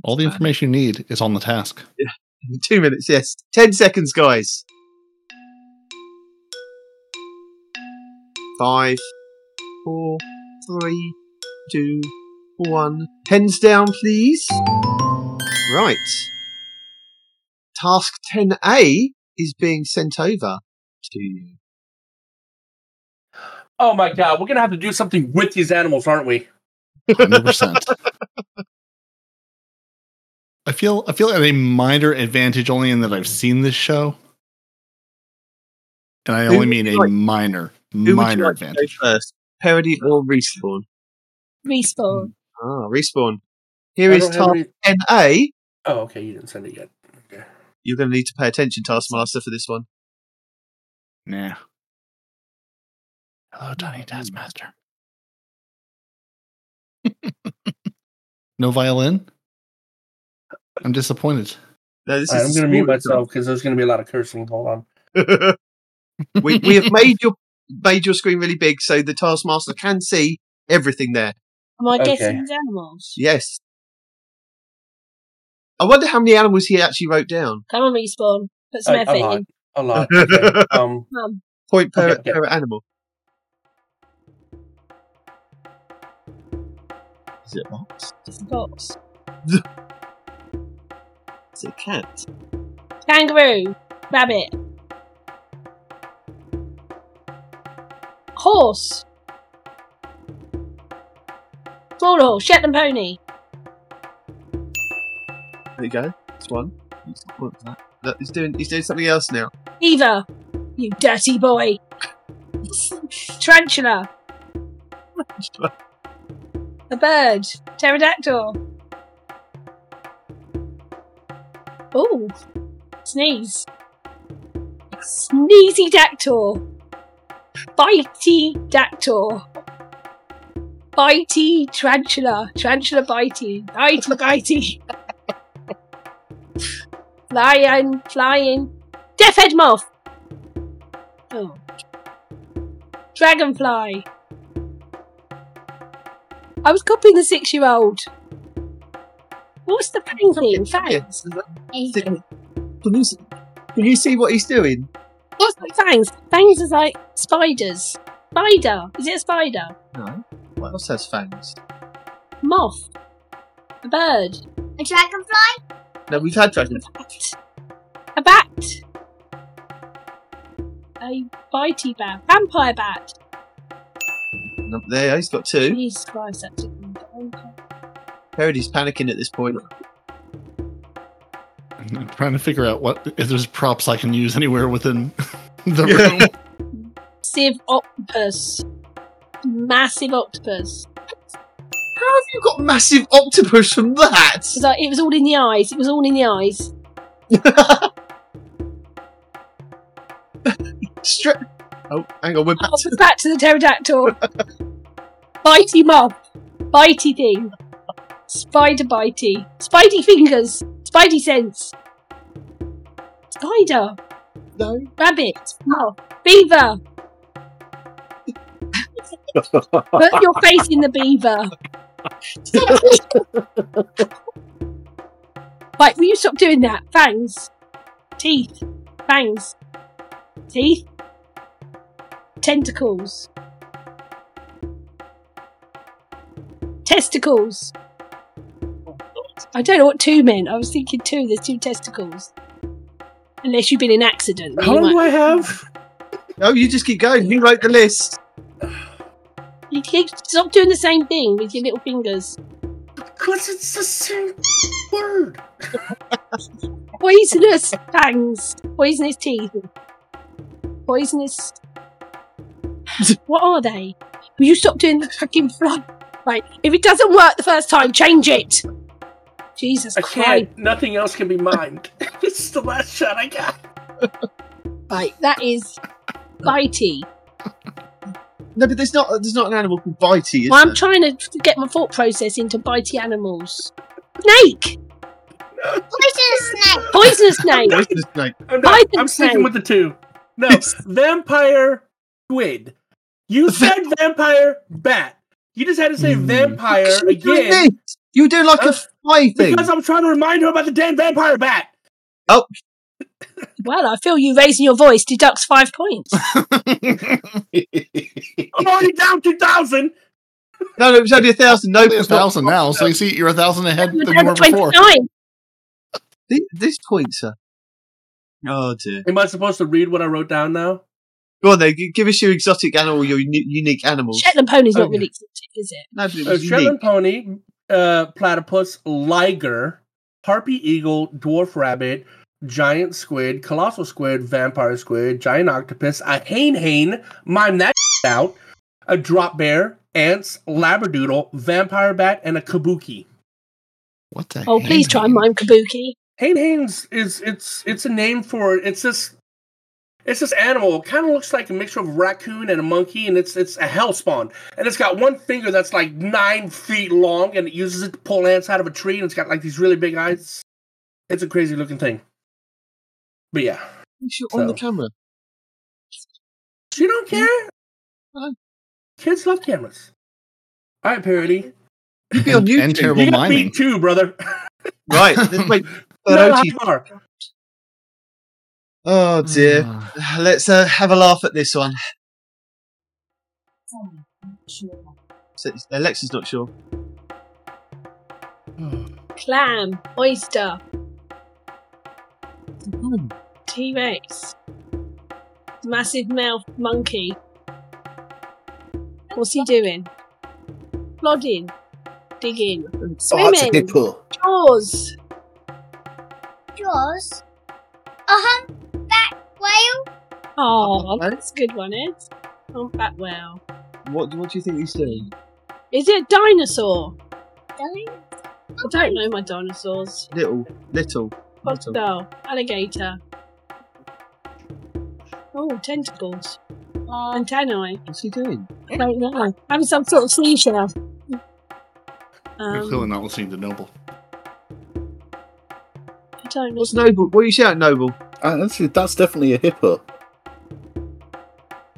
Speaker 2: All the information you need is on the task.
Speaker 3: Two minutes, yes. Ten seconds, guys. Five, four, three, two, one. Pens down, please. Right. Task 10A is being sent over to you.
Speaker 1: Oh my god, we're gonna have to do something with these animals, aren't we?
Speaker 2: Hundred percent. I feel I feel at a minor advantage only in that I've seen this show, and I
Speaker 3: Who
Speaker 2: only
Speaker 3: would
Speaker 2: mean a
Speaker 3: you like-
Speaker 2: minor
Speaker 3: Who would you
Speaker 2: minor
Speaker 3: like
Speaker 2: advantage.
Speaker 3: to go first? Parody or Respawn?
Speaker 4: Respawn.
Speaker 3: Ah, Respawn. Here
Speaker 1: I
Speaker 3: is
Speaker 1: don't have
Speaker 3: task
Speaker 1: any-
Speaker 3: 10A.
Speaker 1: Oh, okay, you didn't send it yet. Okay.
Speaker 3: You're going to need to pay attention, Taskmaster, for this one.
Speaker 2: Nah. Mm. Hello, Tiny Taskmaster. no violin? I'm disappointed.
Speaker 3: No, this
Speaker 1: Alright, I'm
Speaker 3: is a
Speaker 1: gonna mute
Speaker 3: smaller
Speaker 1: myself because there's gonna be a lot of cursing. Hold on.
Speaker 3: we we have made your made your screen really big so the taskmaster can see everything there.
Speaker 4: Am I
Speaker 1: Okay.
Speaker 4: getting these animals?
Speaker 3: Yes. I wonder how many animals he actually wrote down.
Speaker 4: Come on, Respawn. Put some
Speaker 1: A, a
Speaker 4: effort
Speaker 1: lot.
Speaker 4: in.
Speaker 1: A lot. Okay. Um
Speaker 4: Come on.
Speaker 3: Point per,
Speaker 1: Okay, okay.
Speaker 3: per animal. Is it a box?
Speaker 4: It's a box.
Speaker 3: Is it a cat?
Speaker 4: Kangaroo. Rabbit. Horse. Smaller horse. Shetland pony.
Speaker 3: There you go. It's one. It's not one for that. Look, he's doing he's doing something else now.
Speaker 4: Beaver. You dirty boy. Tarantula. A bird. Pterodactyl. Ooh. Sneeze. Sneezy dactyl. Bitey dactyl. Bitey tarantula. Tarantula bitey. Bitey bitey. flying, flying. Deaf head moth. Oh. Dragonfly. I was copying the six year old. What's the pain thing? Fangs.
Speaker 3: Can you see, can you see what he's doing?
Speaker 4: What's the fangs? Fangs is like spiders. Spider. Is it a spider?
Speaker 3: No. What else has fangs?
Speaker 4: moth, a bird,
Speaker 6: A dragonfly?
Speaker 3: No, we've had dragon.
Speaker 4: a bat, a bitey bat, vampire bat.
Speaker 3: No, there, he's got two.
Speaker 4: Jesus Christ, that took me. Vampire-
Speaker 3: Parody's panicking at this point.
Speaker 2: I'm trying to figure out what if there's props I can use anywhere within the
Speaker 3: Yeah.
Speaker 2: room.
Speaker 4: Massive octopus, massive octopus.
Speaker 3: How have you got massive octopus from that?
Speaker 4: It was, like, it was all in the eyes. It was all in the eyes.
Speaker 3: Stra- oh, hang on, we're back
Speaker 4: Oh,
Speaker 3: to
Speaker 4: back to the pterodactyl. bitey mob, bitey thing, spider bitey, spidey fingers, spidey sense, spider.
Speaker 3: no.
Speaker 4: Rabbit, moth, beaver. Put your face in the beaver. right, will you stop doing that? Fangs, teeth, fangs, teeth, tentacles, testicles. I don't know what two meant. I was thinking two. There's two testicles. Unless you've been in accident. then
Speaker 1: How
Speaker 4: you
Speaker 1: long
Speaker 4: might-
Speaker 1: do I have?
Speaker 3: Oh, you just keep going. You wrote the list.
Speaker 4: You keep stop doing the same thing with your little fingers.
Speaker 1: Because it's the same word.
Speaker 4: Poisonous fangs, poisonous teeth, poisonous. what are they? Will you stop doing the fucking fly? Right, if it doesn't work the first time, change it. Jesus
Speaker 1: I
Speaker 4: Christ!
Speaker 1: can't. Nothing else can be mimed. this is the last shot I got.
Speaker 4: Right, that is bitey.
Speaker 3: No, but there's not. There's not an animal called bitey. Is
Speaker 4: Well, I'm
Speaker 3: there?
Speaker 4: trying to get my thought process into bitey animals. Snake,
Speaker 6: Poisonous snake.
Speaker 4: poisonous snake.
Speaker 3: Poisonous snake.
Speaker 1: I'm,
Speaker 4: I
Speaker 1: not,
Speaker 4: didn't
Speaker 1: Oh, I'm sticking
Speaker 4: say.
Speaker 1: with the two. No, vampire squid. You said vampire bat. You just had to say
Speaker 2: Hmm.
Speaker 1: vampire
Speaker 3: What are you doing
Speaker 1: again
Speaker 3: this? You do like
Speaker 1: Huh?
Speaker 3: a fly thing.
Speaker 1: because I'm trying to remind her about the damn vampire bat.
Speaker 4: Well, I feel you raising your voice deducts five points.
Speaker 1: I'm already down 2,000.
Speaker 3: No, no, it was only a thousand. No,
Speaker 2: Only a thousand now, so you see you're a thousand ahead than you
Speaker 4: Number
Speaker 2: were before.
Speaker 4: twenty-nine.
Speaker 3: This, this point, sir. Oh dear.
Speaker 1: Am I supposed to read what I wrote down now?
Speaker 3: Go on, then. gi- Give us your exotic animal, your uni- unique animals.
Speaker 4: Shetland pony's not
Speaker 1: Okay.
Speaker 4: really exotic, is it?
Speaker 3: No, but it
Speaker 1: Uh,
Speaker 3: was unique.
Speaker 1: Shetland pony, uh, platypus, liger, harpy eagle, dwarf rabbit, giant squid, colossal squid, vampire squid, giant octopus, a hane hane, mime that out, a drop bear, ants, labradoodle, vampire bat, and a kabuki.
Speaker 2: What the?
Speaker 4: Oh, please
Speaker 2: heck?
Speaker 4: try and mime Kabuki.
Speaker 1: Hane hane's is it's it's a name for it's this it's this animal. It kind of looks like a mixture of a raccoon and a monkey, and it's it's a hell spawn. And it's got one finger that's like nine feet long, and it uses it to pull ants out of a tree. And it's got like these really big eyes. It's a crazy looking thing. But yeah,
Speaker 3: You're on the
Speaker 1: So.
Speaker 3: camera.
Speaker 1: you don't care.
Speaker 3: Huh?
Speaker 1: Kids love cameras. All right, parody.
Speaker 3: You'd be on
Speaker 2: And-
Speaker 3: YouTube.
Speaker 2: and terrible-
Speaker 1: You got
Speaker 2: miming.
Speaker 1: beat too, brother.
Speaker 3: Right. then Wait.
Speaker 1: Not
Speaker 3: Perotti.
Speaker 1: hard.
Speaker 3: Oh dear.
Speaker 2: Ah.
Speaker 3: Let's uh, have a laugh at this one. So, Alexa's not sure.
Speaker 4: Clam, oyster,
Speaker 3: Hmm.
Speaker 4: T Rex, massive mouth monkey. What's he doing? Plodding, digging,
Speaker 5: Oh, that's a
Speaker 4: swimming,
Speaker 5: hippo.
Speaker 4: jaws,
Speaker 6: Jaws. A humpback whale.
Speaker 4: Oh,
Speaker 3: Right.
Speaker 4: that's a good one, Ed. Humpback whale.
Speaker 3: What, what do you think he's doing?
Speaker 4: Is it a dinosaur?
Speaker 6: Dinosaur.
Speaker 4: I don't know my dinosaurs.
Speaker 3: Little, little, little.
Speaker 4: Crocodile, alligator. Oh, tentacles. Antennae.
Speaker 3: What's he doing?
Speaker 4: I don't know. I'm some sort of seashell.
Speaker 2: You're clearly
Speaker 4: Um,
Speaker 2: not listening to Noble.
Speaker 4: I don't know.
Speaker 3: What's Noble? What are you shouting, Noble?
Speaker 5: Uh, actually, that's definitely a hippo.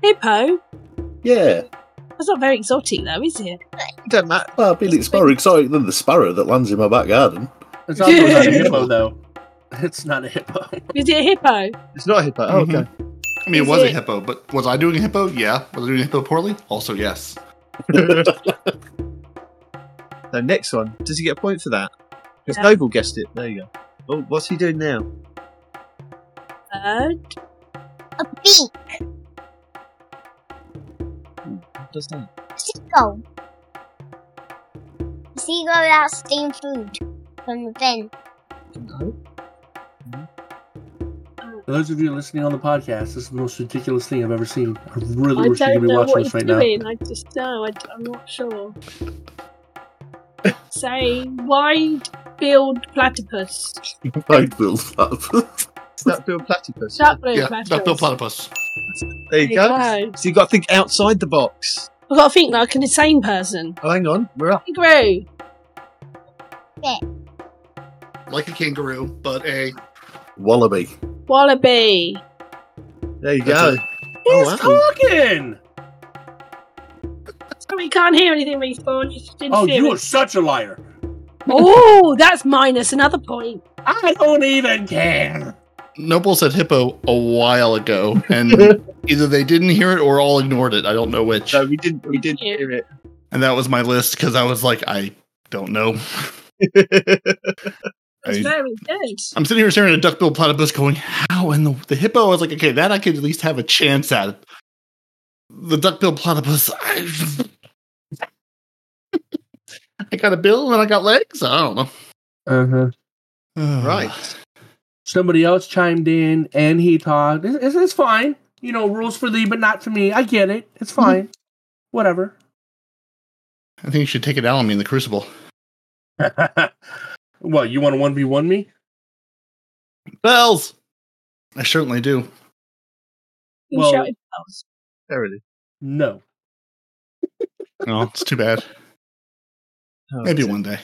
Speaker 4: Hippo?
Speaker 5: Yeah.
Speaker 4: That's not very exotic, though, is it?
Speaker 3: It don't matter.
Speaker 5: Well, I mean, it's more exotic than the sparrow that lands in my back garden.
Speaker 1: It's also not a hippo though. It's not a hippo.
Speaker 4: Is it a hippo?
Speaker 3: It's not a hippo. Oh,
Speaker 2: I
Speaker 3: okay.
Speaker 2: mean, it
Speaker 4: Is
Speaker 2: was a
Speaker 4: it-
Speaker 2: hippo, but was I doing a hippo? Yeah. Was I doing a hippo poorly? Also, yes.
Speaker 3: Now, next one. Does he get a point for that? Because
Speaker 4: Yeah.
Speaker 3: Noble guessed it. There you go. Oh, what's he doing now?
Speaker 4: Uh, Bird?
Speaker 6: A beak.
Speaker 3: What does that?
Speaker 6: Seagull. A seagull without steamed food from the bin.
Speaker 3: No.
Speaker 1: For those of you listening on the podcast, this is the most ridiculous thing I've ever seen. I really
Speaker 4: I
Speaker 1: wish you could
Speaker 4: don't
Speaker 1: be
Speaker 4: know
Speaker 1: watching
Speaker 4: what
Speaker 1: this
Speaker 4: he's
Speaker 1: right now.
Speaker 4: doing. I just know. I, am not sure. Say wide billed platypus.
Speaker 5: I built up.
Speaker 3: Duckbill platypus.
Speaker 4: Shark blue
Speaker 2: Yeah,
Speaker 4: platypus.
Speaker 2: duckbill platypus.
Speaker 3: There you go.
Speaker 4: I've
Speaker 3: So you got to think outside the box.
Speaker 4: got to think like an insane person.
Speaker 3: Oh, hang on. We're up.
Speaker 4: Kangaroo.
Speaker 2: Like a kangaroo, but a
Speaker 5: Wallaby.
Speaker 4: Wallaby.
Speaker 3: There you
Speaker 2: That's
Speaker 3: go.
Speaker 2: Oh,
Speaker 1: He's
Speaker 3: wow.
Speaker 1: talking!
Speaker 4: So we can't hear anything when he's born. Just
Speaker 1: Oh, you are
Speaker 4: interference.
Speaker 1: such a liar.
Speaker 4: oh, that's minus another point.
Speaker 1: I don't even care.
Speaker 2: Noble said hippo a while ago, and either they didn't hear it or all ignored it. I don't know which.
Speaker 3: No, we didn't. We didn't
Speaker 4: Yeah.
Speaker 3: hear it.
Speaker 2: And that was my list because I was like, I don't know.
Speaker 4: That's
Speaker 2: I-
Speaker 4: very good.
Speaker 2: I'm sitting here staring at a duckbill platypus, going, "How?" And the, the hippo, I was like, "Okay, that I could at least have a chance at." The duckbill platypus, I, I got a bill and I got legs. I don't know.
Speaker 1: Uh
Speaker 2: Uh-huh.
Speaker 1: huh.
Speaker 3: right.
Speaker 1: Somebody else chimed in and he talked. It's, it's, it's fine. You know, rules for thee, but not to me. I get it. It's
Speaker 2: Mm-hmm.
Speaker 1: fine. Whatever.
Speaker 2: I think you should take it out on me in the crucible.
Speaker 1: well, you want to 1v1 me?
Speaker 2: Bells. I certainly do.
Speaker 4: You
Speaker 1: Well-
Speaker 4: shouted bells.
Speaker 3: Verily.
Speaker 1: No.
Speaker 2: No, it's too bad.
Speaker 3: Oh,
Speaker 2: Maybe
Speaker 3: dear.
Speaker 2: one day.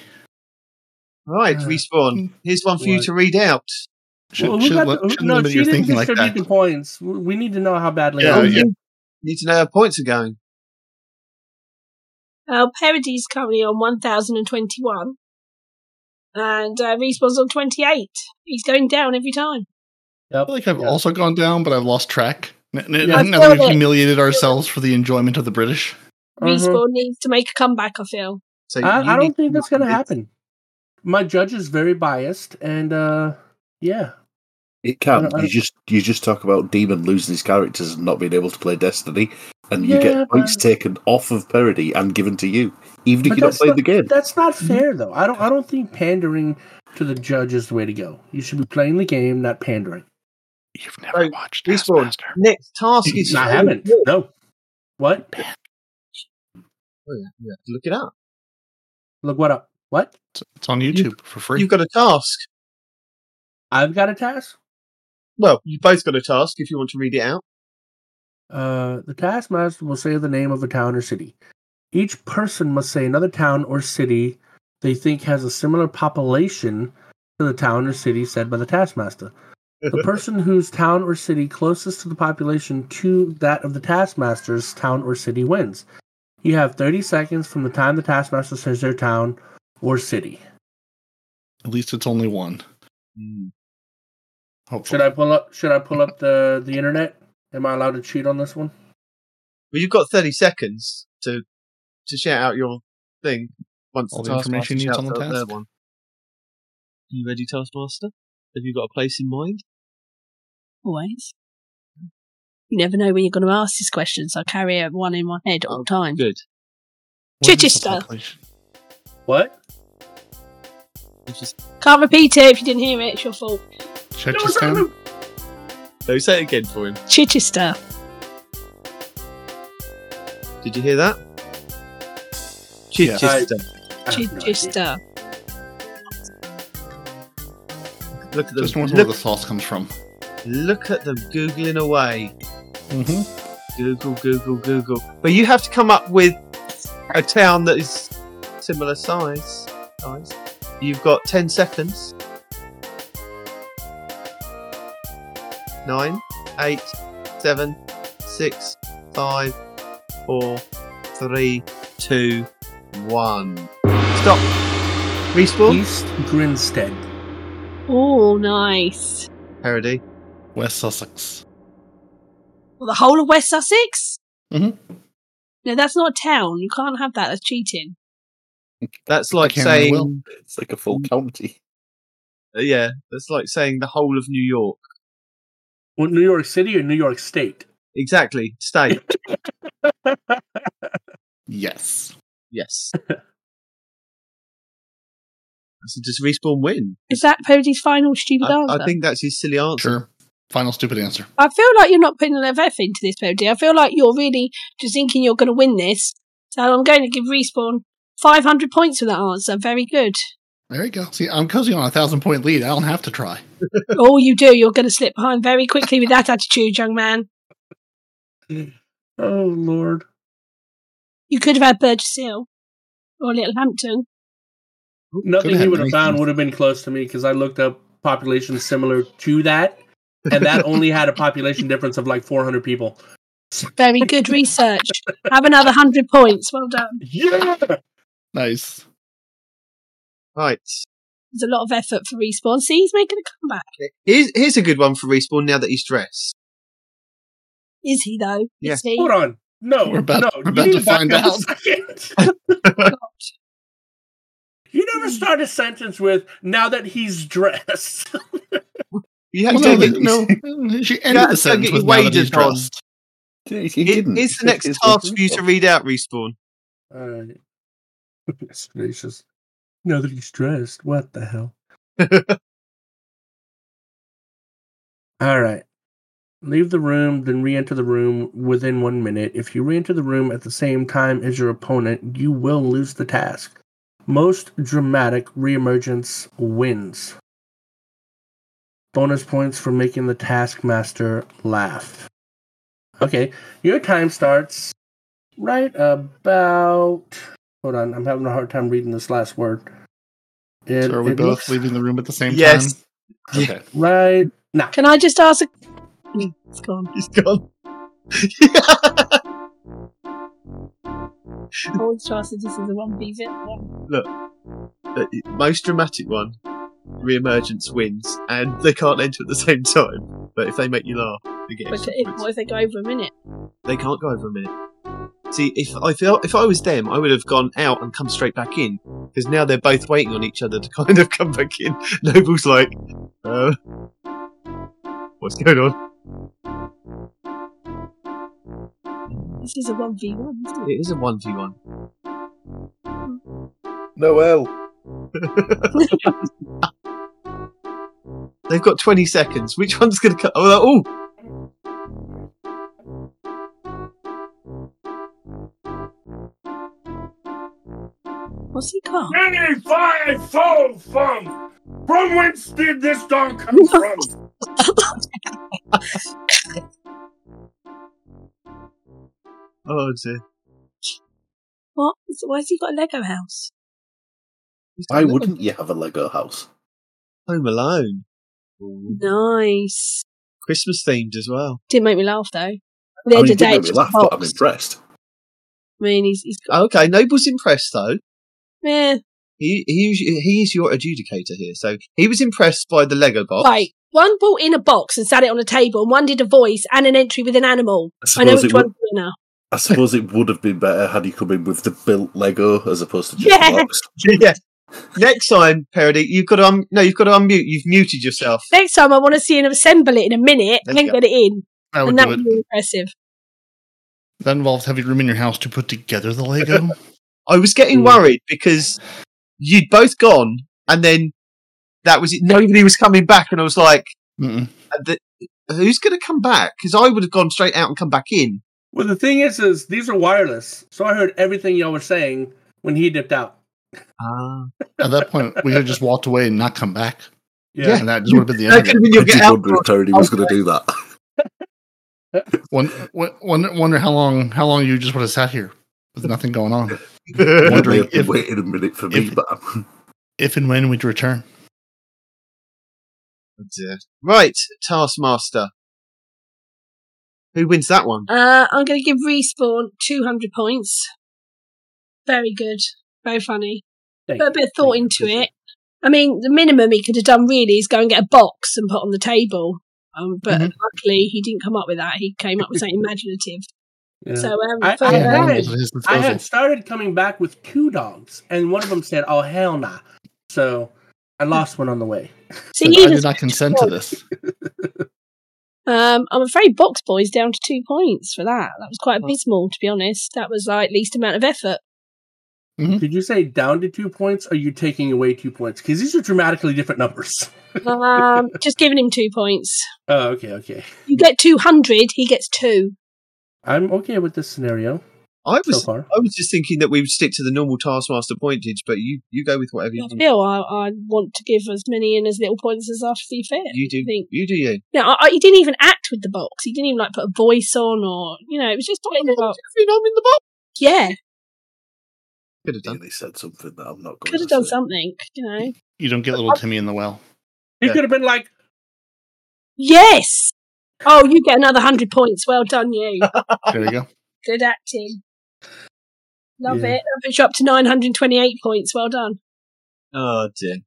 Speaker 3: Right,
Speaker 1: Uh,
Speaker 3: respawn. Here's one for you
Speaker 1: what?
Speaker 3: to read out.
Speaker 2: Should,
Speaker 1: Well, who
Speaker 2: should,
Speaker 1: got
Speaker 2: let-
Speaker 1: the- who-
Speaker 2: shouldn't
Speaker 1: no,
Speaker 2: limit
Speaker 1: she
Speaker 2: your
Speaker 1: didn't
Speaker 2: thinking like
Speaker 1: distribute
Speaker 2: that.
Speaker 1: the points. We we need to know how badly.
Speaker 2: Yeah,
Speaker 1: I was
Speaker 2: yeah.
Speaker 3: Need to know how points are going.
Speaker 4: Well, Peridy's uh, currently on 1,021. And uh, Respawn's on 28. He's going down every time.
Speaker 2: I feel like I've
Speaker 1: Yeah.
Speaker 2: also gone down, but I've lost track. N- n-
Speaker 1: Yeah.
Speaker 2: I think now
Speaker 4: I
Speaker 2: that we've
Speaker 4: feel it.
Speaker 2: humiliated ourselves for the enjoyment of the British.
Speaker 1: Uh-huh.
Speaker 4: Respawn needs to make a comeback, I feel.
Speaker 3: So you
Speaker 1: I, I
Speaker 3: need
Speaker 1: don't
Speaker 3: be
Speaker 1: think that's going to
Speaker 3: convinced.
Speaker 1: happen. My judge is very biased, and uh, yeah,
Speaker 5: It
Speaker 1: I
Speaker 5: can.
Speaker 1: don't- I
Speaker 5: You
Speaker 1: don't-
Speaker 5: just you just talk about demon losing his characters and not being able to play Destiny, and you
Speaker 1: Yeah,
Speaker 5: get points
Speaker 1: but-
Speaker 5: taken off of parody and given to you, even if
Speaker 1: But
Speaker 5: you don't
Speaker 1: that's
Speaker 5: play
Speaker 1: not-
Speaker 5: the game. Mm-hmm.
Speaker 1: that's not fair though. I don't I don't think pandering to the judge is the way to go. You should be playing the game, not pandering.
Speaker 2: You've never
Speaker 3: Right.
Speaker 2: watched
Speaker 3: Respawn.
Speaker 2: Taskmaster.
Speaker 3: Next task is.
Speaker 1: I haven't. No. What?
Speaker 3: Oh, yeah, yeah. Look it up.
Speaker 1: Look what up. What?
Speaker 2: It's, it's on YouTube for free.
Speaker 3: You've got a task.
Speaker 1: I've got a task.
Speaker 3: Well, you both got a task if you want to read it out.
Speaker 1: Uh, the taskmaster will say the name of a town or city. Each person must say another town or city they think has a similar population to the town or city said by the taskmaster. The person whose town or city closest to the population to that of the taskmaster's town or city wins. You have 30 seconds from the time the taskmaster says their town or city.
Speaker 2: At least it's only one. Hopefully.
Speaker 1: Should I pull up should I pull up the the internet? Am I allowed to cheat on this one?
Speaker 3: Well, you've got 30 seconds to to shout out your thing once
Speaker 2: All
Speaker 3: the
Speaker 2: the
Speaker 3: taskmaster
Speaker 2: information you need
Speaker 3: shouts
Speaker 2: on the
Speaker 3: out their
Speaker 2: task.
Speaker 3: one. Are you ready, taskmaster? Have you got a place in mind?
Speaker 4: Always. You never know when you're going to ask this question, so I carry one in my head all the time.
Speaker 3: Good.
Speaker 2: What is the
Speaker 4: Chichester.
Speaker 2: population?
Speaker 1: What?
Speaker 3: It's just-
Speaker 4: Can't repeat it if you didn't hear it. It's your fault.
Speaker 2: Chichester?
Speaker 3: No, say it again for him.
Speaker 4: Chichester.
Speaker 3: Did you hear that?
Speaker 2: Yeah.
Speaker 3: Chichester.
Speaker 1: I have no idea.
Speaker 4: Chichester.
Speaker 3: Look at them.
Speaker 2: Just wonder where the
Speaker 3: Look,
Speaker 2: sauce comes from.
Speaker 3: look at them googling away.
Speaker 2: Mm-hmm.
Speaker 3: Google, Google, Google. But you have to come up with a town that is similar size. size. You've got 10 seconds. Nine, eight, seven, six, five, four, three, two, one. Stop. Respawn.
Speaker 1: East Grinstead.
Speaker 4: Oh, nice.
Speaker 3: Parody.
Speaker 2: West Sussex.
Speaker 4: Well, the whole of West Sussex?
Speaker 2: Mhm.
Speaker 4: No, that's not a town. You can't have that. That's cheating.
Speaker 3: That's like
Speaker 2: can't remember
Speaker 3: saying,
Speaker 2: well.
Speaker 5: It's like a full county.
Speaker 3: uh, yeah, that's like saying the whole of New York.
Speaker 1: Well, New York City or New York State?
Speaker 3: Exactly. State.
Speaker 2: Yes.
Speaker 3: yes. So does respawn win?
Speaker 4: Is that Pody's final stupid
Speaker 3: I,
Speaker 4: answer?
Speaker 3: I think that's his silly answer.
Speaker 2: Sure. Final stupid answer.
Speaker 4: I feel like you're not putting enough effort into this, Pody. I feel like you're really just thinking you're going to win this. So I'm going to give Respawn 500 points for that answer. Very good.
Speaker 2: There you go. See, I'm cozy on a thousand point lead. I don't have to try.
Speaker 4: All you do, you're going to slip behind very quickly with that attitude, young man.
Speaker 1: Oh Lord!
Speaker 4: You could have had Burgess Hill or Little Hampton.
Speaker 1: Nothing
Speaker 2: Could've
Speaker 1: he
Speaker 2: had
Speaker 1: would have found
Speaker 2: anything.
Speaker 1: would have been close to me because I looked up populations similar to that, and that only had a population difference of like 400 people.
Speaker 4: Very good research. have another 100 points. Well done.
Speaker 1: Yeah.
Speaker 2: Nice.
Speaker 3: Right.
Speaker 4: There's a lot of effort for Respawn. See, he's making a comeback.
Speaker 3: Here's, here's a good one for respawn now that he's dressed.
Speaker 4: Is he, though?
Speaker 3: Yeah.
Speaker 4: Is he?
Speaker 1: Hold on. No,
Speaker 2: We're about-
Speaker 1: no.
Speaker 2: we're
Speaker 1: you
Speaker 2: about
Speaker 1: need
Speaker 2: to
Speaker 1: back
Speaker 2: find
Speaker 1: up a
Speaker 2: out.
Speaker 1: second. you
Speaker 2: Hmm.
Speaker 1: never start a sentence with "now that he's dressed."
Speaker 3: You have
Speaker 2: Well,
Speaker 3: to
Speaker 2: no,
Speaker 3: get-
Speaker 2: no, she ended
Speaker 3: Yeah,
Speaker 2: the
Speaker 3: so
Speaker 2: sentence
Speaker 3: get
Speaker 2: with now
Speaker 3: your
Speaker 2: that
Speaker 3: wages
Speaker 2: he's dressed.
Speaker 5: He, he
Speaker 3: Here-
Speaker 5: didn't.
Speaker 3: Here's the next
Speaker 5: It's-
Speaker 3: task
Speaker 5: it's-
Speaker 3: for you to read out, respawn.
Speaker 1: Uh, goodness gracious. Now that he's dressed, what the hell? All right. Leave the room, then re enter the room within one minute. If you re enter the room at the same time as your opponent, you will lose the task. Most dramatic reemergence wins. Bonus points for making the taskmaster laugh. Okay, your time starts right about. Hold on, I'm having a hard time reading this last word. It,
Speaker 2: So are we
Speaker 1: it
Speaker 2: both
Speaker 1: looks
Speaker 2: leaving the room at the same
Speaker 3: Yes.
Speaker 2: time?
Speaker 3: Yeah.
Speaker 2: Okay.
Speaker 1: right now.
Speaker 4: Can I just ask a. Hmm, It's gone.
Speaker 3: He's gone.
Speaker 4: I always try to ask if this is the 1v one.
Speaker 3: Uh, Most dramatic one. Reemergence wins, and they can't enter at the same time. But if they make you laugh, they get
Speaker 4: But
Speaker 3: extra
Speaker 4: if,
Speaker 3: points.
Speaker 4: what if they go over a minute?
Speaker 3: They can't go over a minute. See, if I feel, if I was them, I would have gone out and come straight back in because now they're both waiting on each other to kind of come back in. Noble's like, uh, what's going on?
Speaker 4: This is a 1v1. isn't it?
Speaker 3: It is a one v one.
Speaker 5: Noel.
Speaker 3: They've got twenty seconds. Which one's going to come? Oh, oh,
Speaker 4: What's he called?
Speaker 7: 95 soul from. From whence did this dog come from?
Speaker 3: oh dear.
Speaker 4: What? Is- Why has he got a Lego house?
Speaker 5: Why wouldn't you have a Lego house?
Speaker 3: Home Alone.
Speaker 4: Nice.
Speaker 3: Christmas themed as well.
Speaker 4: Didn't make me laugh though. At the end
Speaker 5: I mean, Uh,
Speaker 4: of
Speaker 5: it
Speaker 4: the day,
Speaker 5: did make
Speaker 4: it's
Speaker 5: me
Speaker 4: just
Speaker 5: laugh,
Speaker 4: a
Speaker 5: but I'm
Speaker 4: box.
Speaker 5: impressed.
Speaker 4: I mean, he's, he's got,
Speaker 3: Okay, Noble's impressed though.
Speaker 4: eh.
Speaker 3: He he is- he is your adjudicator here, so he was impressed by the Lego box.
Speaker 4: Right. One bought in a box and sat it on a table, and one did a voice and an entry with an animal.
Speaker 5: I
Speaker 4: I know
Speaker 5: suppose,
Speaker 4: which
Speaker 5: it would,
Speaker 4: one's the winner.
Speaker 5: I suppose it would have been better had he come in with the built Lego as opposed to just
Speaker 4: Yeah.
Speaker 5: a box.
Speaker 3: yeah. Next time, Parody, you've got to un- no, you've got to unmute. You've muted yourself.
Speaker 4: Next time, I want to see him assemble it in a minute
Speaker 3: There
Speaker 4: and
Speaker 3: you
Speaker 4: get it in,
Speaker 2: I would
Speaker 4: and that
Speaker 2: do it.
Speaker 4: would be impressive.
Speaker 2: That involves having room in your house to put together the Lego.
Speaker 3: I was getting
Speaker 5: Hmm.
Speaker 1: Mm.
Speaker 3: worried because you'd both gone, and then that was it. Nobody was coming back, and I was like,
Speaker 2: Mm-mm.
Speaker 3: th- "Who's going to come back?" Because I would have gone straight out and come back in.
Speaker 1: Well, the thing is, is these are wireless, so I heard everything y'all were saying when he dipped out.
Speaker 3: Ah,
Speaker 2: At that point, we could have just walked away and not come back.
Speaker 3: Yeah.
Speaker 2: And that just would have been the end
Speaker 3: that
Speaker 2: of
Speaker 3: could
Speaker 2: it.
Speaker 3: have been
Speaker 5: I
Speaker 3: your
Speaker 5: did
Speaker 3: get out.
Speaker 5: wonder if Tony was going to do that.
Speaker 2: Won- won- Wonder, wonder how long how long you just would have sat here with nothing going on.
Speaker 5: I
Speaker 2: Wondering
Speaker 5: may have been
Speaker 2: if-
Speaker 5: waiting a minute for me,
Speaker 2: if-
Speaker 5: but I'm-
Speaker 2: If and when we'd return.
Speaker 3: Oh, dear. right, Taskmaster. Who wins that one?
Speaker 4: Uh, I'm going to give Respawn 200 points. Very good. Very funny.
Speaker 1: Thank
Speaker 4: Put a bit of thought
Speaker 1: Thank you.
Speaker 4: into it. I mean, the minimum he could have done really is go and get a box and put on the table. Um, but
Speaker 2: Mhm.
Speaker 1: Mm-hmm.
Speaker 4: luckily, he didn't come up with that. He came up with something imaginative.
Speaker 1: Yeah.
Speaker 4: So um,
Speaker 1: I-
Speaker 4: for
Speaker 1: I
Speaker 4: the-
Speaker 1: had-
Speaker 2: one was at his
Speaker 1: I
Speaker 2: disposal.
Speaker 1: had started coming back with two dogs, and one of them said, "Oh hell nah," so I lost one on the way.
Speaker 4: see,
Speaker 2: Said,
Speaker 4: you
Speaker 2: I did
Speaker 4: just-
Speaker 2: not consent to this.
Speaker 4: um, I'm afraid Box Boy's down to two points for that. That was quite abysmal, to be honest. That was like least amount of effort.
Speaker 1: Did you say down to two points? Or are you taking away two points? Because these are dramatically different numbers.
Speaker 4: Um, just giving him two points.
Speaker 1: Oh, okay, okay.
Speaker 4: You get two hundred, he gets two.
Speaker 1: I'm okay with this scenario
Speaker 3: I
Speaker 1: so
Speaker 3: was
Speaker 1: far.
Speaker 3: I was just thinking that we would stick to the normal Taskmaster pointage, but you, you go with whatever you
Speaker 4: I
Speaker 3: think.
Speaker 4: feel I, I want to give as many in as little points as I feel fair.
Speaker 3: You do,
Speaker 4: I think.
Speaker 3: you do you.
Speaker 4: No, I, I, he didn't even act with the box. He didn't even like put a voice on, or you know, it was just put in the box.
Speaker 3: I mean, I'm in the box.
Speaker 4: Yeah,
Speaker 3: Could have done.
Speaker 5: Nearly said something that I'm not going
Speaker 4: could
Speaker 5: to
Speaker 4: have done
Speaker 5: say.
Speaker 4: something, you know.
Speaker 2: You don't get little Timmy in the well.
Speaker 1: He
Speaker 3: Yeah.
Speaker 1: could have been like,
Speaker 4: Yes. Oh, you get another hundred points. Well done, you.
Speaker 2: There you go.
Speaker 4: Good acting. Love
Speaker 1: Yeah.
Speaker 4: it. That puts you up to nine hundred and twenty-eight points. Well done.
Speaker 3: Oh dear.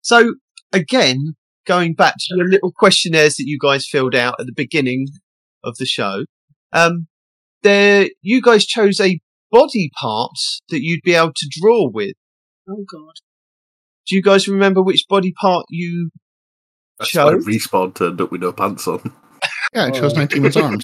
Speaker 3: So again, going back to the little questionnaires that you guys filled out at the beginning of the show, um, there you guys chose a body part that you'd be able to draw with.
Speaker 4: Oh God.
Speaker 3: Do you guys remember which body part you?
Speaker 5: That's
Speaker 3: Show.
Speaker 5: why respawn turned up with no pants on.
Speaker 2: Yeah, I chose my team's arms.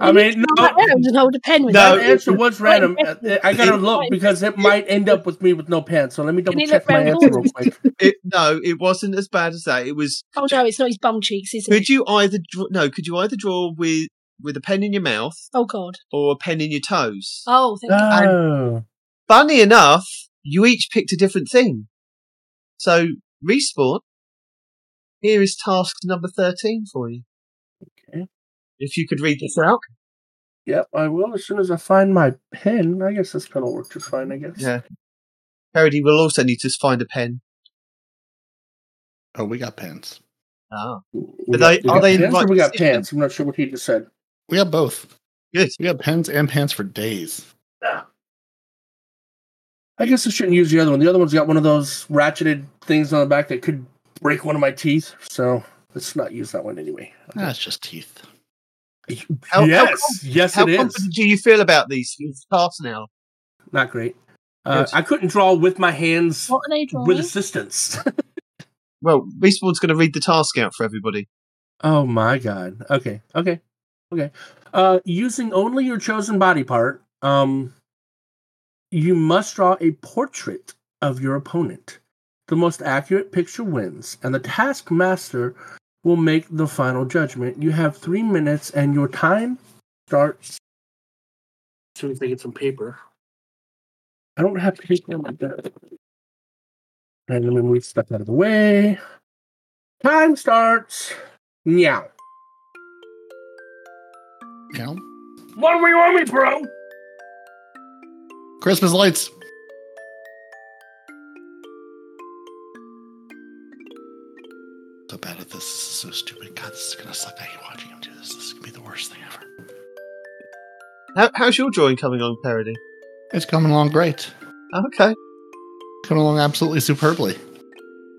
Speaker 1: I mean, no,
Speaker 4: Turn around and hold a pen with
Speaker 3: No,
Speaker 1: that
Speaker 4: it.
Speaker 1: answer was random.
Speaker 4: Wait,
Speaker 1: Uh, I gotta look because it might end up with me with no pants. So let me
Speaker 4: Can
Speaker 1: double
Speaker 4: you
Speaker 1: check
Speaker 4: look
Speaker 1: my
Speaker 4: round
Speaker 1: answer
Speaker 4: the
Speaker 1: real quick.
Speaker 3: It, no, it wasn't as bad as that. It was.
Speaker 4: Oh no, it's not his bum cheeks, is it?
Speaker 3: Could you either draw, no? Could you either draw with with a pen in your mouth
Speaker 4: Oh God.
Speaker 3: or a pen in your toes?
Speaker 4: Oh, thank you.
Speaker 1: Oh,
Speaker 3: funny enough, you each picked a different thing. So, respawn, here is task number 13 for you.
Speaker 1: Okay.
Speaker 3: If you could read this out.
Speaker 1: yep. I will as soon as I find my pen. I guess this pen'll work just fine. I guess.
Speaker 3: Yeah. Parody will also need to find a pen.
Speaker 2: Oh, we got pants.
Speaker 3: Ah.
Speaker 1: We got-
Speaker 3: Are they-
Speaker 1: we
Speaker 3: are
Speaker 1: got
Speaker 3: they in
Speaker 1: pants
Speaker 3: the
Speaker 1: or
Speaker 3: right
Speaker 1: we got
Speaker 3: position?
Speaker 1: pants. I'm not sure what he just said.
Speaker 2: We got both.
Speaker 3: Good.
Speaker 2: We got pens and pants for days.
Speaker 1: I guess I shouldn't use the other one. The other one's got one of those ratcheted things on the back that could break one of my teeth. So let's not use that one anyway.
Speaker 2: That's just teeth.
Speaker 3: How- how
Speaker 1: yes,
Speaker 3: com-
Speaker 1: yes,
Speaker 3: How
Speaker 1: it
Speaker 3: confident
Speaker 1: is.
Speaker 3: do you feel about these these tasks now?
Speaker 1: Not great. Uh,
Speaker 3: Good.
Speaker 1: I couldn't draw with my hands
Speaker 4: What are they
Speaker 1: with
Speaker 4: drawing?
Speaker 1: assistance.
Speaker 3: Well, respawn's going to read the task out for everybody.
Speaker 1: oh my god. Okay. Okay. Okay. Uh, using only your chosen body part, um, you must draw a portrait of your opponent. The most accurate picture wins, and the taskmaster will make the final judgment. You have three minutes, and your time starts. As soon as I get some paper, I don't have paper on my desk. And let me move stuff out of the way. Time starts. Meow.
Speaker 2: You know?
Speaker 7: What do we owe me, bro?
Speaker 2: Christmas lights. So bad at this. This is so stupid. God, this is gonna suck. I hate watching him do this. This is gonna be the worst thing ever.
Speaker 3: How, how's your drawing coming on, Parody?
Speaker 2: It's coming along great.
Speaker 3: Okay.
Speaker 2: Coming along absolutely superbly.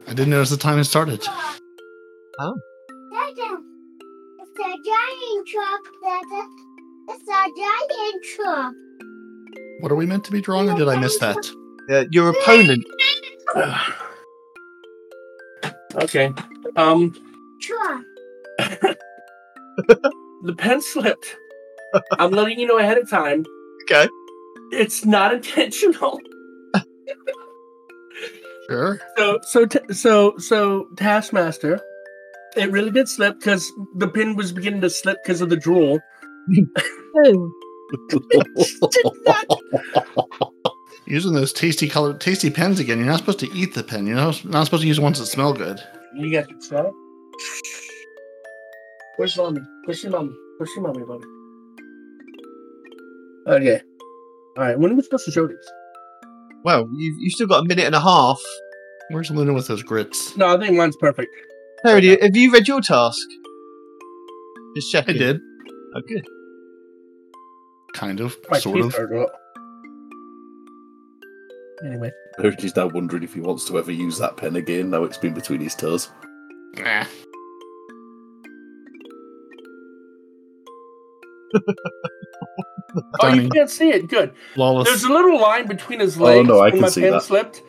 Speaker 2: I didn't notice the time it started.
Speaker 6: Dada, it's a giant truck, Dada. It's a giant truck.
Speaker 2: What are we meant to be drawing, or did I miss that?
Speaker 3: Uh, your opponent.
Speaker 1: okay. Um,
Speaker 6: Truck.
Speaker 1: the pen slipped. I'm letting you know ahead of time.
Speaker 3: Okay.
Speaker 1: It's not intentional.
Speaker 2: Sure.
Speaker 1: So, so, t- so, so, Taskmaster. It really did slip because the pen was beginning to slip because of the drool.
Speaker 4: Who?
Speaker 2: Using those tasty color, tasty pens again. You're not supposed to eat the pen. You're not, not supposed to use ones that smell good.
Speaker 1: You got to smell it. Push it on me. Push it on me. Push it on me, buddy. Okay. All right. When are we supposed to show these?
Speaker 3: Well, you've, you've still got a minute and a half.
Speaker 2: Where's Luna with those grits?
Speaker 1: No, I think mine's perfect.
Speaker 3: Parody, have you read your task? Just
Speaker 2: I
Speaker 3: checking.
Speaker 2: did.
Speaker 3: Oh, good.
Speaker 2: Kind of.
Speaker 1: My
Speaker 2: Sort
Speaker 1: teeth
Speaker 2: of.
Speaker 1: hurt a lot. Anyway.
Speaker 5: Heritage is now wondering if he wants to ever use that pen again. Now it's been between his toes.
Speaker 2: Nah.
Speaker 1: Oh, you
Speaker 2: Donnie.
Speaker 1: can't see it. Good. There's
Speaker 2: Flawless.
Speaker 1: a little line between his legs.
Speaker 5: Oh, no, I
Speaker 1: where
Speaker 5: can
Speaker 1: my
Speaker 5: see
Speaker 1: pen
Speaker 5: that.
Speaker 1: slipped.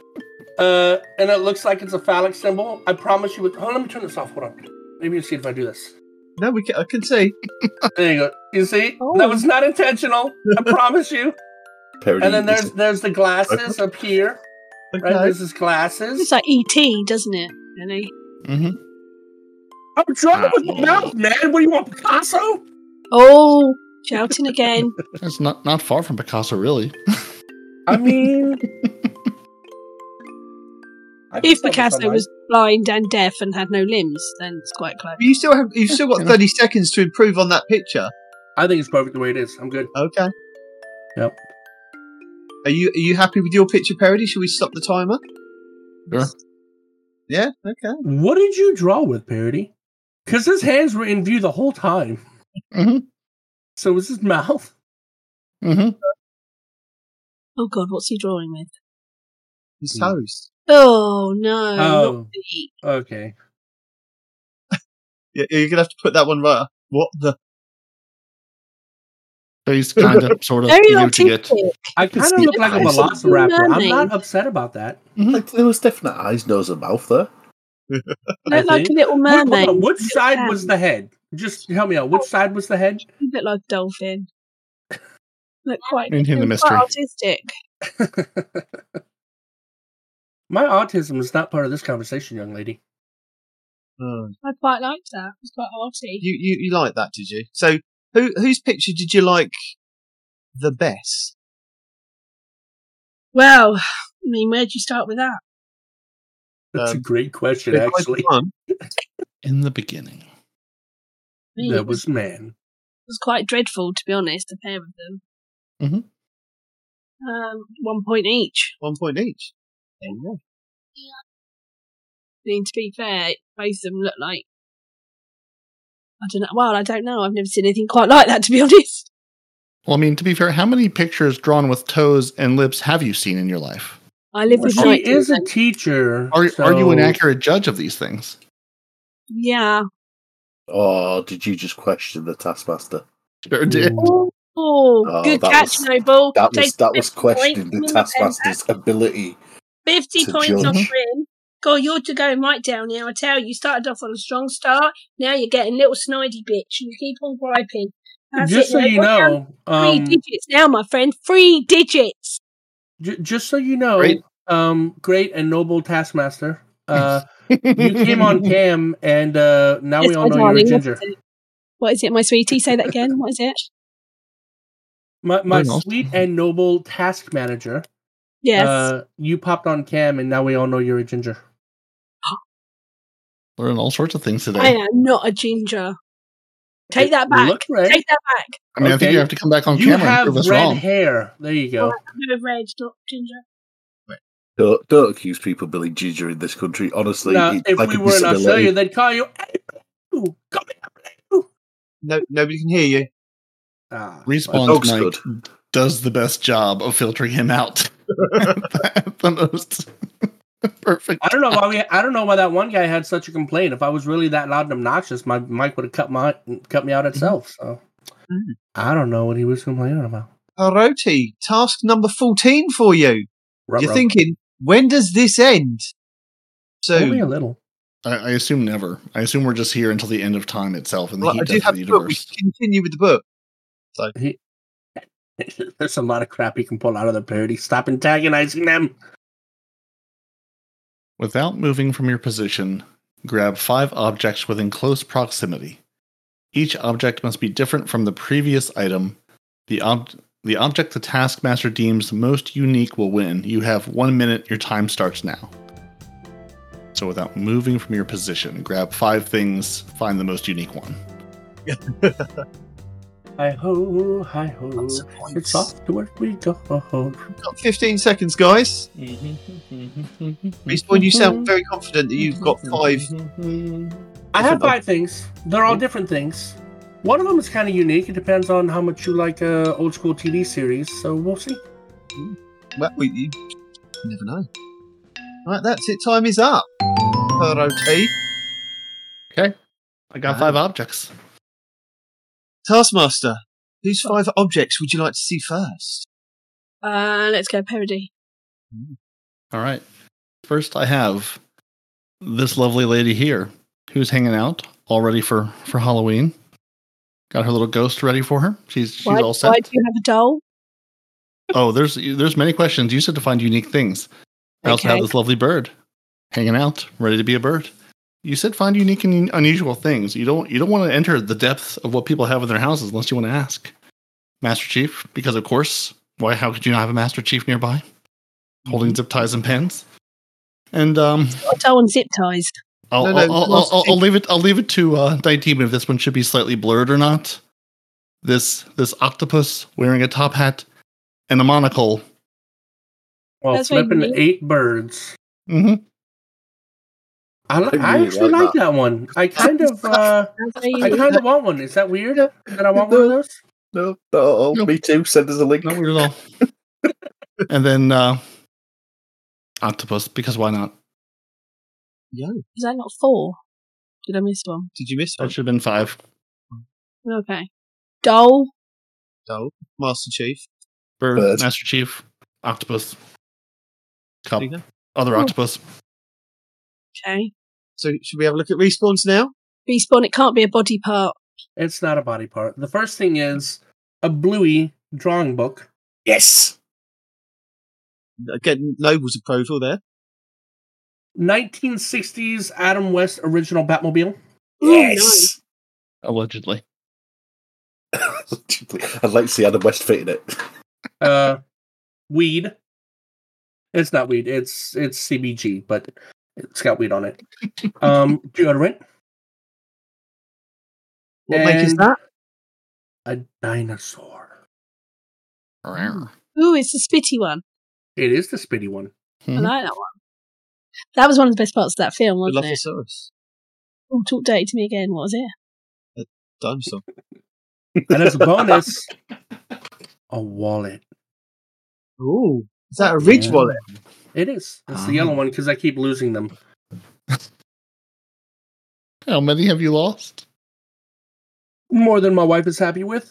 Speaker 1: Uh, and it looks like it's a phallic symbol. I promise you. With oh, let me turn this off. Hold on. Maybe you see if I do this.
Speaker 3: No, we can, I can see.
Speaker 1: There you go. You see,
Speaker 4: Oh.
Speaker 1: that was not intentional. I promise you.
Speaker 5: Parody
Speaker 1: And then there's
Speaker 5: is-
Speaker 1: there's the glasses up here. Right.
Speaker 3: Okay.
Speaker 1: There's his glasses.
Speaker 4: It's like ET, doesn't it? Really?
Speaker 2: hmm
Speaker 1: I'm drunk with my
Speaker 5: Ah.
Speaker 1: mouth, man. What do you want, Picasso?
Speaker 4: Oh, shouting again.
Speaker 2: It's not not far from Picasso, really.
Speaker 1: I mean, I can tell
Speaker 4: if
Speaker 1: the
Speaker 4: Picasso
Speaker 1: sunlight.
Speaker 4: was blind and deaf and had no limbs, then it's quite close.
Speaker 3: But you still have you still got
Speaker 2: Yeah.
Speaker 3: thirty seconds to improve on that picture.
Speaker 1: I think it's perfect the way it is. I'm good.
Speaker 3: Okay.
Speaker 1: Yep.
Speaker 3: Are you are you happy with your picture parody? Should we stop the timer?
Speaker 2: Sure.
Speaker 3: Yeah. Okay.
Speaker 1: What did you draw with parody? Because his hands were in view the whole time.
Speaker 2: hmm
Speaker 1: So was his mouth.
Speaker 2: hmm
Speaker 4: Oh god, what's he drawing with?
Speaker 3: His
Speaker 1: Hmm.
Speaker 3: toes.
Speaker 4: Oh no, not
Speaker 1: Oh.
Speaker 4: the
Speaker 1: Okay.
Speaker 3: Yeah, you're gonna have to put that one right. up. What the?
Speaker 2: Face kind of sort of.
Speaker 4: very
Speaker 2: you get what you get.
Speaker 4: artistic.
Speaker 1: I kind of look like a
Speaker 5: Nice.
Speaker 1: velociraptor. I'm
Speaker 4: Mermaid.
Speaker 1: not upset about that.
Speaker 5: Like, there was definite eyes, nose, and mouth there.
Speaker 1: I
Speaker 4: Look like a
Speaker 1: think.
Speaker 4: little
Speaker 1: Wait, hold
Speaker 4: mermaid.
Speaker 1: on, which side
Speaker 4: hand.
Speaker 1: was the head? Just help me out. Which side was the head?
Speaker 4: You look like a dolphin. Look quite,
Speaker 2: Into the
Speaker 4: quite
Speaker 2: mystery.
Speaker 4: artistic.
Speaker 1: My autism is not part of this conversation, young lady.
Speaker 3: Oh.
Speaker 4: I quite liked that. It was quite arty.
Speaker 3: You you you like that? Did you? So who whose picture did you like the best?
Speaker 4: Well, I mean, where'd you start with that?
Speaker 1: That's
Speaker 2: Uh,
Speaker 3: Um,
Speaker 1: a great question,
Speaker 3: If I was
Speaker 1: actually.
Speaker 3: one,
Speaker 2: In the beginning.
Speaker 4: I mean,
Speaker 1: That
Speaker 4: it was,
Speaker 1: was man.
Speaker 4: it was quite dreadful, to be honest, the pair of them.
Speaker 2: Mhm.
Speaker 5: Mm-hmm.
Speaker 4: Um, one point each.
Speaker 3: one point each. There you go.
Speaker 4: I mean, to be fair, both of them look like. I don't know. Well, I don't know. I've never seen anything quite like that, to be honest.
Speaker 2: Well, I mean, to be fair, how many pictures drawn with toes and lips have you seen in your life?
Speaker 4: I live with
Speaker 1: She
Speaker 4: night
Speaker 1: is a
Speaker 4: vision.
Speaker 1: teacher.
Speaker 2: Are are you an
Speaker 1: so-
Speaker 2: accurate judge of these things?
Speaker 4: Yeah.
Speaker 5: Or Oh, did you just question the taskmaster?
Speaker 2: Or did-
Speaker 4: Oh,
Speaker 5: Oh,
Speaker 4: good
Speaker 5: that
Speaker 4: catch,
Speaker 5: was-
Speaker 4: Noble.
Speaker 5: That was
Speaker 4: Take
Speaker 5: that was
Speaker 4: 50 points from
Speaker 5: questioning the
Speaker 4: the
Speaker 5: taskmaster's ability.
Speaker 4: Fifty
Speaker 5: to
Speaker 4: points
Speaker 5: judge. Mm-hmm.
Speaker 4: off him. God, you're to going right down here. I tell you, you started off on a strong start. Now you're getting little snidey bitch, and you keep on griping. That's
Speaker 1: Just
Speaker 4: it,
Speaker 1: so
Speaker 4: now.
Speaker 1: you
Speaker 4: You're down
Speaker 1: know,
Speaker 4: three
Speaker 1: um,
Speaker 4: digits now, my friend. Three digits.
Speaker 1: j- just so you know,
Speaker 2: Great.
Speaker 1: um, great and noble taskmaster. Uh, you came on cam, and uh, now we
Speaker 4: Yes,
Speaker 1: all know
Speaker 4: my
Speaker 1: you're a
Speaker 4: darling, what
Speaker 1: ginger. Uh,
Speaker 4: is it? What is it, my sweetie? Say that again. What is it?
Speaker 1: My, my
Speaker 2: Very nice.
Speaker 1: sweet and noble task manager.
Speaker 4: Yes.
Speaker 1: Uh, you popped on cam, and now we all know you're a ginger.
Speaker 2: Learn all sorts of things today.
Speaker 4: I am not a ginger. Take that back.
Speaker 1: Look red.
Speaker 4: Take that back.
Speaker 2: I mean, I think
Speaker 1: Okay.
Speaker 2: you have to come back on
Speaker 1: you
Speaker 2: camera and
Speaker 1: have
Speaker 2: prove us
Speaker 1: red
Speaker 2: wrong.
Speaker 1: hair. There you go.
Speaker 4: I'm a bit of red, not ginger.
Speaker 5: Don't, don't accuse people of being ginger in this country. Honestly,
Speaker 1: Now,
Speaker 5: it's
Speaker 1: if
Speaker 5: like
Speaker 1: we
Speaker 5: a
Speaker 1: were in
Speaker 5: disability.
Speaker 1: Australia, they'd call you. "Hey, Blue, come here, Blue."
Speaker 3: No, nobody can hear you.
Speaker 1: Ah,
Speaker 5: My
Speaker 2: Respawn's
Speaker 5: dog's
Speaker 2: Mike
Speaker 5: good.
Speaker 2: does the best job of filtering him out. the most perfect.
Speaker 1: I don't know why we. I don't know why that one guy had such a complaint. If I was really that loud and obnoxious, my mic would have cut my cut me out itself. So
Speaker 3: Mhm.
Speaker 1: I don't know what he was complaining about.
Speaker 3: Paroti, task number fourteen for you.
Speaker 1: Ruh,
Speaker 3: You're
Speaker 1: ruh.
Speaker 3: thinking, when does this end? So
Speaker 1: only a little.
Speaker 2: I, I assume never. I assume we're just here until the end of time itself and the
Speaker 3: well, I
Speaker 2: heat
Speaker 3: do
Speaker 2: death of
Speaker 3: have
Speaker 2: the
Speaker 3: the book. We
Speaker 2: universe.
Speaker 3: can continue with the book.
Speaker 1: There's a lot of crap you can pull out of the parody. Stop antagonizing them.
Speaker 2: Without moving from your position, grab five objects within close proximity. Each object must be different from the previous item. The, ob- the object the taskmaster deems most unique will win. You have one minute. Your time starts now. So, without moving from your position, grab five things, find the most unique one.
Speaker 1: Hi ho, hi ho.
Speaker 3: Lots of
Speaker 1: It's
Speaker 3: points.
Speaker 1: off to where we go.
Speaker 3: We've got Fifteen seconds, guys. Respawn, you sound very confident that you've got
Speaker 2: Mm-hmm.
Speaker 3: five.
Speaker 1: I have five things. They're all different things. One of them is kind of unique. It depends on how much you like uh, old school TV series. So we'll see.
Speaker 3: Well, we, you never know. Right, that's it. Time is up. Paroti,
Speaker 2: I got five objects.
Speaker 3: Taskmaster, Whose five objects would you like to see first?
Speaker 4: Uh, let's go parody.
Speaker 2: All right. First, I have this lovely lady here who's hanging out all ready for for Halloween. Got her little ghost ready for her. She's she's
Speaker 4: Why,
Speaker 2: all set.
Speaker 4: why do you have a doll?
Speaker 2: Oh, there's there's many questions. You said to find unique things. I also have
Speaker 4: Okay.
Speaker 2: this lovely bird hanging out, ready to be a bird. You said find unique and unusual things. You don't you don't want to enter the depth of what people have in their houses unless you want to ask Master Chief, because of course, why? How could you not have a Master Chief nearby, holding
Speaker 3: Mm-hmm.
Speaker 2: zip ties and pens? And um,
Speaker 4: Got a doll and zip ties.
Speaker 2: I'll,
Speaker 3: No, no,
Speaker 2: I'll, I'll, I'll,
Speaker 3: Master
Speaker 2: I'll,
Speaker 3: Chief-
Speaker 2: leave it. I'll leave it to uh, Daidemon if this one should be slightly blurred or not. This this octopus wearing a top hat and a monocle.
Speaker 1: Well,
Speaker 4: That's what you
Speaker 1: flipping
Speaker 4: mean.
Speaker 1: eight birds.
Speaker 2: hmm
Speaker 1: I, li-
Speaker 5: I
Speaker 1: I
Speaker 5: really
Speaker 1: actually
Speaker 5: like
Speaker 1: like that one. I kind of, uh,
Speaker 4: That's how
Speaker 1: I
Speaker 4: you-
Speaker 1: kind of want one. Is that weird that I want one of those?
Speaker 5: No, not at all.
Speaker 2: No.
Speaker 5: Me too. Send us a link.
Speaker 2: Not weird at all. and then uh, octopus because why not?
Speaker 3: Yeah.
Speaker 4: Is that not four? Did I miss one?
Speaker 3: Did you miss one?
Speaker 2: That should have been five.
Speaker 4: Okay. Doll.
Speaker 3: No. Master Chief.
Speaker 2: Bird,
Speaker 5: Bird.
Speaker 2: Master Chief, octopus, cup,
Speaker 3: There you go.
Speaker 2: other octopus.
Speaker 4: Okay.
Speaker 3: So should we have a look at respawns now?
Speaker 4: Respawn. It can't be a body part.
Speaker 1: It's not a body part. The first thing is a bluey drawing book.
Speaker 5: Yes.
Speaker 3: Again, Noble's approval there.
Speaker 1: 1960s Adam West original Batmobile.
Speaker 4: Ooh,
Speaker 5: Yes.
Speaker 2: Allegedly,
Speaker 5: I'd like to see Adam West fitting it.
Speaker 1: Uh, weed. It's not weed. It's it's CBG, but it's got weed on it. Um, deodorant.
Speaker 3: What make is
Speaker 1: And-
Speaker 3: that?
Speaker 1: A dinosaur.
Speaker 2: Rare.
Speaker 4: Ooh, it's the spitty one.
Speaker 1: It is the spitty one.
Speaker 4: I
Speaker 2: Mhm.
Speaker 1: Mm-hmm.
Speaker 4: like that one. That was one of the best parts of that film, wasn't it?
Speaker 3: Dilophosaurus.
Speaker 4: Oh, talk dirty to me again. What was it?
Speaker 3: Dinosaur.
Speaker 1: And as a bonus, a wallet.
Speaker 3: Ooh. Is that a ridge
Speaker 1: Yeah.
Speaker 3: wallet?
Speaker 1: It is. It's
Speaker 2: Ah.
Speaker 1: the yellow one because I keep losing them.
Speaker 2: How many have you lost?
Speaker 1: More than my wife is happy with.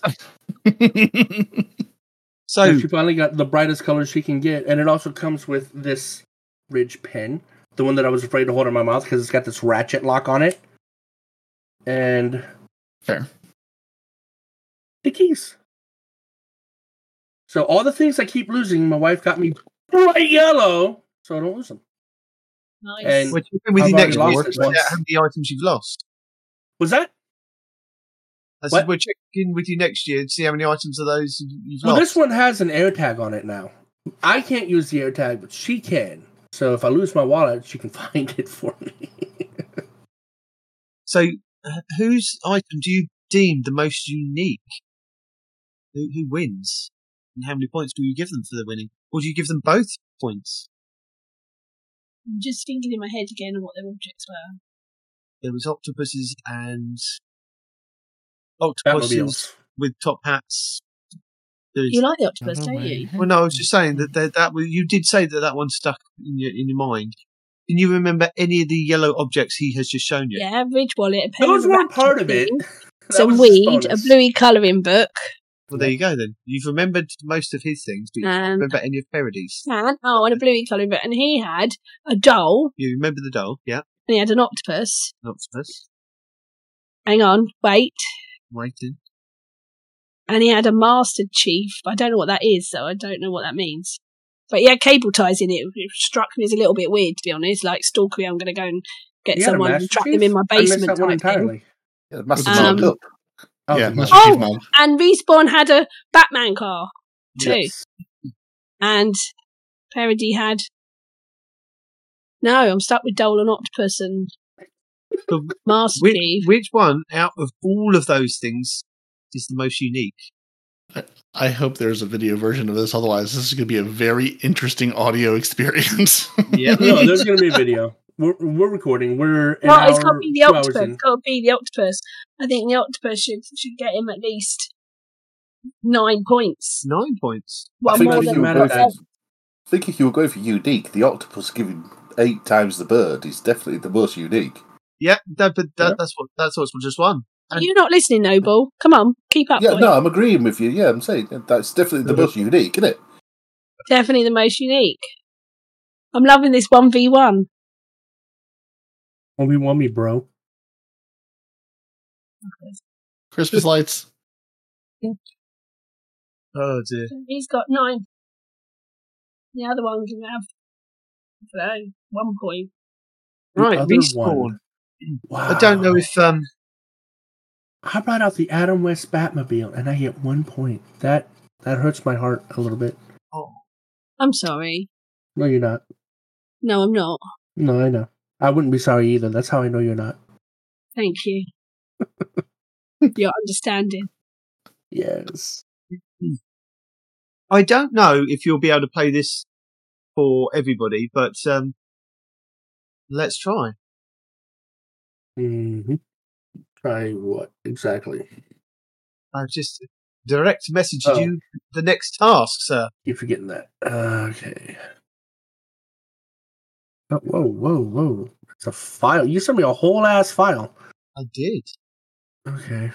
Speaker 3: So
Speaker 1: And she finally got the brightest color she can get, and it also comes with this ridge pen, the one that I was afraid to hold in my mouth because it's got this ratchet lock on it, and
Speaker 2: Fair.
Speaker 1: the keys. So all the things I keep losing, my wife got me bright yellow, so I don't lose them.
Speaker 4: Nice.
Speaker 1: And-
Speaker 3: what you with
Speaker 1: I've
Speaker 3: the next
Speaker 1: already
Speaker 3: one?
Speaker 1: lost it
Speaker 3: Find out
Speaker 1: once.
Speaker 3: how many items you've lost.
Speaker 1: Was that?
Speaker 3: I
Speaker 1: What?
Speaker 3: said, we'll check in with you next year to see how many items of those you've
Speaker 1: Well,
Speaker 3: lost.
Speaker 1: this one has an air tag on it now. I can't use the air tag, but she can. So if I lose my wallet, she can find it for me.
Speaker 3: So, uh, whose item do you deem the most unique? Who, who wins? And how many points do you give them for the winning? Or do you give them both points?
Speaker 4: I'm just thinking in my head again what their objects were.
Speaker 3: There was octopuses and octopuses
Speaker 1: Batmobiles.
Speaker 3: with top hats. There's,
Speaker 4: You like the octopus,
Speaker 2: Oh,
Speaker 4: don't
Speaker 2: my
Speaker 4: you?
Speaker 3: well, no, I was just saying that that, that was, you did say that that one stuck in your in your mind. Can you remember any of the yellow objects he has just shown you?
Speaker 4: Yeah, ridge wallet. A pen
Speaker 1: Those
Speaker 4: with a
Speaker 1: weren't
Speaker 4: ratchet
Speaker 1: part of it.
Speaker 4: thing,
Speaker 1: That
Speaker 4: Some
Speaker 1: was just
Speaker 4: weed, a
Speaker 1: bonus.
Speaker 4: bluey colouring book,
Speaker 3: Well, there you go then. You've remembered most of his things, but you don't
Speaker 4: and
Speaker 3: remember any of Parody's.
Speaker 4: and oh, and a bluey colouring book. And he had a doll,
Speaker 3: You remember the doll, yeah?
Speaker 4: and he had an octopus.
Speaker 3: Octopus.
Speaker 4: Hang on, wait.
Speaker 3: Waiting.
Speaker 4: and he had a master chief. I don't know what that is, so I don't know what that means. But he had cable ties in it. It struck me as a little bit weird, to be honest. Like stalkery, I'm going to go and get
Speaker 1: You had a
Speaker 4: someone and
Speaker 1: Master
Speaker 4: trap
Speaker 1: Chief?
Speaker 4: them in my
Speaker 1: I missed
Speaker 4: basement.
Speaker 1: that one
Speaker 4: Type thing.
Speaker 1: entirely.
Speaker 5: Yeah, massive
Speaker 4: Um,
Speaker 5: markup.
Speaker 1: Oh,
Speaker 2: yeah,
Speaker 1: no.
Speaker 2: Master
Speaker 4: Oh!
Speaker 2: Chief mom.
Speaker 4: And respawn had a Batman car too,
Speaker 1: Yes.
Speaker 4: and Parody had. No, I'm stuck with Dole and Octopus and
Speaker 3: The-
Speaker 4: Master
Speaker 3: Which,
Speaker 4: Chief.
Speaker 3: which one out of all of those things is the most unique?
Speaker 2: I hope there's a video version of this. Otherwise, this is going to be a very interesting audio experience.
Speaker 3: Yeah.
Speaker 1: no, there's going to be a video. We're, we're recording. We're an
Speaker 4: Well, it's
Speaker 1: hour,
Speaker 4: got to be the
Speaker 1: two hours
Speaker 4: octopus.
Speaker 1: in.
Speaker 4: It's got to be the octopus. I think the octopus should should get him at least nine points.
Speaker 3: Nine points.
Speaker 5: I
Speaker 4: Well,
Speaker 5: think
Speaker 4: more
Speaker 5: if
Speaker 1: than
Speaker 5: you were
Speaker 1: that.
Speaker 5: going for- I think if you were going for unique, the octopus giving eight times the bird is definitely the most unique.
Speaker 3: Yeah, that, but that,
Speaker 5: Yeah.
Speaker 3: that's what that's what's just one. And-
Speaker 4: You're not listening, Noble. Come on, keep up.
Speaker 5: yeah,
Speaker 4: boy.
Speaker 5: no, I'm agreeing with you. Yeah, I'm saying that- that's definitely the most unique, isn't it?
Speaker 4: Definitely the most unique. I'm loving this 1v1.
Speaker 1: Obi Wan Oh, me, bro.
Speaker 2: Christmas lights.
Speaker 3: Oh dear.
Speaker 4: He's got nine. The other one can have, I don't know, one point.
Speaker 3: Right,
Speaker 1: other
Speaker 3: respawn.
Speaker 1: one. Ah. Wow.
Speaker 3: I don't know if um
Speaker 1: I brought out the Adam West Batmobile and I get one point. That that hurts my heart a little bit.
Speaker 3: oh,
Speaker 4: I'm sorry.
Speaker 1: No, you're not.
Speaker 4: No, I'm not.
Speaker 1: No, I know. I wouldn't be sorry either. That's how I know you're not.
Speaker 4: Thank you. Your understanding.
Speaker 1: Yes.
Speaker 3: I don't know if you'll be able to play this for everybody, but um let's try.
Speaker 1: hmm Try what exactly?
Speaker 3: I've just direct messaged
Speaker 1: Oh.
Speaker 3: you the next task, sir.
Speaker 1: Keep forgetting that. Uh, Okay. Oh, whoa, whoa, whoa! It's a file. You sent me a whole ass file.
Speaker 3: I did.
Speaker 1: Okay.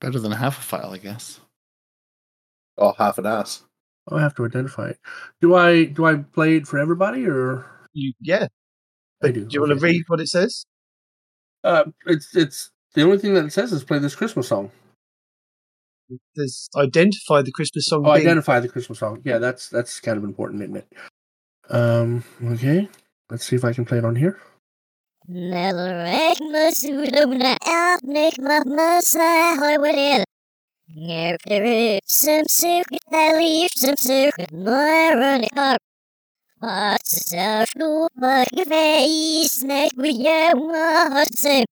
Speaker 2: Better than half a file, I guess.
Speaker 5: Or Oh, half an ass.
Speaker 1: I have to identify it. Do I do I play it for everybody or
Speaker 3: You yeah.
Speaker 1: I
Speaker 3: But
Speaker 1: do?
Speaker 3: do you want to
Speaker 1: okay.
Speaker 3: read what it says?
Speaker 1: Uh, it's it's the only thing that it says is play this Christmas song.
Speaker 3: There's identify the Christmas song
Speaker 1: Oh,
Speaker 3: being-
Speaker 1: identify the Christmas song. Yeah, that's that's kind of important, isn't it? Um. Okay. Let's see if I can play it on here.
Speaker 8: Melrek Masudumna Alpnik Mamasa Hoywadil. Nerpiru Simsuk Elif Simsuk Myronikar. Asashu Magvei Snake Wiyama Hudsim.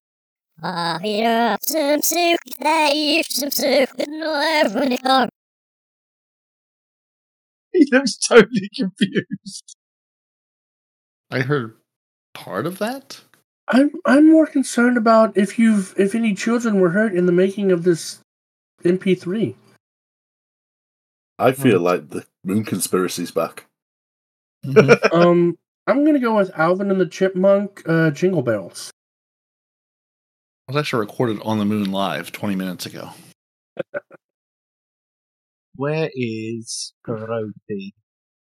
Speaker 8: Ahira Simsuk Elif Simsuk Myronikar.
Speaker 3: He looks totally confused.
Speaker 2: I heard part of that.
Speaker 1: I'm I'm more concerned about if you've if any children were hurt in the making of this MP3.
Speaker 5: I feel like the moon conspiracy's back.
Speaker 2: Mhm.
Speaker 1: Um. I'm gonna go with Alvin and the Chipmunk, uh, Jingle Bells.
Speaker 2: It was actually recorded on the moon live 20 minutes ago.
Speaker 3: Where is Garoti?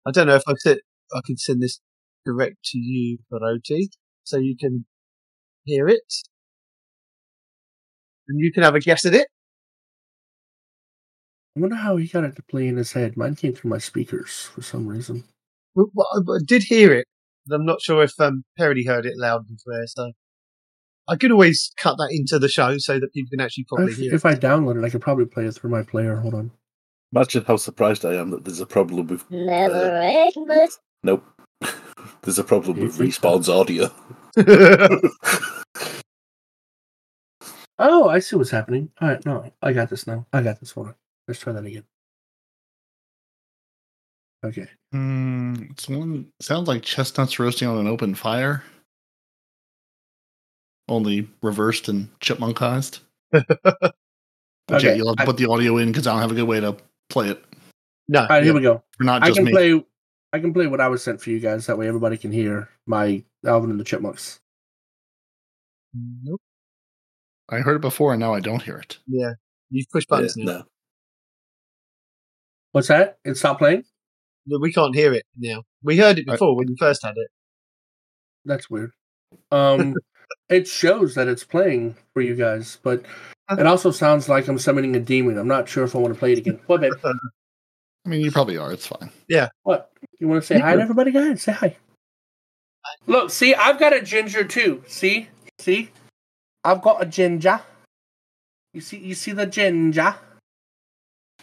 Speaker 3: I don't know if I could I could send this direct to you, Garoti, so you can hear it. And you can have a guess at it.
Speaker 1: I wonder how he got it to play in his head. Mine came through my speakers for some reason.
Speaker 3: But, but I but I did hear it, but I'm not sure if um, Parody heard it loud and clear. So I could always cut that into the show so that people can actually probably
Speaker 1: If,
Speaker 3: hear
Speaker 1: if I download it, I could probably play it through my player. Hold on.
Speaker 5: Imagine how surprised I am that there's a problem with
Speaker 8: Melrek Mas...
Speaker 5: nope. there's a problem
Speaker 1: You
Speaker 5: with
Speaker 1: think so?
Speaker 5: respawn's audio.
Speaker 3: it.
Speaker 1: Oh, I see what's happening. All right, no, I got this now. I got this. Hold on. Let's try that again. Okay.
Speaker 2: Hmm, it's one sounds like chestnuts roasting on an open fire. Only reversed and chipmunkized. But yeah,
Speaker 1: Okay,
Speaker 2: you'll have to
Speaker 1: I-
Speaker 2: put the audio in because I don't have a good way to play it.
Speaker 3: no,
Speaker 1: All right, here we go.
Speaker 2: For not
Speaker 1: I
Speaker 2: just
Speaker 1: can
Speaker 2: me.
Speaker 1: play. I can play what I was sent for you guys. That way, everybody can hear my Alvin and the Chipmunks.
Speaker 3: nope.
Speaker 2: I heard it before and now I don't hear it.
Speaker 3: Yeah, you've pushed
Speaker 5: Yeah,
Speaker 3: buttons now.
Speaker 5: no.
Speaker 1: What's that? It stopped playing.
Speaker 3: No, we can't hear it now. We heard it before when you first had it.
Speaker 1: That's weird. Um, it shows that it's playing for you guys, but it also sounds like I'm summoning a demon. I'm not sure if I want to play it again. What, babe?
Speaker 2: I mean, you probably are. It's fine.
Speaker 1: What? You want to say hi to everybody, guys? Say hi. Look, see, I've got a ginger too. See, see, I've got a ginger. You see, you see the ginger.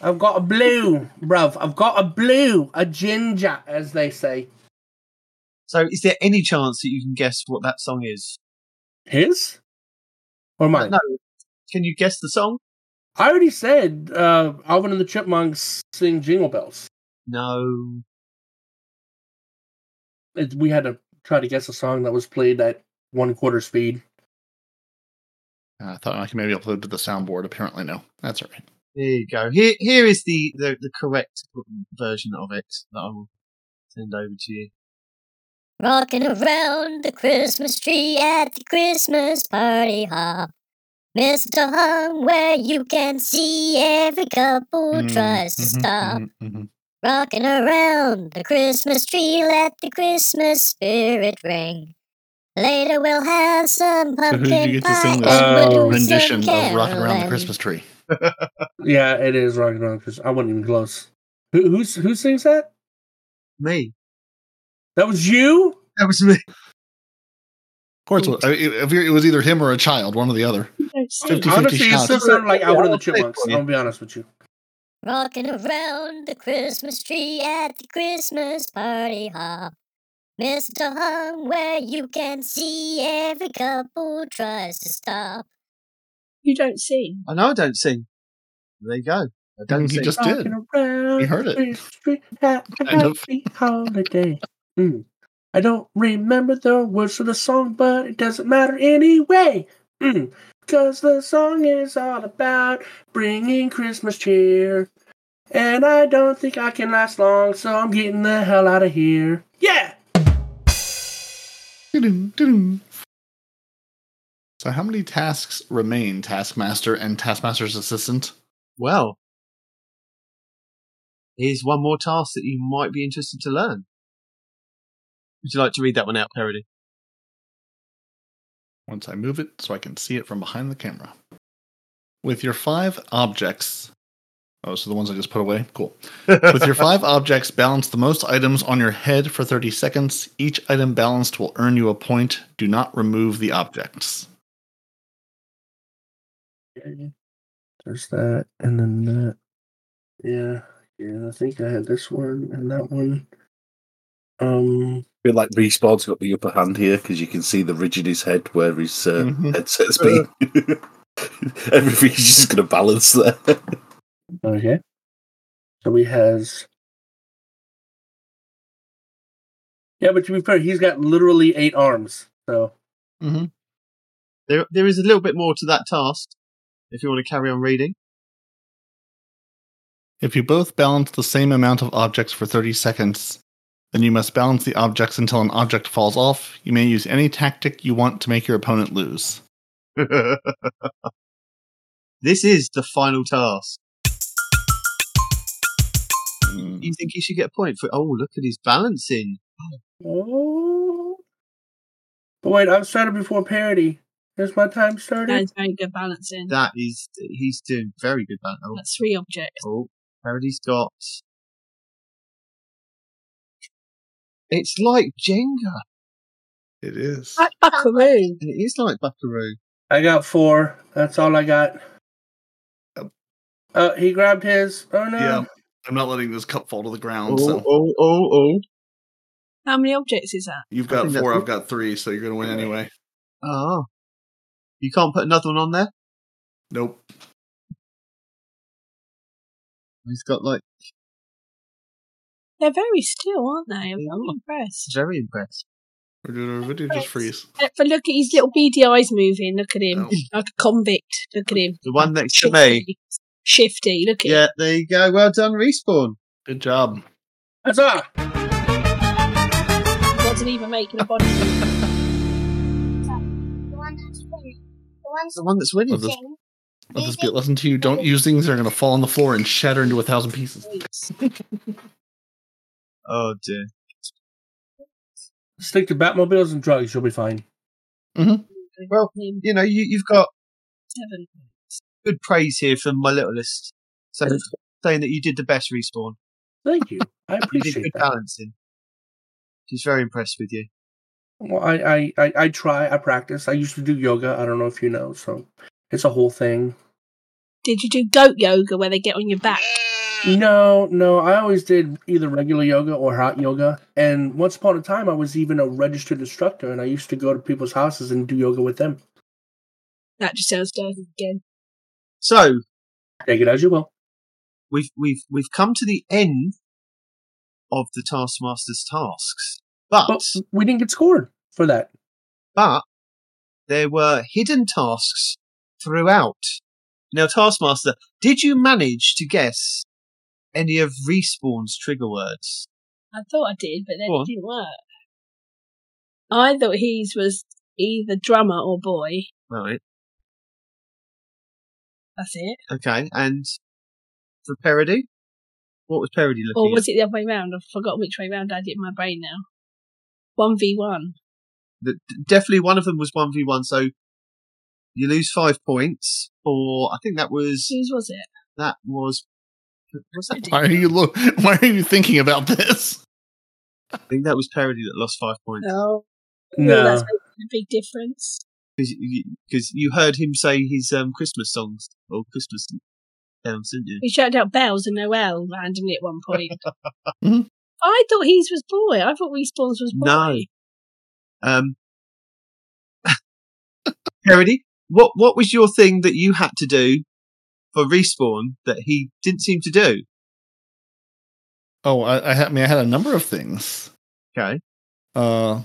Speaker 1: I've got a blue, bruv. I've got a blue, a ginger, as they say.
Speaker 3: So, is there any chance that you can guess what that song is?
Speaker 1: His or mine?
Speaker 3: No. Can you guess the song?
Speaker 1: I already said uh, Alvin and the Chipmunks sing Jingle Bells.
Speaker 3: No.
Speaker 1: It, we had to try to guess a song that was played at one quarter speed.
Speaker 2: Uh, I thought I could maybe upload to the soundboard. Apparently, no. That's all right.
Speaker 3: Here you go. Here, here is the, the, the correct version of it that I will send over to you.
Speaker 8: Rocking around the Christmas tree at the Christmas party hop. Mr. Hung, where you can see every couple
Speaker 2: Mm, Hmm,
Speaker 8: tries to
Speaker 2: mm-hmm,
Speaker 8: stop. Rocking around the Christmas tree, let the Christmas spirit ring. Later we'll have
Speaker 2: So
Speaker 8: some pumpkin
Speaker 2: who did you get to
Speaker 8: pie
Speaker 2: sing
Speaker 8: and
Speaker 1: this
Speaker 8: we'll do
Speaker 2: rendition
Speaker 8: some
Speaker 2: of Rocking Around the
Speaker 8: caroling.
Speaker 2: Christmas Tree?
Speaker 1: Yeah, it is rocking around because I wasn't even close. Who who's, who sings that?
Speaker 3: Me.
Speaker 1: That was you.
Speaker 3: That was me.
Speaker 2: Of course, it was. I mean, if you're- it was either him or a child, one or the other.
Speaker 4: It's
Speaker 2: 50-50
Speaker 1: Honestly, it
Speaker 2: shots.
Speaker 1: still sounded like
Speaker 3: Yeah,
Speaker 1: Alvin
Speaker 3: I'll
Speaker 1: and the
Speaker 3: play it
Speaker 1: Chipmunks.
Speaker 3: for
Speaker 1: I'm
Speaker 3: you.
Speaker 1: gonna be honest with you.
Speaker 8: Rocking around the Christmas tree at the Christmas party hop. Mr. Hung, where you can see every couple tries to stop.
Speaker 4: You don't sing.
Speaker 3: I know I don't sing. There you go. I don't
Speaker 2: he
Speaker 3: sing.
Speaker 2: just did.
Speaker 1: Rocking around
Speaker 2: We heard
Speaker 1: the
Speaker 2: it.
Speaker 1: Christmas tree, ha- a
Speaker 2: Kind of.
Speaker 1: happy holiday. Mm. I don't remember the words to the song, but it doesn't matter anyway. Mm. Cause the song is all about bringing Christmas cheer. And I don't think I can last long, so I'm getting the hell out of here. Yeah!
Speaker 2: Doo-doo, doo-doo. So, how many tasks remain, Taskmaster and Taskmaster's Assistant?
Speaker 3: Well, here's one more task that you might be interested to learn. Would you like to read that one out, Parody?
Speaker 2: Once I move it so I can see it from behind the camera. With your five objects. Oh, so the ones I just put away? Cool. With your five objects, balance the most items on your head for 30 seconds. Each item balanced will earn you a point. Do not remove the objects.
Speaker 1: There's that, and then that. Yeah, yeah, I think I had this one and that one. Um,
Speaker 5: feel like Respawn's got the upper hand here because you can see the ridge in his head where his uh,
Speaker 2: Mhm.
Speaker 5: headset's been. Everything's just going to balance there.
Speaker 1: okay. So he has. Yeah, but to be fair, he's got literally eight arms. So
Speaker 3: There, there is a little bit more to that task if you want to carry on reading.
Speaker 2: If you both balance the same amount of objects for 30 seconds, then you must balance the objects until an object falls off. You may use any tactic you want to make your opponent lose.
Speaker 3: this is the final task.
Speaker 2: Mm.
Speaker 3: You think he should get a point for? Oh, look at his balancing.
Speaker 1: Oh. But wait, I've started before parody. Here's my time
Speaker 4: That
Speaker 1: started.
Speaker 4: is very good balancing.
Speaker 3: That is, he's doing very good. Balance. Oh,
Speaker 4: That's three objects.
Speaker 3: Oh, Parody's got. It's like Jenga,
Speaker 2: It is.
Speaker 4: Like Buckaroo.
Speaker 3: and it is like Buckaroo.
Speaker 1: I got four. That's all I got.
Speaker 2: Yep.
Speaker 1: Uh, he grabbed his. Oh no!
Speaker 2: Yeah. I'm not letting this cup fall to the ground,
Speaker 3: Oh,
Speaker 2: so
Speaker 3: oh, oh, oh.
Speaker 4: How many objects is that?
Speaker 2: you've
Speaker 3: I
Speaker 2: got
Speaker 3: think that's
Speaker 2: four, I've
Speaker 3: it.
Speaker 2: got three, so you're gonna win anyway.
Speaker 3: Ah. You can't put another one on there?
Speaker 2: Nope.
Speaker 3: He's got like.
Speaker 4: They're very still, aren't they? I'm
Speaker 3: They are.
Speaker 4: impressed.
Speaker 3: Very impressed.
Speaker 2: Or do- or do- Just freeze.
Speaker 4: Except for look at his little beady eyes moving. Look at him,
Speaker 2: No.
Speaker 4: like a convict. Look at him.
Speaker 3: The one next Oh. to me.
Speaker 4: Shifty. Look at him.
Speaker 3: Yeah, there you go. Well done, Respawn.
Speaker 2: Good job.
Speaker 1: That's all.
Speaker 4: Wasn't even making a body. move.
Speaker 6: The one that's winning. The one's
Speaker 3: The one Oh, that's winning.
Speaker 2: Of this- Let this be a lesson to you. Don't use things that are gonna fall on the floor and shatter into a thousand pieces.
Speaker 3: Oh, dear.
Speaker 1: Stick to Batmobiles and drugs. You'll be fine.
Speaker 3: Well,
Speaker 4: Him,
Speaker 3: you know, you, you've got
Speaker 4: seven.
Speaker 3: good praise here from my littlest. So, saying that you did the best, Respawn.
Speaker 1: Thank you. I
Speaker 3: You did
Speaker 1: appreciate
Speaker 3: good
Speaker 1: that.
Speaker 3: balancing. She's very impressed with you.
Speaker 1: Well, I, I, I, I try. I practice. I used to do yoga. I don't know if you know, so it's a whole thing.
Speaker 4: Did you do goat yoga where they get on your back?
Speaker 1: No, no. I always did either regular yoga or hot yoga. And once upon a time, I was even a registered instructor, and I used to go to people's houses and do yoga with them.
Speaker 4: That just sounds dirty again.
Speaker 3: So,
Speaker 1: Take it as you will.
Speaker 3: we've we've we've come to the end of the taskmaster's tasks but
Speaker 1: But we didn't get scored for that.
Speaker 3: but there were hidden tasks throughout now taskmaster did you manage to guess any of respawn's trigger words
Speaker 4: I thought I did, but then
Speaker 3: Go on.
Speaker 4: it didn't work. I thought his was either drummer or boy,
Speaker 3: right
Speaker 4: That's it.
Speaker 3: Okay, and for parody, what was parody looking?
Speaker 4: Or
Speaker 3: at?
Speaker 4: was it the other way round? I've forgotten which way round I did it in my brain now. 1v1.
Speaker 3: the, definitely one of them was 1v1 so you lose five points or i think that was
Speaker 4: Whose was it?
Speaker 3: that was was that,
Speaker 2: Why are you look? Why are you thinking about this?
Speaker 3: i think that was parody that lost five points
Speaker 4: Oh,
Speaker 1: No.
Speaker 4: that's making a big difference.
Speaker 3: because you, 'cause you heard him say his um, christmas songs or christmas sounds didn't you
Speaker 4: He shouted out bells and Noel randomly at one point.
Speaker 2: Mhm.
Speaker 4: I thought his was boy. I thought Respawn's was boy.
Speaker 3: no um parody what what was your thing that you had to do for respawn that he didn't seem to do
Speaker 2: Oh, I, I, had, I mean, I had a number of things.
Speaker 3: okay
Speaker 2: Uh,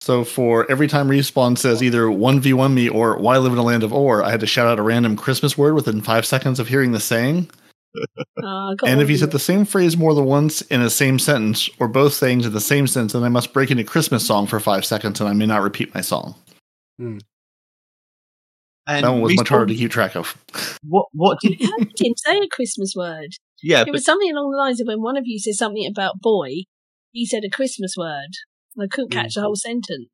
Speaker 2: so for every time respawn says either one v one me or why live in a land of ore, I had to shout out a random Christmas word within five seconds of hearing the saying.
Speaker 4: Ah, I got
Speaker 2: and if
Speaker 4: one
Speaker 2: you said
Speaker 4: wrong.
Speaker 2: the same phrase more than once in the same sentence, or both sayings in the same sentence, then I must break into Christmas song for five seconds, and I may not repeat my song.
Speaker 3: and
Speaker 2: that one was much harder
Speaker 3: Respawn,
Speaker 2: to keep track of.
Speaker 3: what what did
Speaker 4: I didn't say a Christmas word.
Speaker 3: yeah
Speaker 4: It
Speaker 3: but
Speaker 4: was something along the lines of when one of you said something about boy, he said a Christmas word. And I couldn't catch the whole sentence.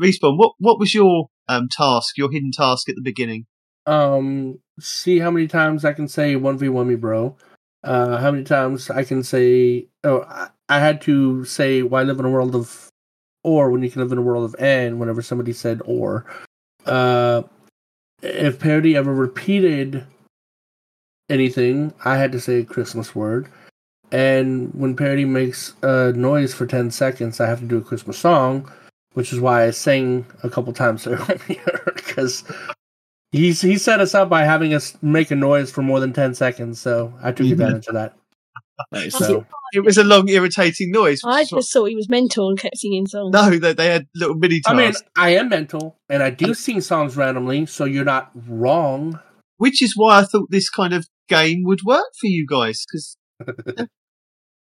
Speaker 3: Respawn, what what was your um task, your hidden task at the beginning?
Speaker 1: um see how many times I can say one v one me bro. Uh how many times I can say oh I, I had to say why live in a world of or when you can live in a world of and whenever somebody said or. Uh if parody ever repeated anything, I had to say a Christmas word. And when parody makes a noise for ten seconds, I have to do a Christmas song, which is why I sang a couple times earlier because he he set us up by having us make a noise for more than ten seconds, so I took
Speaker 2: Mhm.
Speaker 1: advantage of that.
Speaker 2: Nice.
Speaker 1: So
Speaker 3: It was a long, irritating noise. which
Speaker 4: Oh, I
Speaker 3: is what-
Speaker 4: just thought he was mental and kept singing songs.
Speaker 3: no, they, they had little mini
Speaker 1: I
Speaker 3: tasks,
Speaker 1: mean, I am mental, and I do sing songs randomly, so you're not wrong.
Speaker 3: which is why I thought this kind of game would work for you guys. Because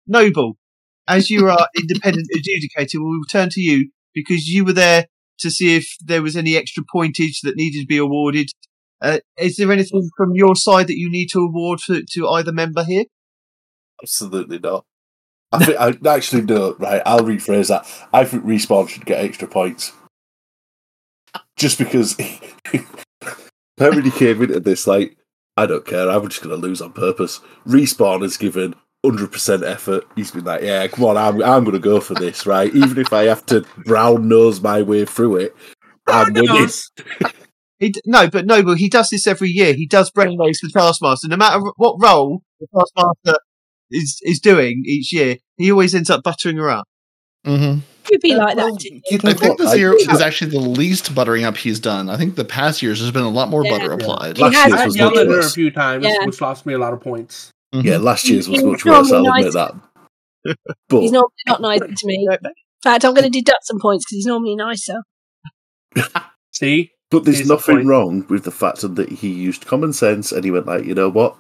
Speaker 3: Noble, as you are independent adjudicator, we will turn to you because you were there to see if there was any extra pointage that needed to be awarded. Uh, is there anything from your side that you need to award for, to either member here?
Speaker 5: Absolutely not. I think I actually no. Right, I'll rephrase that. I think respawn should get extra points, just because. Nobody came into this like I don't care. I'm just going to lose on purpose. Respawn has given hundred percent effort. He's been like, yeah, come on, I'm I'm going to go for this, right? Even if I have to brown nose my way through it, I'm winning.
Speaker 3: He d- no, but Noble, he does this every year. He does brain race the Taskmaster. No matter wh- what role the Taskmaster is, is doing each year, he always ends up buttering her up.
Speaker 2: hmm
Speaker 4: You'd be
Speaker 5: Yeah,
Speaker 4: like that.
Speaker 5: well,
Speaker 4: too.
Speaker 5: you know
Speaker 2: I think
Speaker 5: what,
Speaker 2: this
Speaker 5: I-
Speaker 2: year is actually the least buttering up he's done. I think the past years there's been a lot more
Speaker 4: Yeah.
Speaker 2: butter
Speaker 1: Yeah.
Speaker 2: applied.
Speaker 4: He
Speaker 5: Last
Speaker 4: has.
Speaker 5: year's
Speaker 1: I
Speaker 5: was
Speaker 1: yelled
Speaker 5: much
Speaker 1: at her a
Speaker 5: worse.
Speaker 1: few times,
Speaker 4: Yeah.
Speaker 1: which lost me a lot of points.
Speaker 2: Mhm.
Speaker 5: Yeah, last year's was
Speaker 4: He's
Speaker 5: much worse. I'll
Speaker 4: normally nice.
Speaker 5: admit that. But
Speaker 4: He's not not nicer to me. In fact, I'm going to deduct some points because he's normally nicer.
Speaker 1: See,
Speaker 5: But there's
Speaker 1: Here's the
Speaker 5: nothing
Speaker 1: point.
Speaker 5: wrong with the fact that he used common sense and he went like, you know what?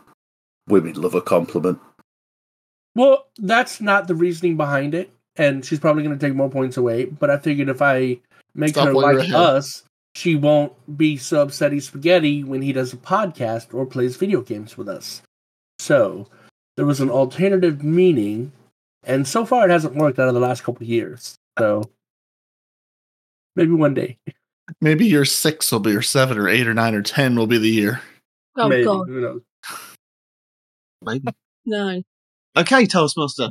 Speaker 5: Women love a compliment.
Speaker 1: Well, that's not the reasoning behind it, and she's probably going to take more points away. But I figured if I make
Speaker 2: Stop
Speaker 1: her
Speaker 2: while you're
Speaker 1: like
Speaker 2: ahead.
Speaker 1: us, she won't be so upsetty spaghetti when he does a podcast or plays video games with us. So there was an alternative meaning, and so far it hasn't worked out of the last couple of years. So maybe one day,
Speaker 2: Maybe your six will be, or seven, or eight, or nine, or ten will be the year.
Speaker 4: Oh
Speaker 1: maybe
Speaker 4: God,
Speaker 1: who knows?
Speaker 3: Maybe.
Speaker 4: no.
Speaker 3: okay, Taskmaster,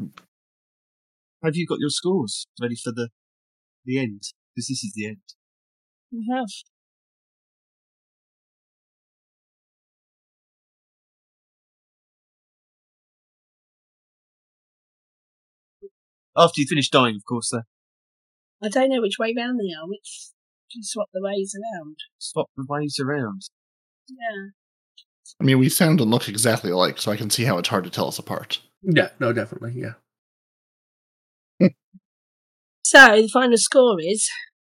Speaker 3: have you got your scores ready for the the end? Because this is the end.
Speaker 4: We have.
Speaker 3: After you finish dying, of course. uh, There,
Speaker 4: I don't know which way round they are. Which do you swap the ways around?
Speaker 3: swap the waves around.
Speaker 4: Yeah.
Speaker 2: I mean, we sound and look exactly alike, so I can see how it's hard to tell us apart.
Speaker 1: Yeah, no, definitely, yeah.
Speaker 4: So the final score is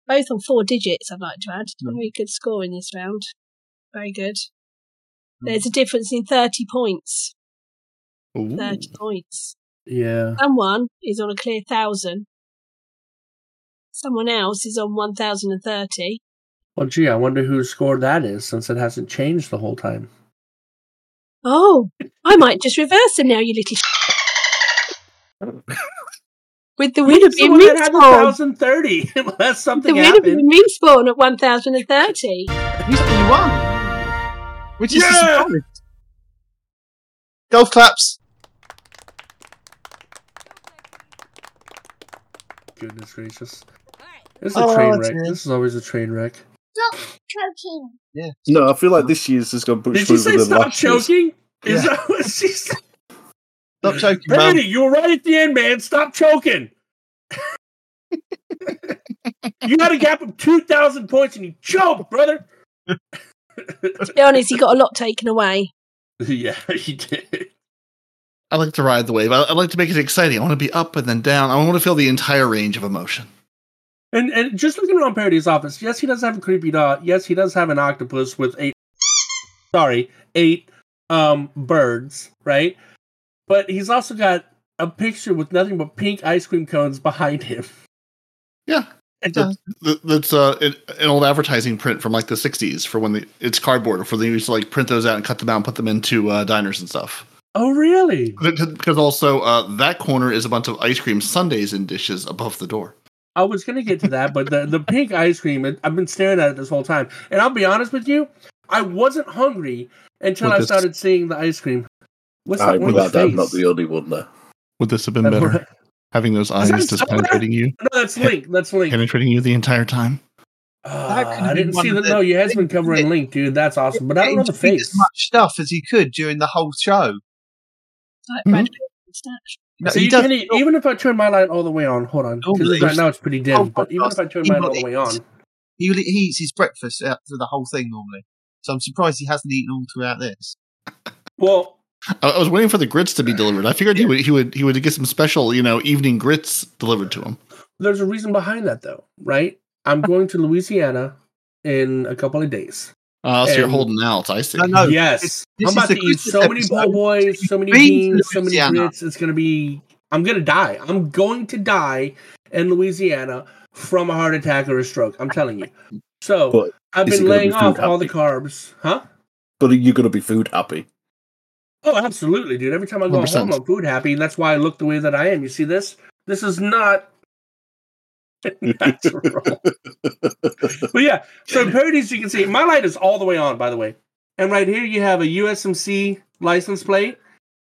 Speaker 4: both on four digits. I'd like to add. Very good score in this round. Very good. There's a difference in thirty points.
Speaker 2: Ooh.
Speaker 4: Thirty points.
Speaker 1: Yeah.
Speaker 4: Someone is on a clear thousand. Someone else is on 1,030.
Speaker 1: Well, gee, I wonder whose score that is since it hasn't changed the whole time.
Speaker 4: Oh, I might just reverse them now, you little. With the winner
Speaker 1: He's the
Speaker 4: being
Speaker 1: one that had the
Speaker 4: Meatspawn.
Speaker 1: 1030. Unless
Speaker 4: The
Speaker 1: something
Speaker 4: winner being
Speaker 1: happened.
Speaker 4: Meatspawn at 1030.
Speaker 3: He's only one. Which is a
Speaker 7: Yeah!
Speaker 3: surprise. Golf claps.
Speaker 1: Goodness gracious. This is a
Speaker 3: Oh,
Speaker 1: train wreck.
Speaker 3: dear.
Speaker 1: This is always a train wreck.
Speaker 6: Stop choking.
Speaker 3: Yeah.
Speaker 5: No, I feel like this year's has gone much
Speaker 1: Did she
Speaker 5: smoother
Speaker 1: say
Speaker 5: than
Speaker 1: stop
Speaker 5: last year's.
Speaker 1: choking? Is that what she said?
Speaker 3: Stop joking, man.
Speaker 1: Parody, you were right at the end, man. Stop choking. you had a gap of 2,000 points and you choked, brother.
Speaker 4: To be honest, he got a lot taken away.
Speaker 1: yeah, you did.
Speaker 2: I like to ride the wave. I, I like to make it exciting. I want to be up and then down. I want to feel the entire range of emotion.
Speaker 1: And and just looking around Parody's office, yes, he does have a creepy doll. Yes, he does have an octopus with eight. Sorry, eight um birds, right? But he's also got a picture with nothing but pink ice cream cones behind him.
Speaker 2: Yeah. That- that- That's uh, an an old advertising print from like the '60s for when the, it's cardboard for they used to like print those out and cut them out and put them into uh, diners and stuff.
Speaker 1: Oh, really?
Speaker 2: Because because also uh, that corner is a bunch of ice cream sundaes and dishes above the door.
Speaker 1: I was gonna get to that, but the the pink ice cream, it- I've been staring at it this whole time. And I'll be honest with you, I wasn't hungry until I
Speaker 2: Lucas.
Speaker 1: started seeing the ice cream. What's
Speaker 5: I'm
Speaker 1: that orange
Speaker 5: glad I'm
Speaker 1: face?
Speaker 5: not the only one there.
Speaker 2: Would this have been better having those eyes
Speaker 1: Is that
Speaker 2: just
Speaker 1: soda?
Speaker 2: penetrating you,
Speaker 1: no, that's Link. That's Link.
Speaker 2: penetrating you the entire time?
Speaker 1: Ah,
Speaker 3: could've
Speaker 1: I
Speaker 3: been
Speaker 1: didn't see
Speaker 3: one
Speaker 1: the
Speaker 3: of the
Speaker 1: no. Your head's been
Speaker 3: things,
Speaker 1: covering
Speaker 3: isn't it?
Speaker 1: Link, dude. That's awesome. But I don't know the
Speaker 3: Getting to eat
Speaker 1: face.
Speaker 3: As much stuff as he could during the whole show.
Speaker 4: Like
Speaker 5: Mm-hmm.
Speaker 2: Mhm.
Speaker 4: Brad Pitt and Snatch.
Speaker 3: No,
Speaker 1: so
Speaker 3: he
Speaker 1: you
Speaker 3: does-
Speaker 1: can't eat, even if I turn my light all the way on. Hold on,
Speaker 3: Normally-
Speaker 1: because right now it's pretty dim.
Speaker 3: Oh,
Speaker 1: but even if I turn
Speaker 3: he
Speaker 1: mine
Speaker 3: will
Speaker 1: all the way
Speaker 3: eat.
Speaker 1: on,
Speaker 3: He, will- he eats his breakfast out for the whole thing normally. So I'm surprised he hasn't eaten all throughout this.
Speaker 1: well,
Speaker 2: I, I was waiting for the grits to be delivered. I figured he would he would he would get some special you know evening grits delivered to him.
Speaker 1: there's a reason behind that, though, right? I'm going to Louisiana in a couple of days.
Speaker 2: Uh, so you're
Speaker 1: And-
Speaker 2: holding out. I see.
Speaker 3: No, no,
Speaker 1: yes,
Speaker 3: Oh,
Speaker 1: I'm
Speaker 3: this is
Speaker 1: about
Speaker 3: the
Speaker 1: to eat
Speaker 3: Christmas
Speaker 1: so many po'
Speaker 3: episode.
Speaker 1: boys, so many
Speaker 3: Been to
Speaker 1: beans, so many
Speaker 3: Louisiana.
Speaker 1: grits. It's gonna be. I'm gonna die. I'm going to die in Louisiana from a heart attack or a stroke. I'm telling you. So
Speaker 5: But
Speaker 1: I've
Speaker 5: is
Speaker 1: been
Speaker 5: it gonna
Speaker 1: laying
Speaker 5: be
Speaker 1: off
Speaker 5: food
Speaker 1: all the
Speaker 5: happy?
Speaker 1: carbs, huh?
Speaker 5: But are you going to be food happy?
Speaker 1: Oh, absolutely, dude. Every time I go
Speaker 2: 100%.
Speaker 1: home, I'm food happy, and that's why I look the way that I am. You see this? This is not natural. but yeah, so in parodies, you can see my light is all the way on, by the way. And right here, you have a USMC license plate.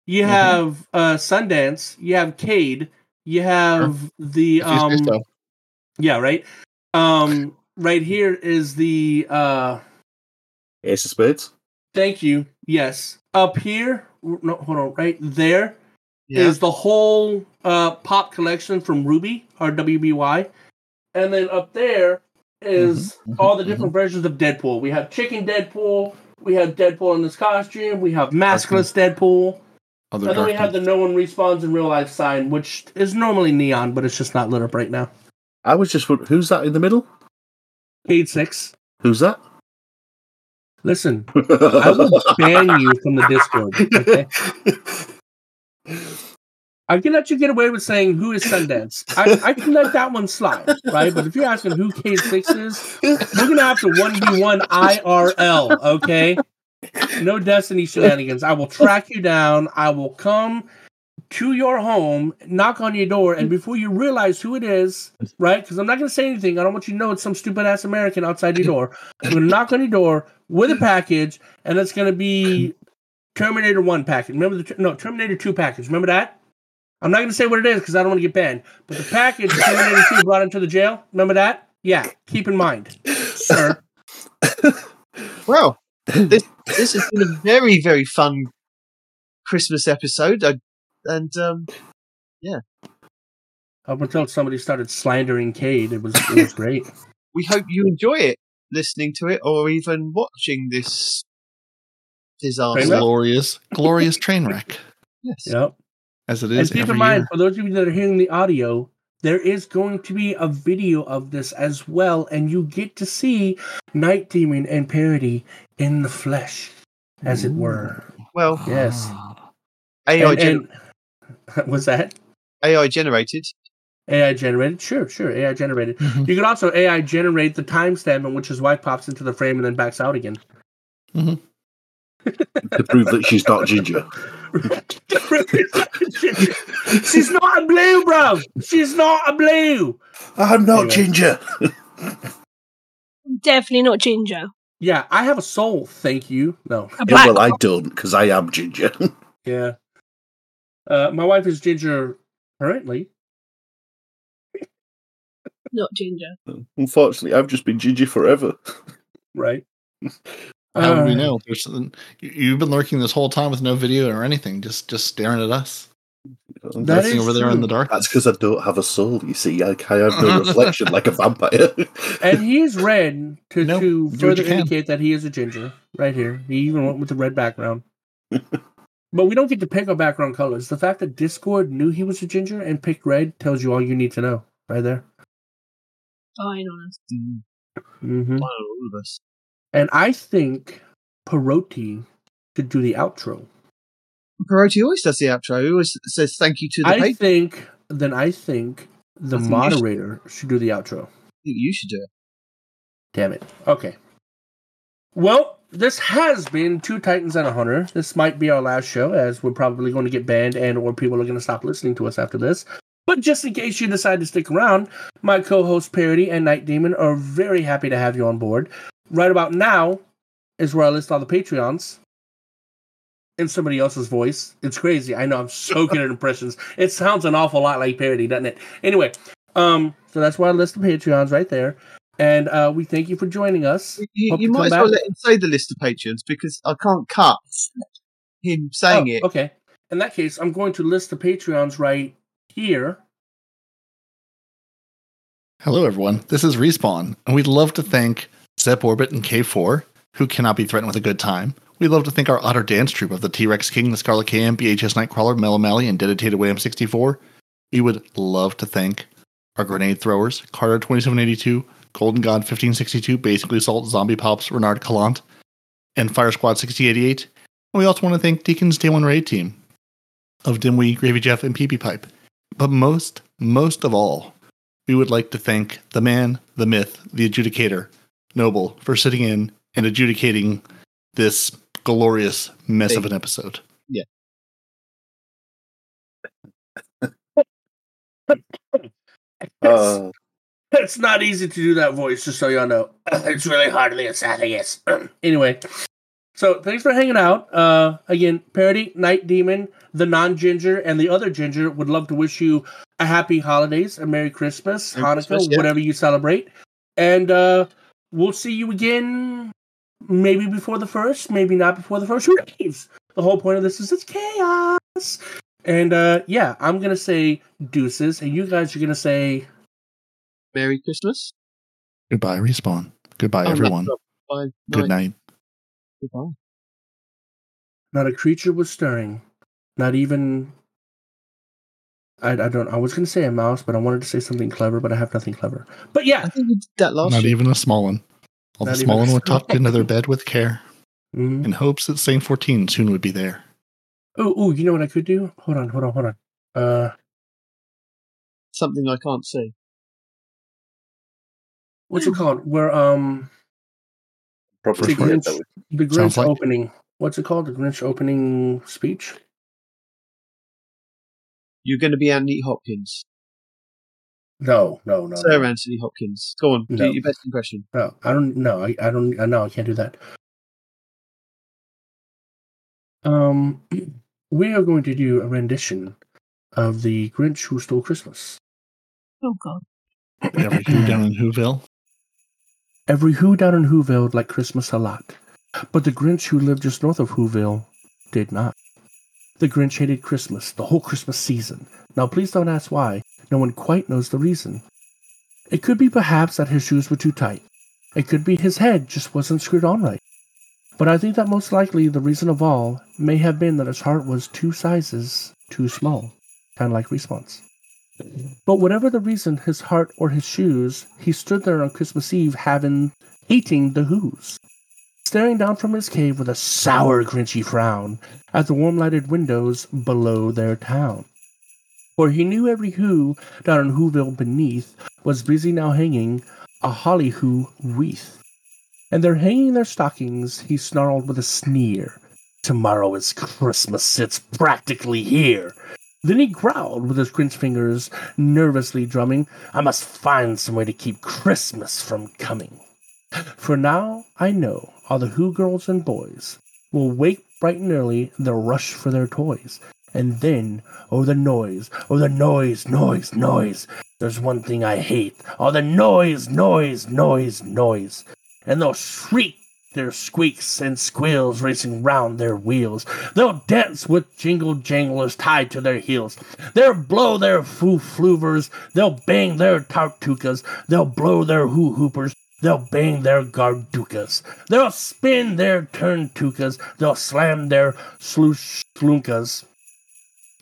Speaker 1: You
Speaker 2: Mhm.
Speaker 1: have uh, Sundance. You have Cade. You have the
Speaker 2: If you say
Speaker 1: um,
Speaker 2: so.
Speaker 1: yeah, right. Um, right here is the uh,
Speaker 5: Ace of Spades.
Speaker 1: thank you. Yes, up here. No, hold on. Right there
Speaker 3: Yeah.
Speaker 1: is the whole uh, pop collection from Ruby or WBY, and then up there is
Speaker 2: Mhm, mhm,
Speaker 1: all the different versions of Deadpool. We have Chicken Deadpool, we have Deadpool in this costume, we have Maskless Deadpool,
Speaker 2: Other
Speaker 1: and then we
Speaker 2: dark
Speaker 1: have the
Speaker 2: ones.
Speaker 1: No One Respawns in Real Life sign, which is normally neon, but it's just not lit up right now.
Speaker 5: I was just wondering, who's that in the middle?
Speaker 1: Eight six.
Speaker 5: Who's that?
Speaker 1: Listen, I will ban you from the Discord. Okay? I can let you get away with saying who is Sundance. I, I can let that one slide, right? But if you're asking who Cade Six is, We're gonna have to one v one IRL, okay? No destiny shenanigans. I will track you down. I will come to your home, knock on your door, and before you realize who it is, right? Because I'm not gonna say anything. I don't want you to know it's some stupid ass American outside your door. I'm gonna knock on your door with a package, and it's gonna be Terminator One package. Remember the no Terminator Two package. Remember that? I'm not gonna say what it is because I don't want to get banned. But the package Terminator Two brought into the jail. Remember that? Yeah. Keep in mind, sir.
Speaker 3: Well, this, this has been a very, very fun Christmas episode. I, and um,
Speaker 1: Up until somebody started slandering Cade, it was it was great.
Speaker 3: we hope you enjoy it, listening to it, or even watching this
Speaker 1: Train
Speaker 3: disaster.
Speaker 1: wreck?
Speaker 2: glorious, glorious train wreck
Speaker 3: Yes.
Speaker 1: Yep.
Speaker 2: as it
Speaker 1: And
Speaker 2: is
Speaker 1: keep
Speaker 2: every
Speaker 1: in mind,
Speaker 2: year.
Speaker 1: for those of you that are hearing the audio, there is going to be a video of this as well, and you get to see Night Demon and Parody in the flesh, as it were.
Speaker 3: Well,
Speaker 1: Yes.
Speaker 2: Ah.
Speaker 3: AI,
Speaker 1: And,
Speaker 3: gen-
Speaker 1: and- was that
Speaker 3: AI generated.
Speaker 1: AI generated? Sure, sure. AI generated.
Speaker 2: Mhm.
Speaker 1: You can also AI generate the timestamp in which his wife pops into the frame and then backs out again.
Speaker 5: to prove that she's not ginger.
Speaker 1: She's not a blue, bro. She's not a blue.
Speaker 5: I'm not
Speaker 1: Anyway.
Speaker 5: ginger.
Speaker 4: Definitely not ginger.
Speaker 1: Yeah, I have a soul. Thank you. No.
Speaker 4: A
Speaker 5: Yeah,
Speaker 4: black
Speaker 5: well, I don't because I am ginger.
Speaker 1: Yeah. Uh, my wife is ginger currently.
Speaker 4: not ginger.
Speaker 5: Unfortunately, I've just been ginger forever.
Speaker 1: Right.
Speaker 2: How do we
Speaker 1: Uh,
Speaker 2: know? There's, you- you've been lurking this whole time with no video or anything, just just staring at us,
Speaker 1: That
Speaker 2: lurking
Speaker 1: is
Speaker 2: over there in
Speaker 1: true.
Speaker 2: the dark.
Speaker 5: That's because I don't have a soul. You see, I, I have no reflection like a vampire.
Speaker 1: And he is red to,
Speaker 2: Nope, do
Speaker 1: to
Speaker 2: what
Speaker 1: further
Speaker 2: you can.
Speaker 1: indicate that he is a ginger. Right here. He even went with the red background. but we don't get to pick our background colors. The fact that Discord knew he was a ginger and picked red tells you all you need to know. Right there.
Speaker 4: Fine on us.
Speaker 3: Mm,
Speaker 2: Mm-hmm.
Speaker 1: hmm
Speaker 3: fine on all of us.
Speaker 1: And I think Paroti should do the outro.
Speaker 3: Paroti always does the outro. He always says thank you to the
Speaker 1: I
Speaker 3: patron.
Speaker 1: think then I think the
Speaker 3: I think you should-
Speaker 1: moderator should do the outro.
Speaker 3: You should do it.
Speaker 1: Damn it. Okay. Well, this has been Two Titans and a Hunter. This might be our last show, as we're probably going to get banned and or people are going to stop listening to us after this. But just in case you decide to stick around, my co-host Parody and Night Demon are very happy to have you on board. Right about now is where I list all the Patreons in somebody else's voice. It's crazy. I know I'm so good at impressions. It sounds an awful lot like parody, doesn't it? Anyway, um, so that's why I list the Patreons right there. And uh, we thank you for joining us.
Speaker 3: You,
Speaker 1: Hope
Speaker 3: you
Speaker 1: to
Speaker 3: might as
Speaker 1: come
Speaker 3: well
Speaker 1: back.
Speaker 3: let him say the list of patrons because I can't cut him saying
Speaker 1: Oh,
Speaker 3: it.
Speaker 1: Okay. In that case, I'm going to list the Patreons right here.
Speaker 2: Hello, everyone. This is Respawn, and we'd love to thank Zep Orbit and K4, who cannot be threatened with a good time. We'd love to thank our Otter Dance Troupe of the T Rex King, the Scarlet KM, BHS Nightcrawler, Mel O'Malley, and Dedicated WM64. We would love to thank our Grenade Throwers, Carter 2782, Golden God 1562, Basically Salt, Zombie Pops, Renard Calant, and Fire Squad 6088. And we also want to thank Deacon's Day One Raid team of Dimwee, Gravy Jeff, and Pee Pee Pipe. But most, most of all, we would like to thank the man, the myth, the adjudicator, Noble, for sitting in and adjudicating this glorious mess of an episode.
Speaker 5: Uh,
Speaker 1: It's not easy to do that voice, just so y'all know. It's really hard to be esophagus. anyway, so thanks for hanging out. Uh, again, Parody, Night Demon, the non ginger, and the other ginger would love to wish you a happy holidays, a Merry Christmas,
Speaker 3: Merry
Speaker 1: Hanukkah,
Speaker 3: Christmas, yeah.
Speaker 1: whatever you celebrate. And uh, we'll see you again maybe before the first, maybe not before the first. Who knows? The whole point of this is it's chaos. And uh, yeah, I'm going to say deuces, and you guys are going to say.
Speaker 3: Merry Christmas.
Speaker 2: Goodbye, Respawn. Goodbye,
Speaker 3: Oh, no,
Speaker 2: everyone.
Speaker 3: no, Bye.
Speaker 2: Good
Speaker 3: night.
Speaker 2: night.
Speaker 3: Goodbye.
Speaker 1: Not a creature was stirring. Not even. I, I don't. I was going to say a mouse, but I wanted to say something clever, but I have nothing clever. But yeah.
Speaker 3: I think we did that last
Speaker 2: Not
Speaker 3: year.
Speaker 2: even a small one. All
Speaker 1: Oh, Not
Speaker 2: the
Speaker 1: even
Speaker 2: small
Speaker 1: a
Speaker 2: one were
Speaker 1: small
Speaker 2: tucked into their bed with care
Speaker 1: Mm.
Speaker 2: in hopes that Saint 14 soon would be there.
Speaker 1: Oh, oh, you know what I could do? Hold on, hold on, hold on. Uh,
Speaker 3: Something I can't see.
Speaker 1: what's
Speaker 2: Mm.
Speaker 1: it called? Where um
Speaker 5: probably
Speaker 1: the
Speaker 2: First word.
Speaker 5: forget
Speaker 1: Grinch,
Speaker 5: that
Speaker 1: the
Speaker 2: Sounds
Speaker 1: Grinch
Speaker 2: like-
Speaker 1: opening. What's it called? The Grinch opening speech.
Speaker 3: You're going to be Anthony Hopkins.
Speaker 1: No, no, no,
Speaker 3: Sir
Speaker 1: no.
Speaker 3: Anthony Hopkins. Go on.
Speaker 1: No.
Speaker 3: Do your best impression.
Speaker 1: no. I don't. No, I, I don't. I know I can't do that. Um, we are going to do a rendition of the Grinch Who Stole Christmas.
Speaker 4: Oh god.
Speaker 2: Every who down in Whoville.
Speaker 1: Every Who down in Whoville liked Christmas a lot, but the Grinch who lived just north of Whoville did not. The Grinch hated Christmas the whole Christmas season. Now, please don't ask why. No one quite knows the reason. It could be perhaps that his shoes were too tight. It could be his head just wasn't screwed on right. But I think that most likely the reason of all may have been that his heart was two sizes too small, kind of like response. But whatever the reason, his heart or his shoes, he stood there on Christmas Eve having hating the Who's. Staring down from his cave with a sour, grinchy frown at the warm lighted windows below their town. For he knew every Who down in Whoville beneath was busy now hanging a holly Who wreath. And they're hanging their stockings, he snarled with a sneer, Tomorrow is Christmas. It's practically here. Then he growled with his cringe fingers nervously drumming. I must find some way to keep Christmas from coming. For now, I know all the Who girls and boys will wake bright and early and they'll rush for their toys. And then, oh, the noise, oh, the noise, noise, noise. There's one thing I hate all the noise, noise, noise, noise. And they'll shriek their squeaks and squeals racing round their wheels. They'll dance with jingle janglers tied to their heels. They'll blow their foo fluvers. They'll bang their tartukas. They'll blow their hoo hoopers. They'll bang their gardukas. They'll spin their turntukas. They'll slam their sloosh slunkas.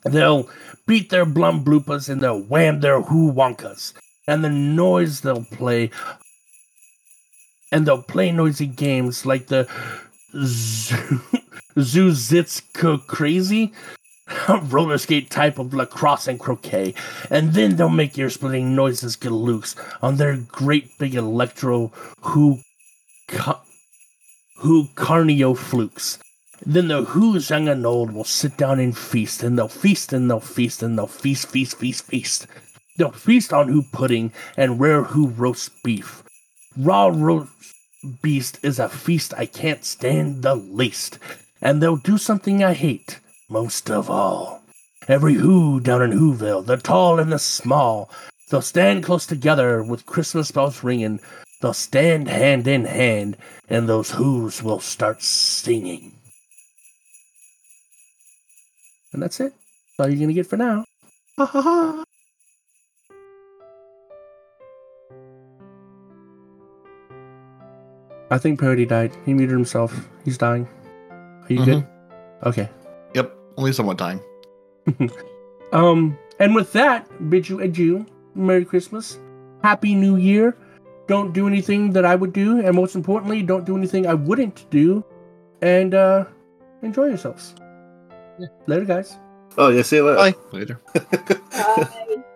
Speaker 1: They'll beat their blum bloopas and they'll wham their hoo wonkas. And the noise they'll play and they'll play noisy games like the Zuzitsko Crazy roller skate type of lacrosse and croquet, and then they'll make ear splitting noises get loose on their great big electro who ca- who carnio flukes. Then the who's young and old will sit down and feast, and they'll feast and they'll feast and they'll feast, feast, feast, feast. They'll feast on who pudding and rare who roast beef. Raw roast beast is a feast I can't stand the least. And they'll do something I hate most of all. Every who down in Whoville, the tall and the small, they'll stand close together with Christmas bells ringing. They'll stand hand in hand, and those who's will start singing. And that's it. That's all you're gonna get for now. Ha ha ha. I think Parody died. He muted himself. He's dying. Are you good? Okay.
Speaker 2: Yep, only somewhat time.
Speaker 1: Um, and with that, bid you adieu. Merry Christmas. Happy New Year. Don't do anything that I would do, and most importantly, don't do anything I wouldn't do. And uh enjoy yourselves. Later guys.
Speaker 5: Oh, yeah, see you later.
Speaker 3: Bye.
Speaker 2: Later.
Speaker 4: Bye.